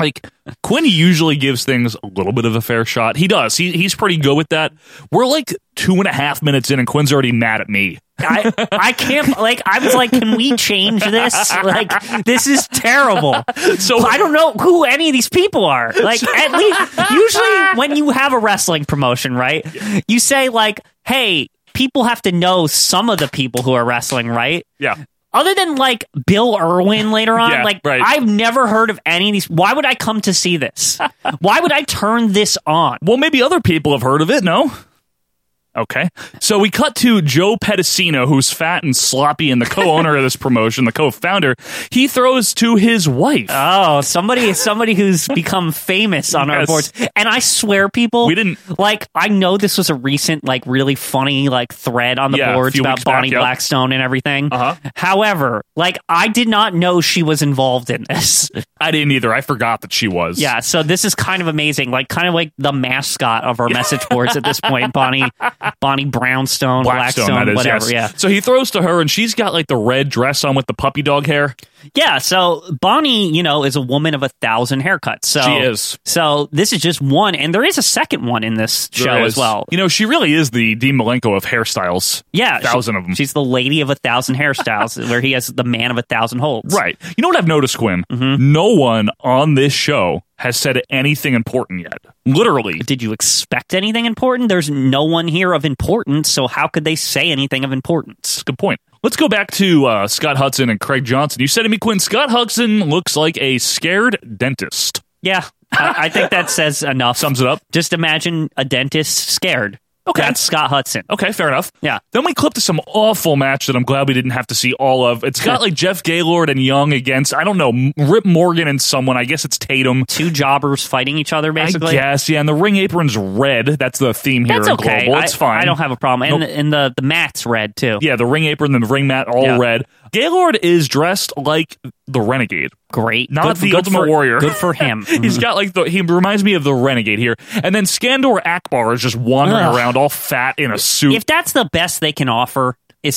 Speaker 1: like, Quinn usually gives things a little bit of a fair shot. He does. He, he's pretty good with that. We're like two and a half minutes in, and Quinn's already mad at me.
Speaker 2: I I can't like I was like, can we change this? Like this is terrible. So I don't know who any of these people are. Like at least usually when you have a wrestling promotion, right? You say like, hey, people have to know some of the people who are wrestling, right?
Speaker 1: Yeah.
Speaker 2: Other than like Bill Irwin later on,
Speaker 1: Yeah,
Speaker 2: like
Speaker 1: right.
Speaker 2: I've never heard of any of these. Why would I come to see this? Why would I turn this on?
Speaker 1: Well, maybe other people have heard of it, no? Okay. So we cut to Joe Pedicino, who's fat and sloppy and the co owner of this promotion, the co founder. He throws to his wife. Uh,
Speaker 2: Oh, somebody somebody who's become famous on our
Speaker 1: Yes.
Speaker 2: boards. And I swear people
Speaker 1: We didn't-
Speaker 2: like I know this was a recent like really funny like thread on the
Speaker 1: Yeah, a
Speaker 2: boards
Speaker 1: few
Speaker 2: about
Speaker 1: weeks back,
Speaker 2: Bonnie
Speaker 1: yep.
Speaker 2: Blackstone and everything. Uh-huh. However, like I did not know she was involved in this.
Speaker 1: I didn't either. I forgot that she was.
Speaker 2: Yeah, so this is kind of amazing. Like kind of like the mascot of our message boards at this point, Bonnie Bonnie Brownstone, Blackstone,
Speaker 1: that is,
Speaker 2: whatever,
Speaker 1: yes.
Speaker 2: yeah.
Speaker 1: So he throws to her, and she's got like the red dress on with the puppy dog hair.
Speaker 2: Yeah, so Bonnie, you know, is a woman of a thousand haircuts. So
Speaker 1: She is.
Speaker 2: So this is just one, and there is a second one in this
Speaker 1: There
Speaker 2: show
Speaker 1: is-
Speaker 2: as well.
Speaker 1: You know, she really is the Dean Malenko of hairstyles.
Speaker 2: Yeah, she-
Speaker 1: thousand of them.
Speaker 2: She's the lady of a thousand hairstyles, where he has the man of a thousand holds.
Speaker 1: Right. You know what I've noticed, Quinn?
Speaker 2: Mm-hmm.
Speaker 1: No one on this show has said anything important yet. Literally.
Speaker 2: Did you expect anything important? There's no one here of importance, so how could they say anything of importance?
Speaker 1: Good point. Let's go back to uh, Scott Hudson and Craig Johnson. You said to me, Quinn, Scott Hudson looks like a scared dentist.
Speaker 2: Yeah, I, I think that says enough.
Speaker 1: Sums it up.
Speaker 2: Just imagine a dentist scared. Okay. That's Scott Hudson.
Speaker 1: Okay, fair enough.
Speaker 2: Yeah.
Speaker 1: Then we clip to some awful match that I'm glad we didn't have to see all of. It's got like Jeff Gaylord and Young against I don't know M- Rip Morgan and someone. I guess it's Tatum.
Speaker 2: Two jobbers fighting each other, basically.
Speaker 1: I guess yeah. And the ring apron's red. That's the theme here.
Speaker 2: That's
Speaker 1: in
Speaker 2: okay.
Speaker 1: Global.
Speaker 2: I-
Speaker 1: It's fine.
Speaker 2: I don't have a problem. And,
Speaker 1: Nope.
Speaker 2: and the, the mat's red, too.
Speaker 1: Yeah, the ring apron and the ring mat all
Speaker 2: Yeah.
Speaker 1: red. Gaylord is dressed like the Renegade.
Speaker 2: Great.
Speaker 1: Not
Speaker 2: Good-
Speaker 1: the
Speaker 2: good
Speaker 1: Ultimate
Speaker 2: for-
Speaker 1: Warrior.
Speaker 2: good for him. Mhm.
Speaker 1: He's got like the. He reminds me of the Renegade here. And then Skandor Akbar is just wandering
Speaker 2: Ugh.
Speaker 1: around all fat in a suit.
Speaker 2: If that's the best they can offer, is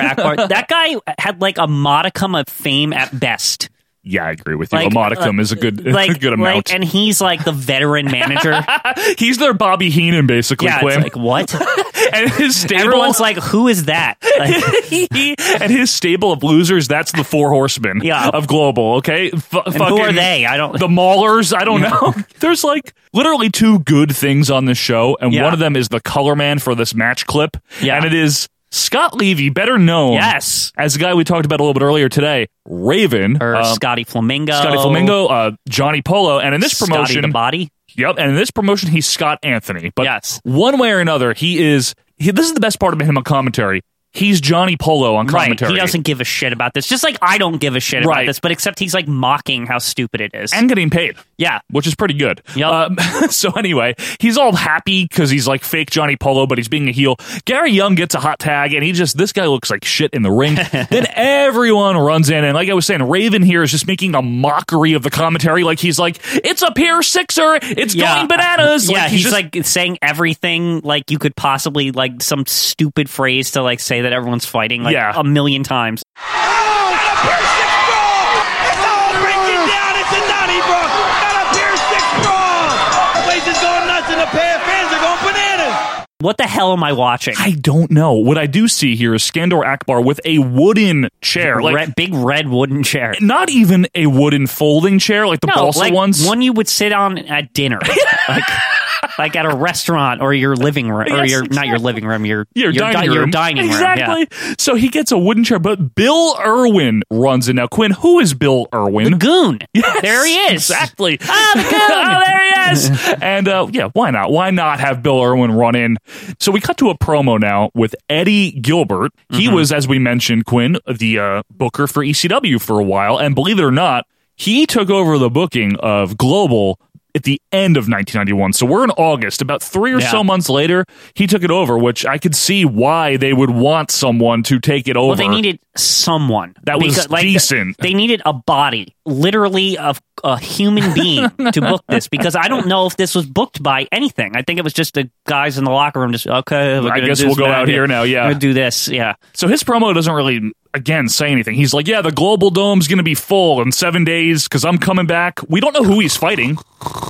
Speaker 2: Akbar. that guy had like a modicum of fame at best.
Speaker 1: yeah, I agree with you. a modicum
Speaker 2: uh,
Speaker 1: is a good,
Speaker 2: like,
Speaker 1: a good amount.
Speaker 2: Like, and he's like the veteran manager.
Speaker 1: He's their Bobby Heenan, basically.
Speaker 2: yeah, it's
Speaker 1: Quinn.
Speaker 2: like what?
Speaker 1: and his stable.
Speaker 2: Everyone's like, who is that? Like,
Speaker 1: and his stable of losers, that's the four horsemen
Speaker 2: Yeah.
Speaker 1: of global, okay? F-
Speaker 2: who are they? I don't-
Speaker 1: The maulers, I don't know. There's like literally two good things on this show, and
Speaker 2: Yeah.
Speaker 1: one of them is the color man for this match clip.
Speaker 2: Yeah.
Speaker 1: And it is Scott Levy, better known
Speaker 2: Yes.
Speaker 1: as the guy we talked about a little bit earlier today, Raven.
Speaker 2: or
Speaker 1: uh,
Speaker 2: Scotty Flamingo.
Speaker 1: Scotty Flamingo, uh, Johnny Polo, and in this
Speaker 2: Scotty
Speaker 1: promotion,
Speaker 2: the Body.
Speaker 1: Yep, and in this promotion, he's Scott Anthony. But
Speaker 2: Yes.
Speaker 1: one way or another, he is. He, this is the best part about him on commentary. He's Johnny Polo on commentary.
Speaker 2: Right. He doesn't give a shit about this. Just like I don't give a shit
Speaker 1: Right.
Speaker 2: about this, but except he's like mocking how stupid it is.
Speaker 1: and getting paid.
Speaker 2: yeah.
Speaker 1: Which is pretty good.
Speaker 2: Yep.
Speaker 1: Um, so anyway, he's all happy because he's like fake Johnny Polo, but he's being a heel. Gary Young gets a hot tag, and he just this guy looks like shit in the ring. then everyone runs in, and like I was saying, Raven here is just making a mockery of the commentary. Like he's like, "It's a pure sixer, it's going bananas."
Speaker 2: Yeah, he's,
Speaker 1: just-
Speaker 2: like saying everything like you could possibly like some stupid phrase to like say that everyone's fighting like
Speaker 1: Yeah.
Speaker 2: a million times. What the hell am I watching?
Speaker 1: I don't know. What I do see here is Skandor Akbar with a wooden chair, like
Speaker 2: Red- big red wooden chair.
Speaker 1: not even a wooden folding chair, like the balsa
Speaker 2: like
Speaker 1: ones.
Speaker 2: one you would sit on at dinner, like, like at a restaurant or your living room, or
Speaker 1: Yes,
Speaker 2: your not your living room, your
Speaker 1: your, dining
Speaker 2: di-
Speaker 1: room,
Speaker 2: your dining room, yeah.
Speaker 1: exactly. So he gets a wooden chair, but Bill Irwin runs in now. Quinn, who is Bill Irwin?
Speaker 2: The goon.
Speaker 1: Yes,
Speaker 2: There he is.
Speaker 1: Exactly.
Speaker 2: Ah, the goon.
Speaker 1: Oh, there he is. and uh, yeah, why not? Why not have Bill Irwin run in? So we cut to a promo now with Eddie Gilbert. He
Speaker 2: Mm-hmm.
Speaker 1: was, as we mentioned, Quinn, the uh, booker for ECW for a while. And believe it or not, he took over the booking of Global at the end of 1991. So we're in August, about three or
Speaker 2: Yeah.
Speaker 1: so months later, he took it over, which I could see why they would want someone to take it over.
Speaker 2: Well, they needed someone
Speaker 1: That was decent.
Speaker 2: They needed a body, literally of a human being, to book this because I don't know if this was booked by anything. I think it was just the guys in the locker room just okay. we're
Speaker 1: I
Speaker 2: gonna
Speaker 1: guess
Speaker 2: do
Speaker 1: we'll
Speaker 2: this
Speaker 1: go
Speaker 2: bad
Speaker 1: out here now, yeah.
Speaker 2: we're gonna do this. Yeah,
Speaker 1: So his promo doesn't really, again, say anything. He's like, yeah, the global dome's going to be full in seven days because I'm coming back. We don't know who he's fighting.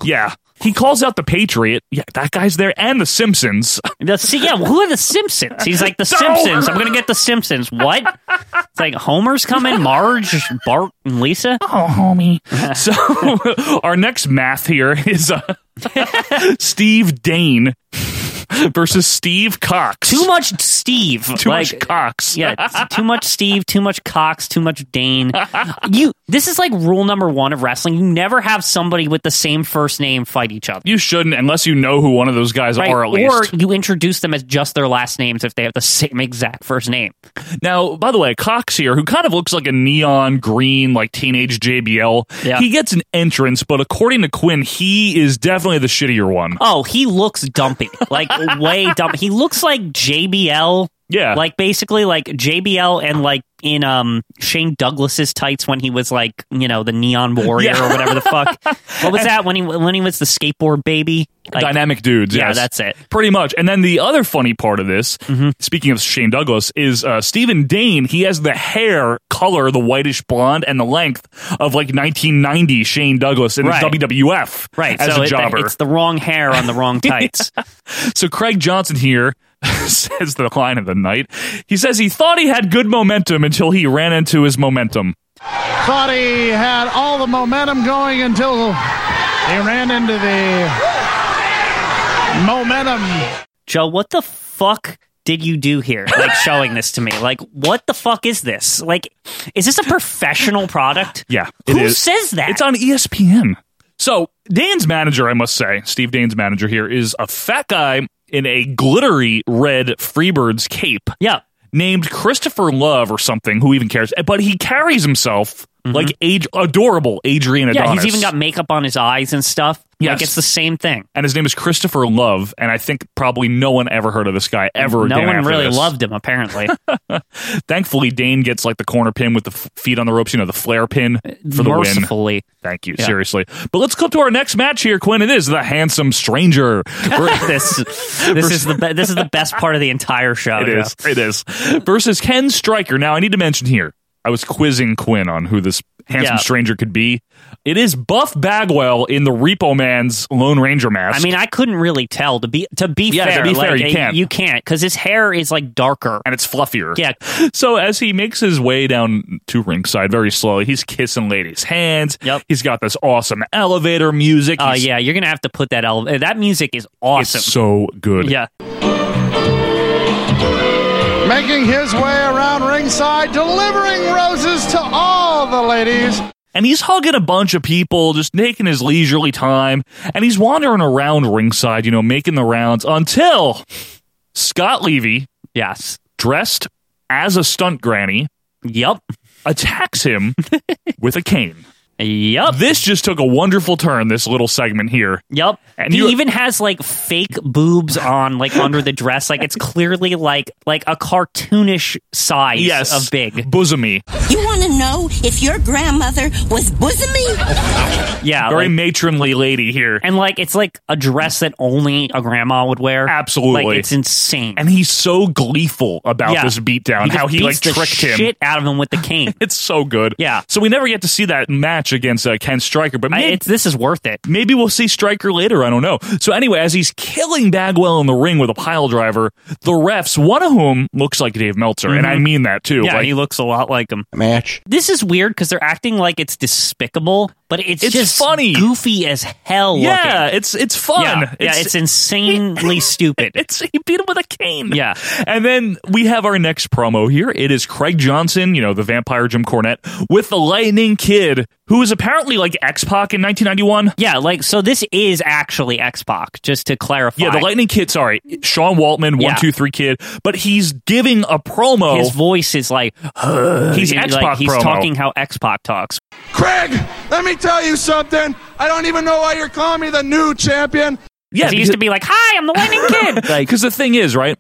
Speaker 1: Yeah. He calls out the Patriot. Yeah, that guy's there and the Simpsons.
Speaker 2: the see, yeah. Who are the Simpsons? He's like the
Speaker 1: So-
Speaker 2: Simpsons. I'm gonna get the Simpsons. What? It's like Homer's coming, Marge, Bart, and Lisa.
Speaker 1: Oh, homie. so our next math here is uh, Steve Dane versus Steve Cox.
Speaker 2: Too much Steve.
Speaker 1: Too
Speaker 2: like,
Speaker 1: much Cox.
Speaker 2: yeah, it's too much Steve, too much Cox, too much Dane. You this is like rule number 1 of wrestling. You never have somebody with the same first name fight each other.
Speaker 1: You shouldn't unless you know who one of those guys
Speaker 2: Right?
Speaker 1: are at least.
Speaker 2: Or you introduce them as just their last names if they have the same exact first name.
Speaker 1: Now, by the way, Cox here, who kind of looks like a neon green, like teenage JBL,
Speaker 2: Yeah.
Speaker 1: he gets an entrance, but according to Quinn, he is definitely the shittier one.
Speaker 2: Oh, he looks dumpy. Like way dumpy. He looks like JBL.
Speaker 1: Yeah.
Speaker 2: Like basically like JBL and like in um Shane Douglas's tights when he was like, you know, the Neon Warrior
Speaker 1: Yeah.
Speaker 2: or whatever the fuck. What was that when he when he was the skateboard baby? Like,
Speaker 1: Dynamic dudes,
Speaker 2: Yeah,
Speaker 1: yes.
Speaker 2: that's Mm-hmm. it.
Speaker 1: Pretty much. And then the other funny part of this, speaking of Shane Douglas, is uh, Stephen Dane. He has the hair color, the whitish blonde, and the length of like 1990 Shane Douglas in
Speaker 2: Right.
Speaker 1: his WWF
Speaker 2: Right,
Speaker 1: as
Speaker 2: so
Speaker 1: a
Speaker 2: it-
Speaker 1: jobber.
Speaker 2: it's the wrong hair on the wrong tights.
Speaker 1: So Craig Johnson here says the line of the night. He says he thought he had good momentum until he ran into his momentum.
Speaker 4: Thought he had all the momentum going until he ran into the momentum.
Speaker 2: Joe, what the fuck did you do here? Like showing this to me. Like, what the fuck is this? Like, is this a professional product?
Speaker 1: Yeah,
Speaker 2: Who says that?
Speaker 1: It's on E ESPN. So Dan's manager, I must say, Steve Dan's manager here is a fat guy in a glittery red Freebirds cape.
Speaker 2: Yeah.
Speaker 1: Named Christopher Love or something, who even cares? But he carries himself like age adorable Adrian
Speaker 2: Mm-hmm. Yeah,
Speaker 1: Adonis.
Speaker 2: he's even got makeup on his eyes and stuff. Like it's the same thing.
Speaker 1: And his name is Christopher Love, and I think probably no one ever heard of this guy ever.
Speaker 2: No
Speaker 1: again
Speaker 2: one
Speaker 1: after
Speaker 2: really
Speaker 1: this.
Speaker 2: loved him, apparently.
Speaker 1: Thankfully, Dane gets like the corner pin with the f- feet on the ropes, you know, the flare pin for the
Speaker 2: Mercifully.
Speaker 1: win. Thank you,
Speaker 2: Uh, Yeah.
Speaker 1: seriously. But let's clip to our next match here, Quinn. It is the handsome stranger.
Speaker 2: this this is the be- this is the best part of the entire show.
Speaker 1: It
Speaker 2: yeah.
Speaker 1: is. Oh, It is. Versus Ken Stryker. Now, I need to mention here, I was quizzing Quinn on who this handsome
Speaker 2: Yeah.
Speaker 1: stranger could be. It is Buff Bagwell in the Repo Man's Lone Ranger mask.
Speaker 2: I mean, I couldn't really tell to be to be
Speaker 1: Yeah, to
Speaker 2: fair.
Speaker 1: be
Speaker 2: like,
Speaker 1: fair, you
Speaker 2: uh,
Speaker 1: can't.
Speaker 2: You can't because his hair is like darker
Speaker 1: and it's fluffier.
Speaker 2: Yeah,
Speaker 1: So as he makes his way down to ringside very slowly, he's kissing ladies' hands. Yep. He's got this awesome elevator music.
Speaker 2: Oh
Speaker 1: He's-
Speaker 2: yeah, you're gonna have to put that ele- uh, that music is
Speaker 1: It's
Speaker 2: awesome.
Speaker 1: so good.
Speaker 2: yeah,
Speaker 4: Making his way around ringside, delivering roses to all the ladies.
Speaker 1: And he's hugging a bunch of people, just taking his leisurely time, and he's wandering around ringside, you know, making the rounds until Scott Levy,
Speaker 2: yes,
Speaker 1: dressed as a stunt granny,
Speaker 2: yep,
Speaker 1: attacks him with a cane.
Speaker 2: Yep.
Speaker 1: This just took a wonderful turn, this little segment here.
Speaker 2: yep.
Speaker 1: And
Speaker 2: he
Speaker 1: you-
Speaker 2: even has like fake boobs on, like under the dress. Like it's clearly like like a cartoonish size
Speaker 1: Yes.
Speaker 2: of big.
Speaker 1: Bosomy.
Speaker 6: You want to know if your grandmother was bosomy?
Speaker 2: Yeah,
Speaker 1: Very
Speaker 2: like-
Speaker 1: matronly lady here.
Speaker 2: and like it's like a dress that only a grandma would wear.
Speaker 1: Absolutely.
Speaker 2: like it's insane.
Speaker 1: and he's so gleeful about
Speaker 2: Yeah.
Speaker 1: this beatdown,
Speaker 2: He just
Speaker 1: how he like
Speaker 2: beats the
Speaker 1: tricked him.
Speaker 2: shit out of him with the cane.
Speaker 1: It's so good. Yeah. So we never get to see that match against uh, Ken Stryker, but
Speaker 2: I-
Speaker 1: maybe,
Speaker 2: it's, this is worth it.
Speaker 1: maybe we'll see Stryker later. I don't know. So anyway, as he's killing Bagwell in the ring with a pile driver, the refs, one of whom looks like Dave Meltzer, and I
Speaker 2: Mhm.
Speaker 1: mean that too.
Speaker 2: Yeah,
Speaker 1: like,
Speaker 2: he looks a lot like him.
Speaker 1: match.
Speaker 2: This is weird because they're acting like it's despicable, but it's,
Speaker 1: It's
Speaker 2: just
Speaker 1: funny.
Speaker 2: goofy as hell.
Speaker 1: Yeah,
Speaker 2: looking.
Speaker 1: it's it's fun.
Speaker 2: Yeah, yeah, it's insanely stupid.
Speaker 1: It's he beat him with a cane.
Speaker 2: Yeah.
Speaker 1: And then we have our next promo here. It is Craig Johnson, you know, the vampire Jim Cornette, with the Lightning Kid, who is apparently like X Pac in 1991.
Speaker 2: Yeah, like so. This is actually X Pac, just to clarify.
Speaker 1: Yeah, the Lightning Kid. Sorry, Sean Waltman,
Speaker 2: Yeah.
Speaker 1: one two three kid, but he's giving a promo.
Speaker 2: His voice is like
Speaker 1: he's
Speaker 2: like,
Speaker 1: X Pac.
Speaker 2: he's talking how X Pac talks.
Speaker 5: Craig, let me tell you something. I don't even know why you're calling me the new champion.
Speaker 1: Yeah,
Speaker 2: he used to be like, "Hi, I'm the Lightning Kid."
Speaker 1: like because the thing is right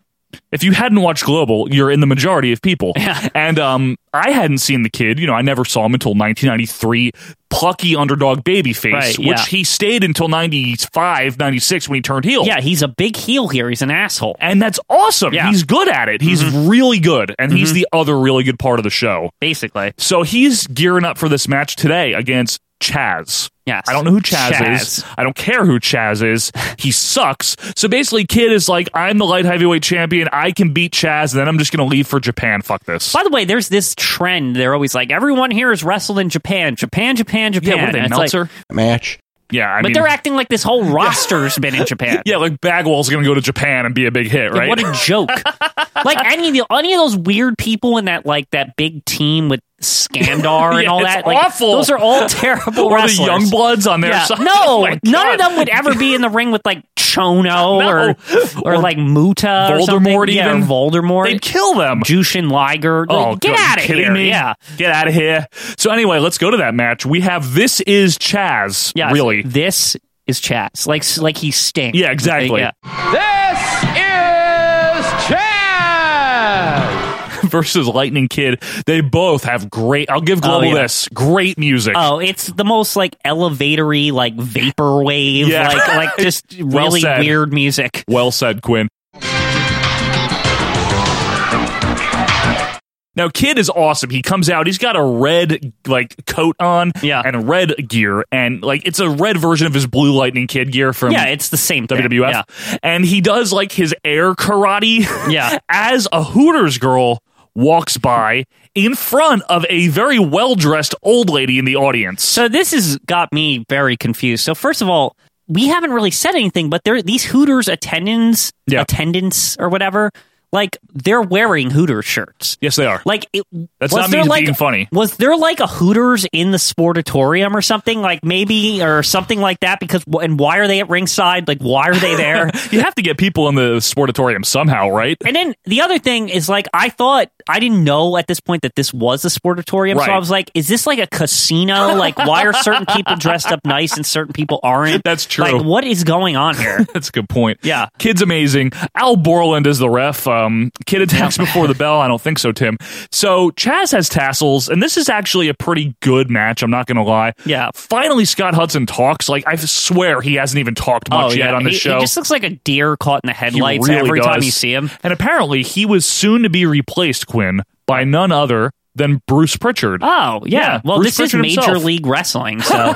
Speaker 1: if you hadn't watched global you're in the majority of people and um i hadn't seen the kid you know i never saw him until 1993 plucky underdog babyface
Speaker 2: Right, yeah.
Speaker 1: which he stayed until 95 96 when he turned heel
Speaker 2: Yeah, he's a big heel here. He's an asshole.
Speaker 1: and that's awesome
Speaker 2: Yeah. Mm-hmm.
Speaker 1: he's good at it he's really good and he's the other really good part of the show
Speaker 2: Basically,
Speaker 1: so he's gearing up for this match today against Chaz.
Speaker 2: Yes.
Speaker 1: I don't know who Chaz, is.
Speaker 2: Chaz.
Speaker 1: I don't care who Chaz is. He sucks. So basically, Kid is like, I'm the light heavyweight champion. I can beat Chaz, and then I'm just going to leave for Japan. Fuck this.
Speaker 2: By the way, there's this trend. They're always like, everyone here has wrestled in Japan, Japan, Japan, Japan.
Speaker 1: Yeah, what are they,
Speaker 2: And it's like-
Speaker 1: Meltzer?
Speaker 20: match.
Speaker 1: Yeah, I
Speaker 2: but
Speaker 1: mean,
Speaker 2: they're acting like this whole roster's been in Japan.
Speaker 1: yeah, like Bagwell's going to go to Japan and be a big hit,
Speaker 2: Like,
Speaker 1: right?
Speaker 2: What a joke! like any of the any of those weird people in that like that big team with Scandar and
Speaker 1: Yeah,
Speaker 2: all
Speaker 1: it's
Speaker 2: that. like,
Speaker 1: awful.
Speaker 2: Those are all terrible
Speaker 1: Or the
Speaker 2: wrestlers.
Speaker 1: young bloods on their
Speaker 2: Yeah.
Speaker 1: side. Oh
Speaker 2: No,
Speaker 1: my
Speaker 2: none
Speaker 1: God.
Speaker 2: of them would ever be in the ring with like Chono
Speaker 1: No.
Speaker 2: or, or
Speaker 1: Or
Speaker 2: like Muta or something.
Speaker 1: Voldemort
Speaker 2: Yeah, or
Speaker 1: even.
Speaker 2: Voldemort.
Speaker 1: They'd kill them.
Speaker 2: Jushin Liger.
Speaker 1: Oh,
Speaker 2: Like, get
Speaker 1: God, you
Speaker 2: out of
Speaker 1: kidding
Speaker 2: here!
Speaker 1: Me?
Speaker 2: Yeah.
Speaker 1: get out of here. So anyway, let's go to that match. We have this is Chaz.
Speaker 2: Yes.
Speaker 1: really.
Speaker 2: This is Chaz. Like like he stinks.
Speaker 1: Yeah, exactly.
Speaker 2: Yeah.
Speaker 5: This is Chad.
Speaker 1: versus Lightning Kid. They both have great. I'll give Global
Speaker 2: Oh, yeah.
Speaker 1: this great music.
Speaker 2: Oh, it's the most like elevatory, like vaporwave,
Speaker 1: Yeah.
Speaker 2: like like just
Speaker 1: Well
Speaker 2: really
Speaker 1: said.
Speaker 2: weird music.
Speaker 1: Well said, Quinn. Now, Kid is awesome. He comes out. He's got a red like coat on, yeah. and red gear, and like it's a red version of his Blue Lightning Kid gear from
Speaker 2: yeah, it's the same thing.
Speaker 1: WWF.
Speaker 2: Yeah.
Speaker 1: And he does like his air karate.
Speaker 2: Yeah.
Speaker 1: as a Hooters girl walks by in front of a very well dressed old lady in the audience.
Speaker 2: So this has got me very confused. So first of all, we haven't really said anything, but there these Hooters attendants,
Speaker 1: Yeah.
Speaker 2: attendants or whatever, Like they're wearing Hooters shirts.
Speaker 1: Yes, they are.
Speaker 2: Like it,
Speaker 1: That's
Speaker 2: was
Speaker 1: not
Speaker 2: there
Speaker 1: me
Speaker 2: like,
Speaker 1: being funny.
Speaker 2: Was there like a Hooters in the Sportatorium or something like maybe or something like that? Because and why are they at ringside? Like why are they there?
Speaker 1: you have to get people in the sportatorium somehow, right?
Speaker 2: And then the other thing is like I thought I didn't know at this point that this was a sportatorium, so
Speaker 1: Right.
Speaker 2: I was like, is this like a casino? Like why are certain people dressed up nice and certain people aren't? That's
Speaker 1: true.
Speaker 2: Like what is going on here?
Speaker 1: That's a good point. Yeah. Kid's amazing. Al Borland is the ref. Um, kid attacks before the bell. I don't think so, Tim. So Chaz has tassels, and this is actually a pretty good match. I'm not going to lie.
Speaker 2: Yeah.
Speaker 1: Finally, Scott Hudson talks. Like, I swear he hasn't even talked much yet on the
Speaker 2: Oh, He-
Speaker 1: show.
Speaker 2: He just looks like a deer caught in the
Speaker 1: He
Speaker 2: headlights
Speaker 1: really
Speaker 2: every time
Speaker 1: does.
Speaker 2: you see him.
Speaker 1: And apparently, he was soon to be replaced, Quinn, by none other than Bruce Pritchard.
Speaker 2: Oh, yeah. well,
Speaker 1: Bruce
Speaker 2: this
Speaker 1: Pritchard
Speaker 2: is Major
Speaker 1: himself.
Speaker 2: League Wrestling, so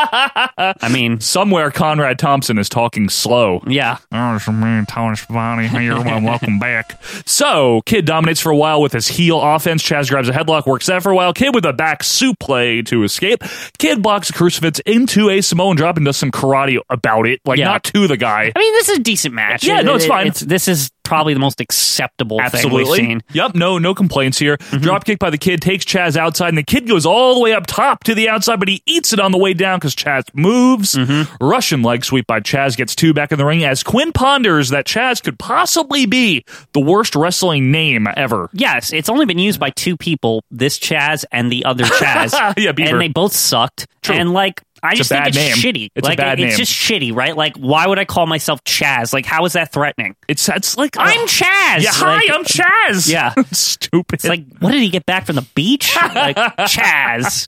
Speaker 2: I mean,
Speaker 1: somewhere Conrad Thompson is talking slow.
Speaker 2: Yeah.
Speaker 1: Oh, it's me, Tony Schiavone here. Well, welcome back. So, Kid dominates for a while with his heel offense. Chaz grabs a headlock, works that for a while. Kid with a back suplex to escape. Kid blocks a crucifix into a Samoan drop and does some karate about it. Like,
Speaker 2: Yeah.
Speaker 1: not to the guy.
Speaker 2: I mean, this is a decent match.
Speaker 1: Yeah, no, it's fine.
Speaker 2: this is probably the most acceptable thing we've
Speaker 1: Absolutely.
Speaker 2: seen. Mm-hmm.
Speaker 1: Yep. No, no complaints here. Drop kick by the kid takes Chaz outside, and the kid goes all the way up top to the outside, but he eats it on the way down because Chaz moves.
Speaker 2: Mm-hmm.
Speaker 1: Russian leg sweep by Chaz gets two back in the ring as Quinn ponders that Chaz could possibly be the worst wrestling name ever.
Speaker 2: Yes, it's only been used by two people: this Chaz and the other Chaz.
Speaker 1: Yeah, Beaver.
Speaker 2: and they both sucked.
Speaker 1: True.
Speaker 2: And like, I
Speaker 1: It's a
Speaker 2: just think
Speaker 1: bad
Speaker 2: it's
Speaker 1: name.
Speaker 2: shitty.
Speaker 1: It's a
Speaker 2: like,
Speaker 1: bad
Speaker 2: it's
Speaker 1: name.
Speaker 2: just shitty, right? Like, why would I call myself Chaz? Like, how is that threatening?
Speaker 1: It's it's like
Speaker 2: I'm Chaz.
Speaker 1: Yeah, hi,
Speaker 2: Like,
Speaker 1: I'm Chaz.
Speaker 2: Yeah,
Speaker 1: stupid.
Speaker 2: It's like, what did he get back from the beach? Like, Chaz.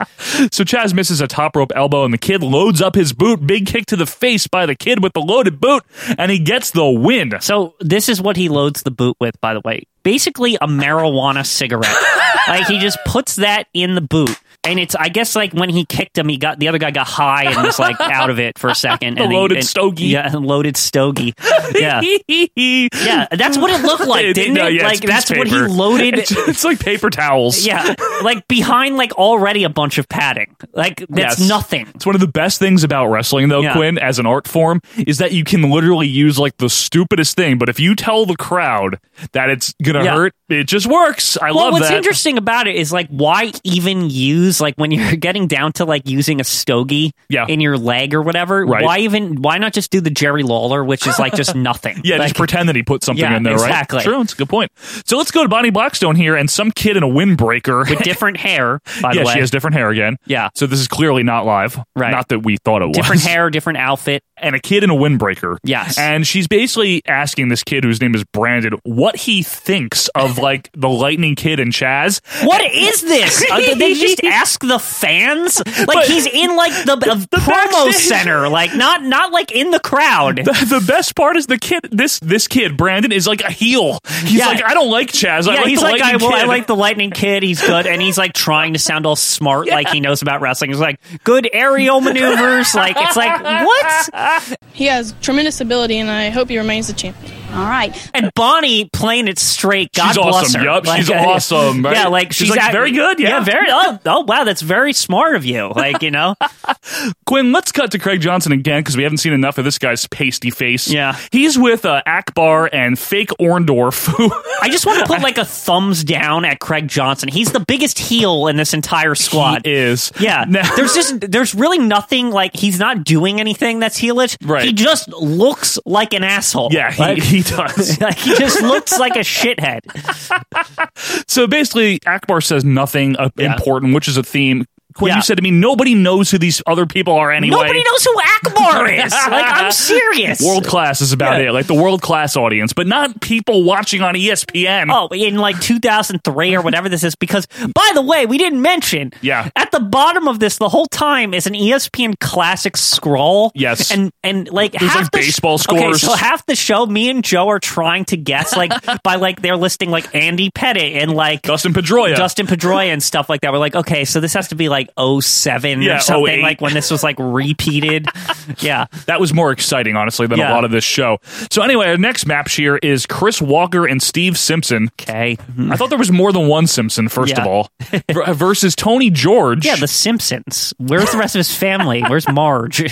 Speaker 1: So Chaz misses a top rope elbow, and the kid loads up his boot. Big kick to the face by the kid with the loaded boot, and he gets the win.
Speaker 2: So this is what he loads the boot with, by the way. Basically, a marijuana cigarette. like he just puts that in the boot, and it's I guess like when he kicked him, he got the other guy got high and was like out of it for a second.
Speaker 1: The
Speaker 2: and he-
Speaker 1: loaded
Speaker 2: and-
Speaker 1: stogie.
Speaker 2: yeah, loaded stogie, yeah. Yeah, that's what it looked like, didn't
Speaker 1: no,
Speaker 2: it?
Speaker 1: yeah, it's
Speaker 2: like
Speaker 1: piece
Speaker 2: that's
Speaker 1: of
Speaker 2: what he
Speaker 1: paper.
Speaker 2: loaded.
Speaker 1: It's, it's like paper towels.
Speaker 2: yeah, like behind like already a bunch of padding. Like that's
Speaker 1: Yes.
Speaker 2: nothing.
Speaker 1: It's one of the best things about wrestling, though,
Speaker 2: Yeah.
Speaker 1: Quinn, as an art form, is that you can literally use like the stupidest thing. But if you tell the crowd that it's gonna
Speaker 2: Yeah.
Speaker 1: hurt, it just works. I
Speaker 2: well,
Speaker 1: love
Speaker 2: what's
Speaker 1: that.
Speaker 2: interesting about it is like why even use like when you're getting down to like using a stogie
Speaker 1: Yeah.
Speaker 2: in your leg or whatever.
Speaker 1: Right.
Speaker 2: Why even why not just do the Jerry Lawler, which is like just nothing.
Speaker 1: Yeah,
Speaker 2: like,
Speaker 1: just pretend that he put something
Speaker 2: Yeah,
Speaker 1: in there,
Speaker 2: exactly.
Speaker 1: right? True, that's a good point. So let's go to Bonnie Blackstone here and some kid in a windbreaker
Speaker 2: with different hair. By
Speaker 1: yeah,
Speaker 2: the way,
Speaker 1: she has different hair again.
Speaker 2: Yeah.
Speaker 1: So this is clearly not live.
Speaker 2: Right.
Speaker 1: Not that we thought it was.
Speaker 2: different hair, different outfit.
Speaker 1: and a kid in a windbreaker.
Speaker 2: Yes.
Speaker 1: And she's basically asking this kid whose name is Brandon what he thinks of like the Lightning Kid and Chaz.
Speaker 2: What is this? Uh, did they just ask the fans? Like
Speaker 1: But-
Speaker 2: he's in like the, the, promo
Speaker 1: backstage-
Speaker 2: center, like not not like in the crowd.
Speaker 1: The, the best part is the kid. This this kid Brandon is like a heel. He's
Speaker 2: Yeah.
Speaker 1: like I don't like Chaz. I
Speaker 2: yeah,
Speaker 1: like
Speaker 2: he's
Speaker 1: the
Speaker 2: like, I,
Speaker 1: Lightning
Speaker 2: well, I
Speaker 1: Kid."
Speaker 2: like the Lightning Kid. He's good, and he's like trying to sound all smart, like he knows about wrestling. He's like good aerial maneuvers. Like it's like what?
Speaker 7: He has tremendous ability, and I hope he remains the champion. All right.
Speaker 2: And Bonnie playing it straight. God
Speaker 1: She's
Speaker 2: bless
Speaker 1: awesome.
Speaker 2: her.
Speaker 1: Yup, she's awesome, right?
Speaker 2: Yeah, like
Speaker 1: She's,
Speaker 2: she's,
Speaker 1: like,
Speaker 2: act-
Speaker 1: very good, yeah.
Speaker 2: very. Oh, oh, wow, that's very smart of you. Like you know,
Speaker 1: Quinn, let's cut to Craig Johnson again because we haven't seen enough of this guy's pasty face.
Speaker 2: Yeah.
Speaker 1: he's with uh, Akbar and fake Orndorff. Who
Speaker 2: I just want to put like a thumbs down at Craig Johnson. He's the biggest heel in this entire squad.
Speaker 1: He is.
Speaker 2: Yeah. there's just there's really nothing like he's not doing anything that's heelish.
Speaker 1: Right.
Speaker 2: He just looks like an asshole.
Speaker 1: Yeah, he,
Speaker 2: Like-
Speaker 1: he does.
Speaker 2: like he just looks like a shithead.
Speaker 1: So basically, Akbar says nothing uh, important, which is a theme. Quinn,
Speaker 2: Yeah.
Speaker 1: you said to me, nobody knows who these other people are anyway.
Speaker 2: Nobody knows who Akbar is. Like I'm serious.
Speaker 1: World class is about
Speaker 2: Yeah.
Speaker 1: it, like the world class audience, but not people watching on E ESPN.
Speaker 2: Oh, in like 2003 or whatever this is, because by the way, we didn't mention.
Speaker 1: Yeah.
Speaker 2: At the bottom of this, the whole time is an E ESPN classic scroll.
Speaker 1: Yes.
Speaker 2: and and like
Speaker 1: There's,
Speaker 2: half
Speaker 1: like,
Speaker 2: the sh-
Speaker 1: baseball
Speaker 2: Okay,
Speaker 1: scores.
Speaker 2: so half the show, me and Joe are trying to guess, like by like they're listing like Andy Pettit and like
Speaker 1: Dustin Pedroia.
Speaker 2: Dustin Pedroia and stuff like that. We're like, okay, so this has to be like 07
Speaker 1: Yeah,
Speaker 2: or something,
Speaker 1: 08.
Speaker 2: like when this was like repeated. yeah.
Speaker 1: That was more exciting, honestly, than a
Speaker 2: Yeah.
Speaker 1: lot of this show. So anyway, our next map here is Chris Walker and Steve Simpson.
Speaker 2: Okay.
Speaker 1: I thought there was more than one Simpson, first
Speaker 2: Yeah.
Speaker 1: of all, v- versus Tony George.
Speaker 2: Yeah, The Simpsons. Where's the rest of his family? Where's Marge?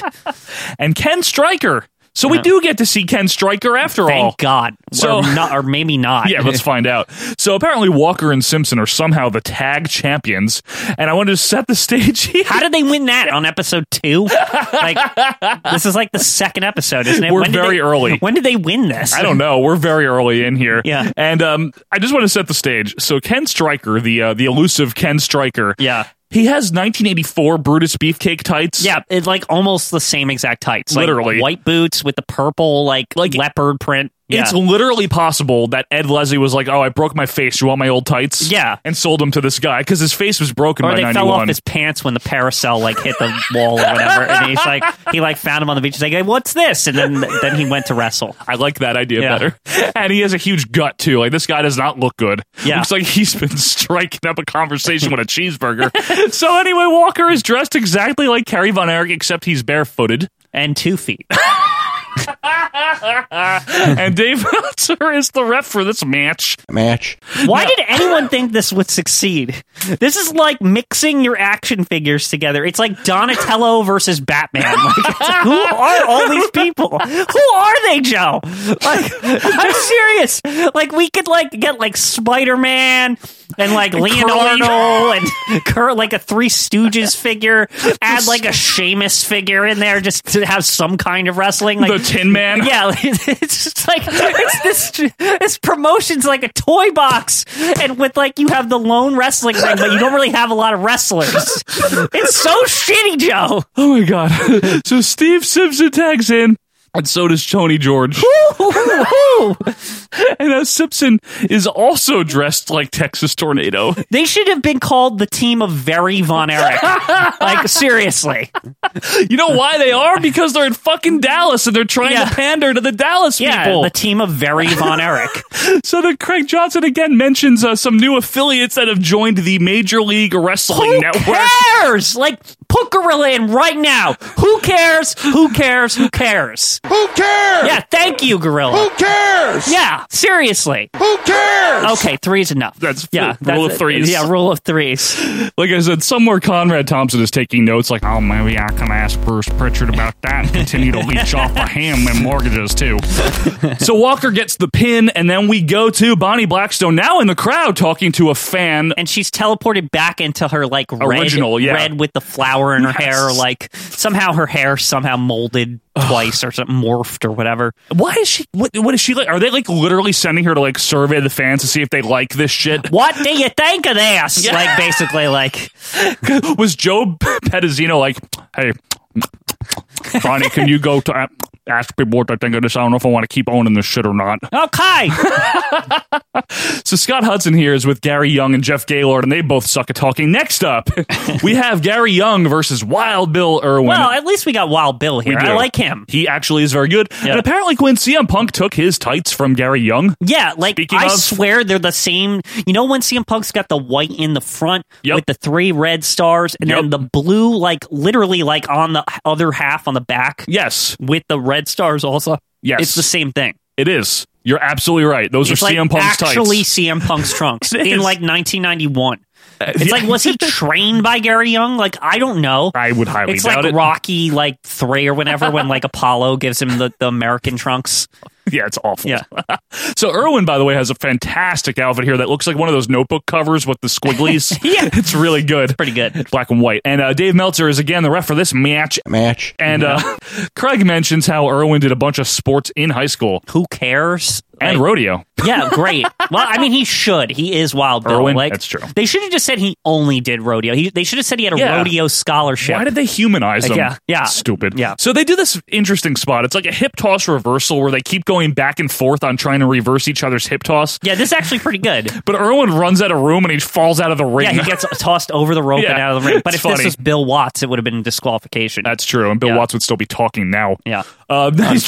Speaker 1: and Ken Stryker. So we do get to see Ken Stryker after all.
Speaker 2: Thank God.
Speaker 1: So-
Speaker 2: or, not, or maybe not.
Speaker 1: Yeah, let's find out. So apparently, Walker and Simpson are somehow the tag champions, and I wanted to set the stage. Here.
Speaker 2: How did they win that on episode two? Like this is like the second episode, isn't it?
Speaker 1: We're
Speaker 2: When did
Speaker 1: very
Speaker 2: they-
Speaker 1: early.
Speaker 2: When did they win this?
Speaker 1: I don't know. We're very early in here.
Speaker 2: Yeah.
Speaker 1: And um, I just want to set the stage. So Ken Stryker, the uh, the elusive Ken Stryker.
Speaker 2: Yeah.
Speaker 1: He has 1984 Brutus Beefcake tights.
Speaker 2: Yeah, it's like almost the same exact tights. Like
Speaker 1: Literally.
Speaker 2: white boots with the purple like, leopard print. Yeah.
Speaker 1: It's literally possible that Ed Leslie was like, "Oh, I broke my face. You want my old tights?"
Speaker 2: Yeah.
Speaker 1: and sold them to this guy because his face was broken
Speaker 2: or
Speaker 1: by
Speaker 2: they
Speaker 1: ninety
Speaker 2: fell off
Speaker 1: one.
Speaker 2: his pants when the parasol like hit the wall or whatever, and he's like he like found him on the beach. He's like, hey, "What's this?" And then then he went to wrestle.
Speaker 1: I like that idea
Speaker 2: Yeah.
Speaker 1: better. And he has a huge gut too. Like this guy does not look good.
Speaker 2: Yeah.
Speaker 1: Looks like he's been striking up a conversation with a cheeseburger. so anyway, Walker is dressed exactly like Carrie Von Erich, except he's barefooted.
Speaker 2: And two feet.
Speaker 1: and Dave Meltzer is the ref for this match.
Speaker 10: Match.
Speaker 2: Why did anyone think this would succeed? This is like mixing your action figures together. It's like Donatello versus Batman. Like, it's- who are all these people? Who are they, Joe? Like, I'm serious. Like, we could like get like Spider Man and like
Speaker 1: And
Speaker 2: Leonardo
Speaker 1: Curly.
Speaker 2: and Kurt, like a Three Stooges figure. Add like a Seamus figure in there just to have some kind of wrestling. Like
Speaker 1: The Tin Man.
Speaker 2: Yeah, like, it's just like it's this this promotion's like a toy box, and with like you have the lone wrestling ring, but you don't really have a lot of wrestlers. It's so shitty, Joe.
Speaker 1: Oh my god. so Steve Simpson tags in. And so does Tony George. and now Simpson is also dressed like Texas Tornado.
Speaker 2: They should have been called the team of very Von Erich. like seriously,
Speaker 1: You know why they are? Because they're in fucking Dallas and they're trying
Speaker 2: Yeah.
Speaker 1: to pander to the Dallas
Speaker 2: yeah,
Speaker 1: people.
Speaker 2: the team of very Von Erich.
Speaker 1: so then Craig Johnson again mentions uh, some new affiliates that have joined the Major League Wrestling
Speaker 2: Who
Speaker 1: Network.
Speaker 2: cares? Like put Gorilla in right now. Who cares? Who cares? Who cares?
Speaker 13: Who cares?
Speaker 2: Yeah, thank you, Gorilla.
Speaker 13: Who cares?
Speaker 2: Yeah, seriously.
Speaker 13: Who cares?
Speaker 2: Okay, three is enough.
Speaker 1: That's
Speaker 2: yeah,
Speaker 1: rule
Speaker 2: that's
Speaker 1: of
Speaker 2: it.
Speaker 1: threes.
Speaker 2: Yeah, rule of threes.
Speaker 1: Like I said, somewhere Conrad Thompson is taking notes like, oh, maybe I can ask Bruce Pritchard about that and continue to leech off of him and mortgages too. so Walker gets the pin, and then we go to Bonnie Blackstone now in the crowd talking to a fan.
Speaker 2: And she's teleported back into her like red,
Speaker 1: Original, yeah.
Speaker 2: red with the flower in her hair. Like somehow her hair somehow molded twice or something, morphed or whatever.
Speaker 1: Why is she? What, what is she like? Are they like literally sending her to like survey the fans to see if they like this shit?
Speaker 2: What do you think of this?
Speaker 1: Yeah.
Speaker 2: Like basically, like
Speaker 1: Was Joe Pettizino like, hey, Bonnie, can you go to a- ask people what they think of this? I don't know if I want to keep owning this shit or not.
Speaker 2: okay,
Speaker 1: So Scott Hudson here is with Gary Young and Jeff Gaylord, and they both suck at talking. Next up, we have Gary Young versus Wild Bill Irwin.
Speaker 2: well at least we got Wild Bill
Speaker 1: We
Speaker 2: here.
Speaker 1: do.
Speaker 2: I like him.
Speaker 1: he actually is very good. And apparently, Quinn CM Punk took his tights from Gary Young.
Speaker 2: Yeah, like
Speaker 1: Speaking
Speaker 2: I
Speaker 1: of-
Speaker 2: swear they're the same. You know when CM Punk's got the white in the front
Speaker 1: Yep.
Speaker 2: with the three red stars, and then
Speaker 1: Yep.
Speaker 2: the blue, like literally, like on the other half on the back
Speaker 1: Yes,
Speaker 2: with the red stars also.
Speaker 1: Yes.
Speaker 2: it's the same thing.
Speaker 1: it is. You're absolutely right. Those
Speaker 2: it's
Speaker 1: are
Speaker 2: like
Speaker 1: CM Punk's
Speaker 2: actually
Speaker 1: tights.
Speaker 2: CM Punk's trunks
Speaker 1: It
Speaker 2: in
Speaker 1: is. Uh,
Speaker 2: like 1991. It's
Speaker 1: yeah.
Speaker 2: like was he trained by Gary Young? Like I don't know.
Speaker 1: I would highly
Speaker 2: It's
Speaker 1: doubt
Speaker 2: like
Speaker 1: it.
Speaker 2: Rocky like three or whenever when like Apollo gives him the, the American trunks.
Speaker 1: Yeah, it's awful.
Speaker 2: Yeah.
Speaker 1: so Irwin, by the way, has a fantastic outfit here that looks like one of those notebook covers with the squigglies.
Speaker 2: Yeah.
Speaker 1: it's really good.
Speaker 2: Pretty good.
Speaker 1: Black and white. And uh, Dave Meltzer is again the ref for this match.
Speaker 10: Match.
Speaker 1: And uh, Craig mentions how Irwin did a bunch of sports in high school
Speaker 2: Who cares?
Speaker 1: and
Speaker 2: Like-
Speaker 1: rodeo.
Speaker 2: Yeah, great. Well, I mean, he should. He is Wild Bill.
Speaker 1: Irwin,
Speaker 2: like,
Speaker 1: that's true.
Speaker 2: They should have just said he only did rodeo. He, they should have said he had a
Speaker 1: Yeah.
Speaker 2: rodeo scholarship.
Speaker 1: Why did they humanize them?
Speaker 2: Yeah, yeah.
Speaker 1: Stupid.
Speaker 2: Yeah.
Speaker 1: So they do this interesting spot. It's like a hip toss reversal where they keep going back and forth on trying to reverse each other's hip toss.
Speaker 2: yeah, this is actually pretty good.
Speaker 1: But Irwin runs out of room and he falls out of the ring.
Speaker 2: Yeah, he gets tossed over the rope and
Speaker 1: Yeah,
Speaker 2: out of the ring. But
Speaker 1: it's
Speaker 2: if
Speaker 1: funny.
Speaker 2: this was Bill Watts, it would have been disqualification.
Speaker 1: That's true. And Bill
Speaker 2: Yeah.
Speaker 1: Watts would still be talking now.
Speaker 2: yeah.
Speaker 1: Uh, nice,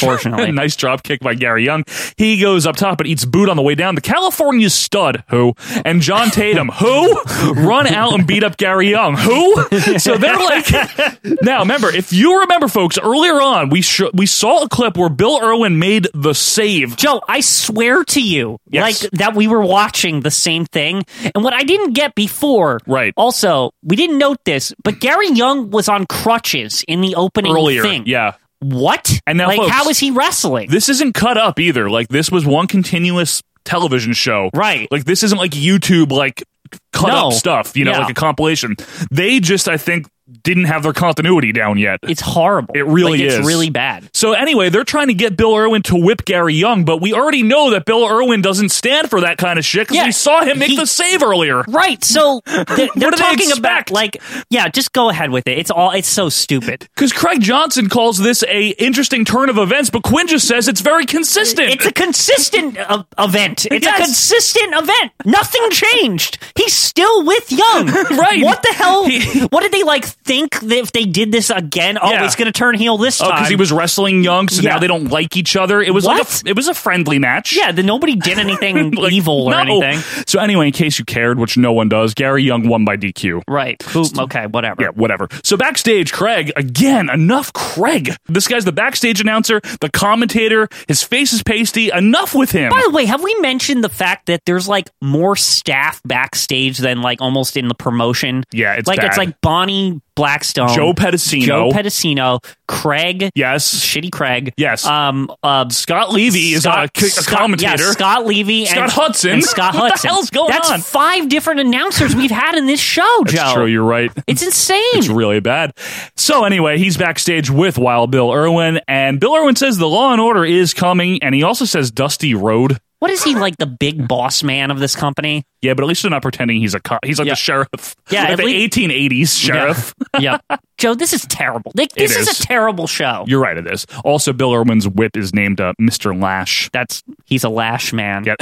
Speaker 2: Unfortunately.
Speaker 1: nice drop kick by Gary Young. He goes up top and eats boot on the way down. The California stud, who? And John Tatum, who? Run out and beat up Gary Young, who? So they're like. Now, remember, if you remember, folks, earlier on, we sh- we saw a clip where Bill Irwin made the save.
Speaker 2: Joe, I swear to you,
Speaker 1: Yes.
Speaker 2: like that we were watching the same thing. And what I didn't get before,
Speaker 1: Right.
Speaker 2: Also, we didn't note this, but Gary Young was on crutches in the opening
Speaker 1: Earlier,
Speaker 2: thing.
Speaker 1: yeah.
Speaker 2: What?
Speaker 1: And now,
Speaker 2: like,
Speaker 1: folks,
Speaker 2: how is he wrestling?
Speaker 1: This isn't cut up either. Like this was one continuous television show.
Speaker 2: Right.
Speaker 1: Like this isn't like YouTube like cut
Speaker 2: No.
Speaker 1: up stuff, you know,
Speaker 2: Yeah.
Speaker 1: like a compilation. They just I think didn't have their continuity down yet.
Speaker 2: It's horrible.
Speaker 1: It really
Speaker 2: Like, it's
Speaker 1: is.
Speaker 2: really bad.
Speaker 1: So anyway, they're trying to get Bill Irwin to whip Gary Young, but we already know that Bill Irwin doesn't stand for that kind of shit because
Speaker 2: Yeah,
Speaker 1: we saw him make
Speaker 2: he-
Speaker 1: the save earlier.
Speaker 2: Right. So they're, they're
Speaker 1: do they
Speaker 2: talking about
Speaker 1: expect?
Speaker 2: like yeah, just go ahead with it. It's all it's so stupid.
Speaker 1: Because Craig Johnson calls this a interesting turn of events, but Quinn just says it's very consistent.
Speaker 2: It's a consistent uh, event. It's a
Speaker 1: Yes.
Speaker 2: consistent event. Nothing changed. He's still with Young.
Speaker 1: Right.
Speaker 2: What the hell?
Speaker 1: He-
Speaker 2: what did they like think that if they did this again? Oh,
Speaker 1: Yeah.
Speaker 2: it's going to turn heel this
Speaker 1: Oh,
Speaker 2: time.
Speaker 1: because he was wrestling Young, so
Speaker 2: Yeah.
Speaker 1: now they don't like each other. It was like a,
Speaker 2: What?
Speaker 1: it was a friendly match.
Speaker 2: yeah, then nobody did anything
Speaker 1: Like,
Speaker 2: evil or
Speaker 1: no.
Speaker 2: anything.
Speaker 1: So anyway, in case you cared, which no one does, Gary Young won by DQ.
Speaker 2: Right. Who, okay, whatever.
Speaker 1: Yeah, whatever. So backstage, Craig, again, enough Craig. This guy's the backstage announcer, the commentator, his face is pasty. Enough with him.
Speaker 2: By the way, have we mentioned the fact that there's like more staff backstage than like almost in the promotion?
Speaker 1: Yeah, it's
Speaker 2: like
Speaker 1: bad.
Speaker 2: it's like Bonnie Blackstone,
Speaker 1: Joe Pedicino.
Speaker 2: Joe Pedicino, Craig,
Speaker 1: Yes.
Speaker 2: shitty Craig,
Speaker 1: Yes.
Speaker 2: um, uh,
Speaker 1: Scott Levy is
Speaker 2: Scott-
Speaker 1: a, c- a
Speaker 2: Scott-
Speaker 1: commentator.
Speaker 2: yeah, Scott Levy,
Speaker 1: Scott
Speaker 2: and
Speaker 1: Hudson.
Speaker 2: and Scott
Speaker 1: What the
Speaker 2: Hudson.
Speaker 1: hell's going
Speaker 2: That's
Speaker 1: on?
Speaker 2: five different announcers we've had in this show,
Speaker 1: That's
Speaker 2: Joe.
Speaker 1: true. You're right.
Speaker 2: it's insane.
Speaker 1: It's really bad. So anyway, he's backstage with Wild Bill Irwin, and Bill Irwin says the Law and Order is coming, and he also says Dusty Road.
Speaker 2: what is he like, the big boss man of this company?
Speaker 1: Yeah, but at least they're not pretending he's a cop. He's like
Speaker 2: Yeah.
Speaker 1: the sheriff.
Speaker 2: Yeah,
Speaker 1: like
Speaker 2: at
Speaker 1: the
Speaker 2: lea-
Speaker 1: 1880s sheriff.
Speaker 2: Yeah, Joe, this is terrible. Like,
Speaker 1: It
Speaker 2: this is.
Speaker 1: is.
Speaker 2: a terrible show.
Speaker 1: You're right, it is. Also, Bill Irwin's whip is named uh, Mr. Lash.
Speaker 2: That's he's a lash man.
Speaker 1: Yep.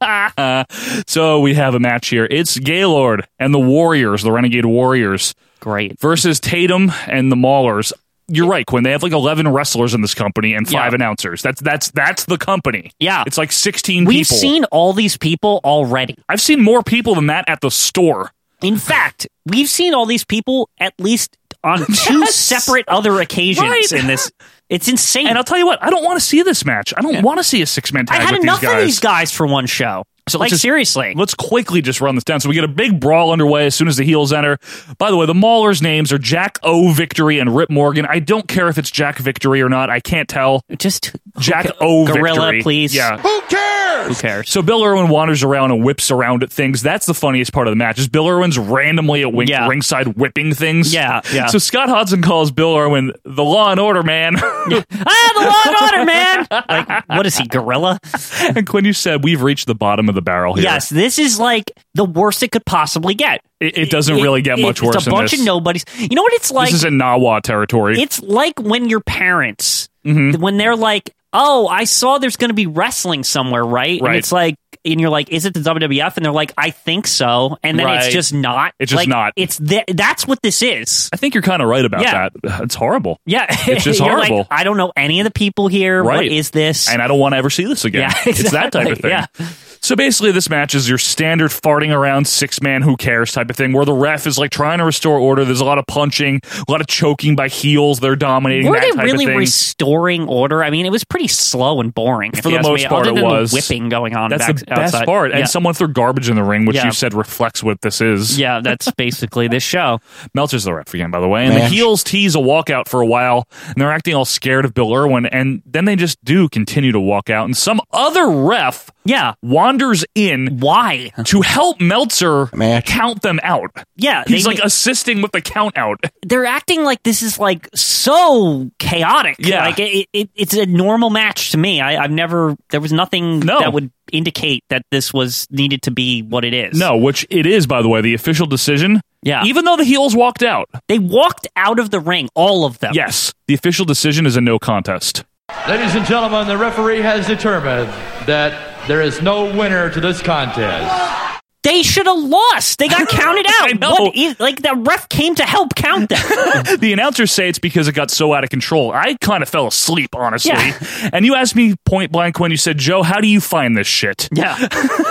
Speaker 1: Uh, so we have a match here. It's Gaylord and the Warriors, the Renegade Warriors,
Speaker 2: Great.
Speaker 1: versus Tatum and the Maulers. You're right, Quinn. They have like 11 wrestlers in this company and five
Speaker 2: Yeah.
Speaker 1: announcers. That's that's that's the company.
Speaker 2: Yeah.
Speaker 1: it's like 16
Speaker 2: We've
Speaker 1: people.
Speaker 2: seen all these people already.
Speaker 1: I've seen more people than that at the store.
Speaker 2: In fact, we've seen all these people at least on two
Speaker 1: Yes.
Speaker 2: separate other occasions
Speaker 1: Right.
Speaker 2: in this. It's insane.
Speaker 1: And I'll tell you what, I don't want to see this match. I don't want to see a six man
Speaker 2: I
Speaker 1: tag
Speaker 2: had
Speaker 1: with
Speaker 2: enough
Speaker 1: these guys.
Speaker 2: of these guys for one show.
Speaker 1: So let's
Speaker 2: like
Speaker 1: just-
Speaker 2: seriously,
Speaker 1: Let's quickly just run this down. So we get a big brawl underway as soon as the heels enter. By the way, the Maulers' names are Jack O. Victory and Rip Morgan. I don't care if it's Jack Victory or not. I can't tell.
Speaker 2: just
Speaker 1: Jack O.
Speaker 2: Gorilla,
Speaker 1: Victory.
Speaker 2: please.
Speaker 1: Yeah.
Speaker 5: Who cares?
Speaker 2: who cares?
Speaker 1: So Bill Irwin wanders around and whips around at things. That's the funniest part of the match. Is Bill Irwin's randomly at wing-
Speaker 2: Yeah.
Speaker 1: ringside whipping things?
Speaker 2: Yeah, yeah.
Speaker 1: So Scott Hudson calls Bill Irwin the Law and Order man.
Speaker 2: ah, the Law and Order man. Like, what is he, gorilla?
Speaker 1: and Quinn, you said we've reached the bottom of the barrel here.
Speaker 2: Yes, this is like the worst it could possibly get.
Speaker 1: It, it doesn't
Speaker 2: It-
Speaker 1: really get
Speaker 2: it-
Speaker 1: much worse.
Speaker 2: It's a
Speaker 1: than
Speaker 2: bunch
Speaker 1: this.
Speaker 2: of nobodies. You know what it's like?
Speaker 1: this is in Nawa territory.
Speaker 2: It's like when your parents,
Speaker 1: Mm-hmm.
Speaker 2: when they're like, "Oh, I saw there's going to be wrestling somewhere, right?"
Speaker 1: Right.
Speaker 2: And it's like, and you're like, "Is it the WWF?" And they're like, "I think so," and then
Speaker 1: Right.
Speaker 2: it's just not.
Speaker 1: It's just
Speaker 2: Like,
Speaker 1: not.
Speaker 2: It's th- that's what this is.
Speaker 1: I think you're kind of right about
Speaker 2: Yeah.
Speaker 1: that. It's horrible.
Speaker 2: Yeah,
Speaker 1: It's just
Speaker 2: You're like,
Speaker 1: horrible.
Speaker 2: I don't know any of the people here. What
Speaker 1: Right.
Speaker 2: is this?
Speaker 1: And I don't want to ever see this again.
Speaker 2: Yeah,
Speaker 1: It's that type of
Speaker 2: exactly.
Speaker 1: thing.
Speaker 2: Yeah.
Speaker 1: So basically, this match is your standard farting around six man who cares type of thing, where the ref is like trying to restore order. There's a lot of punching, a lot of choking by heels. They're dominating.
Speaker 2: Were
Speaker 1: that
Speaker 2: they
Speaker 1: type
Speaker 2: really
Speaker 1: of thing.
Speaker 2: restoring order? I mean, it was pretty slow and boring if
Speaker 1: For
Speaker 2: you
Speaker 1: the
Speaker 2: ask
Speaker 1: most
Speaker 2: me,
Speaker 1: part,
Speaker 2: Other
Speaker 1: it
Speaker 2: than
Speaker 1: was.
Speaker 2: the whipping going on.
Speaker 1: That's
Speaker 2: back,
Speaker 1: the best
Speaker 2: outside.
Speaker 1: part. And
Speaker 2: yeah.
Speaker 1: someone threw garbage in the ring, which
Speaker 2: Yeah.
Speaker 1: you said reflects what this is.
Speaker 2: yeah, that's basically this show.
Speaker 1: Meltzer's the ref again, by the way. And the
Speaker 20: Man.
Speaker 1: heels tease a walkout for a while, and they're acting all scared of Bill Irwin, and then they just do continue to walk out. And some other ref
Speaker 2: Yeah.
Speaker 1: wanders in
Speaker 2: Why?
Speaker 1: to help Meltzer
Speaker 20: Match.
Speaker 1: count them out.
Speaker 2: Yeah,
Speaker 1: He's
Speaker 2: they-
Speaker 1: like assisting with the count out.
Speaker 2: they're acting like this is like so chaotic.
Speaker 1: Yeah.
Speaker 2: like it, it, it's a normal match to me. I, I've never there was nothing
Speaker 1: No.
Speaker 2: that would indicate that this was needed to be what it is.
Speaker 1: No, which it is, by the way, the official decision.
Speaker 2: Yeah.
Speaker 1: Even though the heels walked out.
Speaker 2: they walked out of the ring, all of them.
Speaker 1: Yes. The official decision is a no contest.
Speaker 10: Ladies and gentlemen, the referee has determined that there is no winner to this contest.
Speaker 2: they should have lost. They got counted out.
Speaker 1: I know.
Speaker 2: What is, like the ref came to help count them.
Speaker 1: the announcers say it's because it got so out of control. I kind of fell asleep, honestly.
Speaker 2: Yeah.
Speaker 1: And you asked me point blank when you said, Joe, how do you find this shit?
Speaker 2: yeah,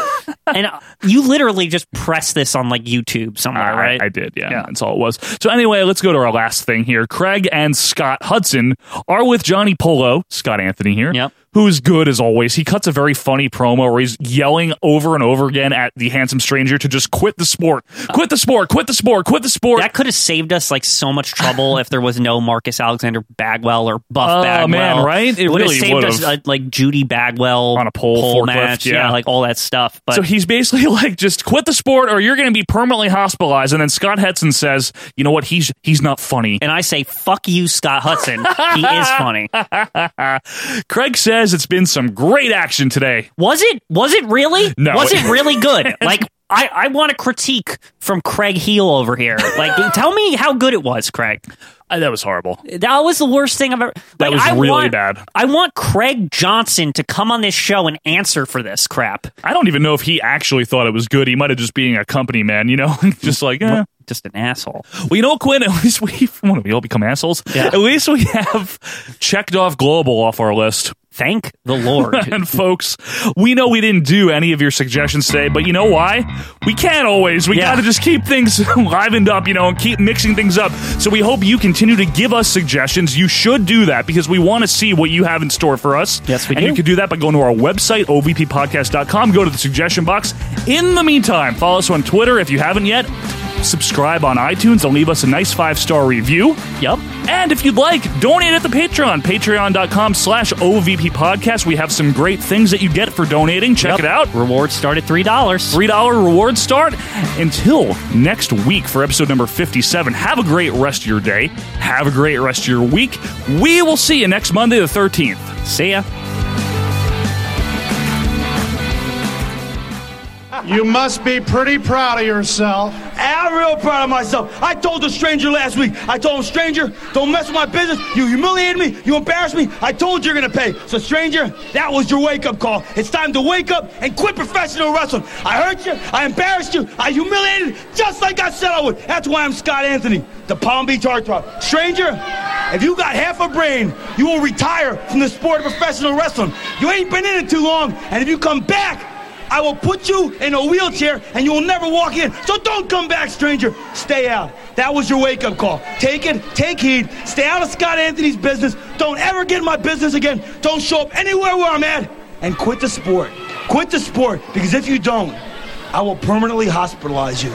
Speaker 2: and uh, you literally just press this on like YouTube somewhere,
Speaker 1: I-
Speaker 2: right?
Speaker 1: I, did, yeah, That's all it was. So anyway, let's go to our last thing here. Craig and Scott Hudson are with Johnny Polo, Scott Anthony here,
Speaker 2: Yep.
Speaker 1: who's good as always. He cuts a very funny promo where he's yelling over and over again at the handsome stranger to just quit the sport, quit the sport, quit the sport, quit the sport.
Speaker 2: That could have saved us like so much trouble if there was no Marcus Alexander Bagwell or Buff
Speaker 1: Oh,
Speaker 2: Bagwell.
Speaker 1: man, right? It
Speaker 2: It would have
Speaker 1: really
Speaker 2: saved us
Speaker 1: would've.
Speaker 2: uh, like Judy Bagwell on a pole,
Speaker 1: forklift,
Speaker 2: match,
Speaker 1: yeah.
Speaker 2: like all that stuff. But
Speaker 1: so he's basically like, just quit the sport or you're going to be permanently hospitalized. And then Scott Hudson says, you know what? He's he's not funny.
Speaker 2: And I say, fuck you, Scott Hudson. he is funny.
Speaker 1: Craig says it's been some great action today.
Speaker 2: Was it? Was it really?
Speaker 1: No.
Speaker 2: Was it really good? like I, I want a critique from Craig Heel over here. Like tell me how good it was, Craig.
Speaker 1: that was horrible.
Speaker 2: That was the worst thing I've ever.
Speaker 1: That
Speaker 2: like,
Speaker 1: was
Speaker 2: I
Speaker 1: really
Speaker 2: want-
Speaker 1: bad.
Speaker 2: I want Craig Johnson to come on this show and answer for this crap.
Speaker 1: I don't even know if he actually thought it was good. He might have just being a company man, you know, just like eh.
Speaker 2: just an asshole.
Speaker 1: Well, you know, Quinn. At least we when we all become assholes. At least we have checked off global off our list.
Speaker 2: Thank the Lord.
Speaker 1: and folks, we know we didn't do any of your suggestions today, but you know why? We can't always. We got to just keep things livened up, you know, and keep mixing things up. So we hope you continue to give us suggestions. You should do that because we want to see what you have in store for us. Yes, we and
Speaker 2: do.
Speaker 1: you can do that by going to our website, ovppodcast.com. Go to the suggestion box. In the meantime, follow us on Twitter if you haven't yet. Subscribe on iTunes and leave us a nice five star review.
Speaker 2: Yep.
Speaker 1: And if you'd like, donate at the Patreon, patreon.com slash OVP podcast. We have some great things that you get for donating. Check it out.
Speaker 2: Rewards start at $3.
Speaker 1: $3 reward start. Until next week for episode number 57, have a great rest of your day. Have a great rest of your week. We will see you next Monday, the 13th.
Speaker 2: See ya.
Speaker 4: You must be pretty proud of yourself.
Speaker 13: I'm real proud of myself. I told the stranger last week. I told him, stranger, don't mess with my business. You humiliated me. You embarrassed me. I told you you're gonna pay. So, stranger, that was your wake-up call. It's time to wake up and quit professional wrestling. I hurt you. I embarrassed you. I humiliated, you, just like I said I would. That's why I'm Scott Anthony, the Palm Beach heartthrob. Stranger, if you got half a brain, you will retire from the sport of professional wrestling. You ain't been in it too long, and if you come back. I will put you in a wheelchair and you will never walk in. So don't come back, stranger. Stay out. That was your wake up call. Take it, take heed. Stay out of Scott Anthony's business. Don't ever get in my business again. Don't show up anywhere where I'm at. And quit the sport. Quit the sport because if you don't, I will permanently hospitalize you.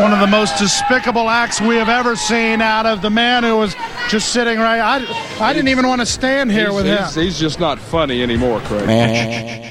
Speaker 4: One of the most despicable acts we have ever seen out of the man who was just sitting right. I, I didn't even want to stand here
Speaker 9: he's,
Speaker 4: with him.
Speaker 9: he's- he's just not funny anymore, Craig.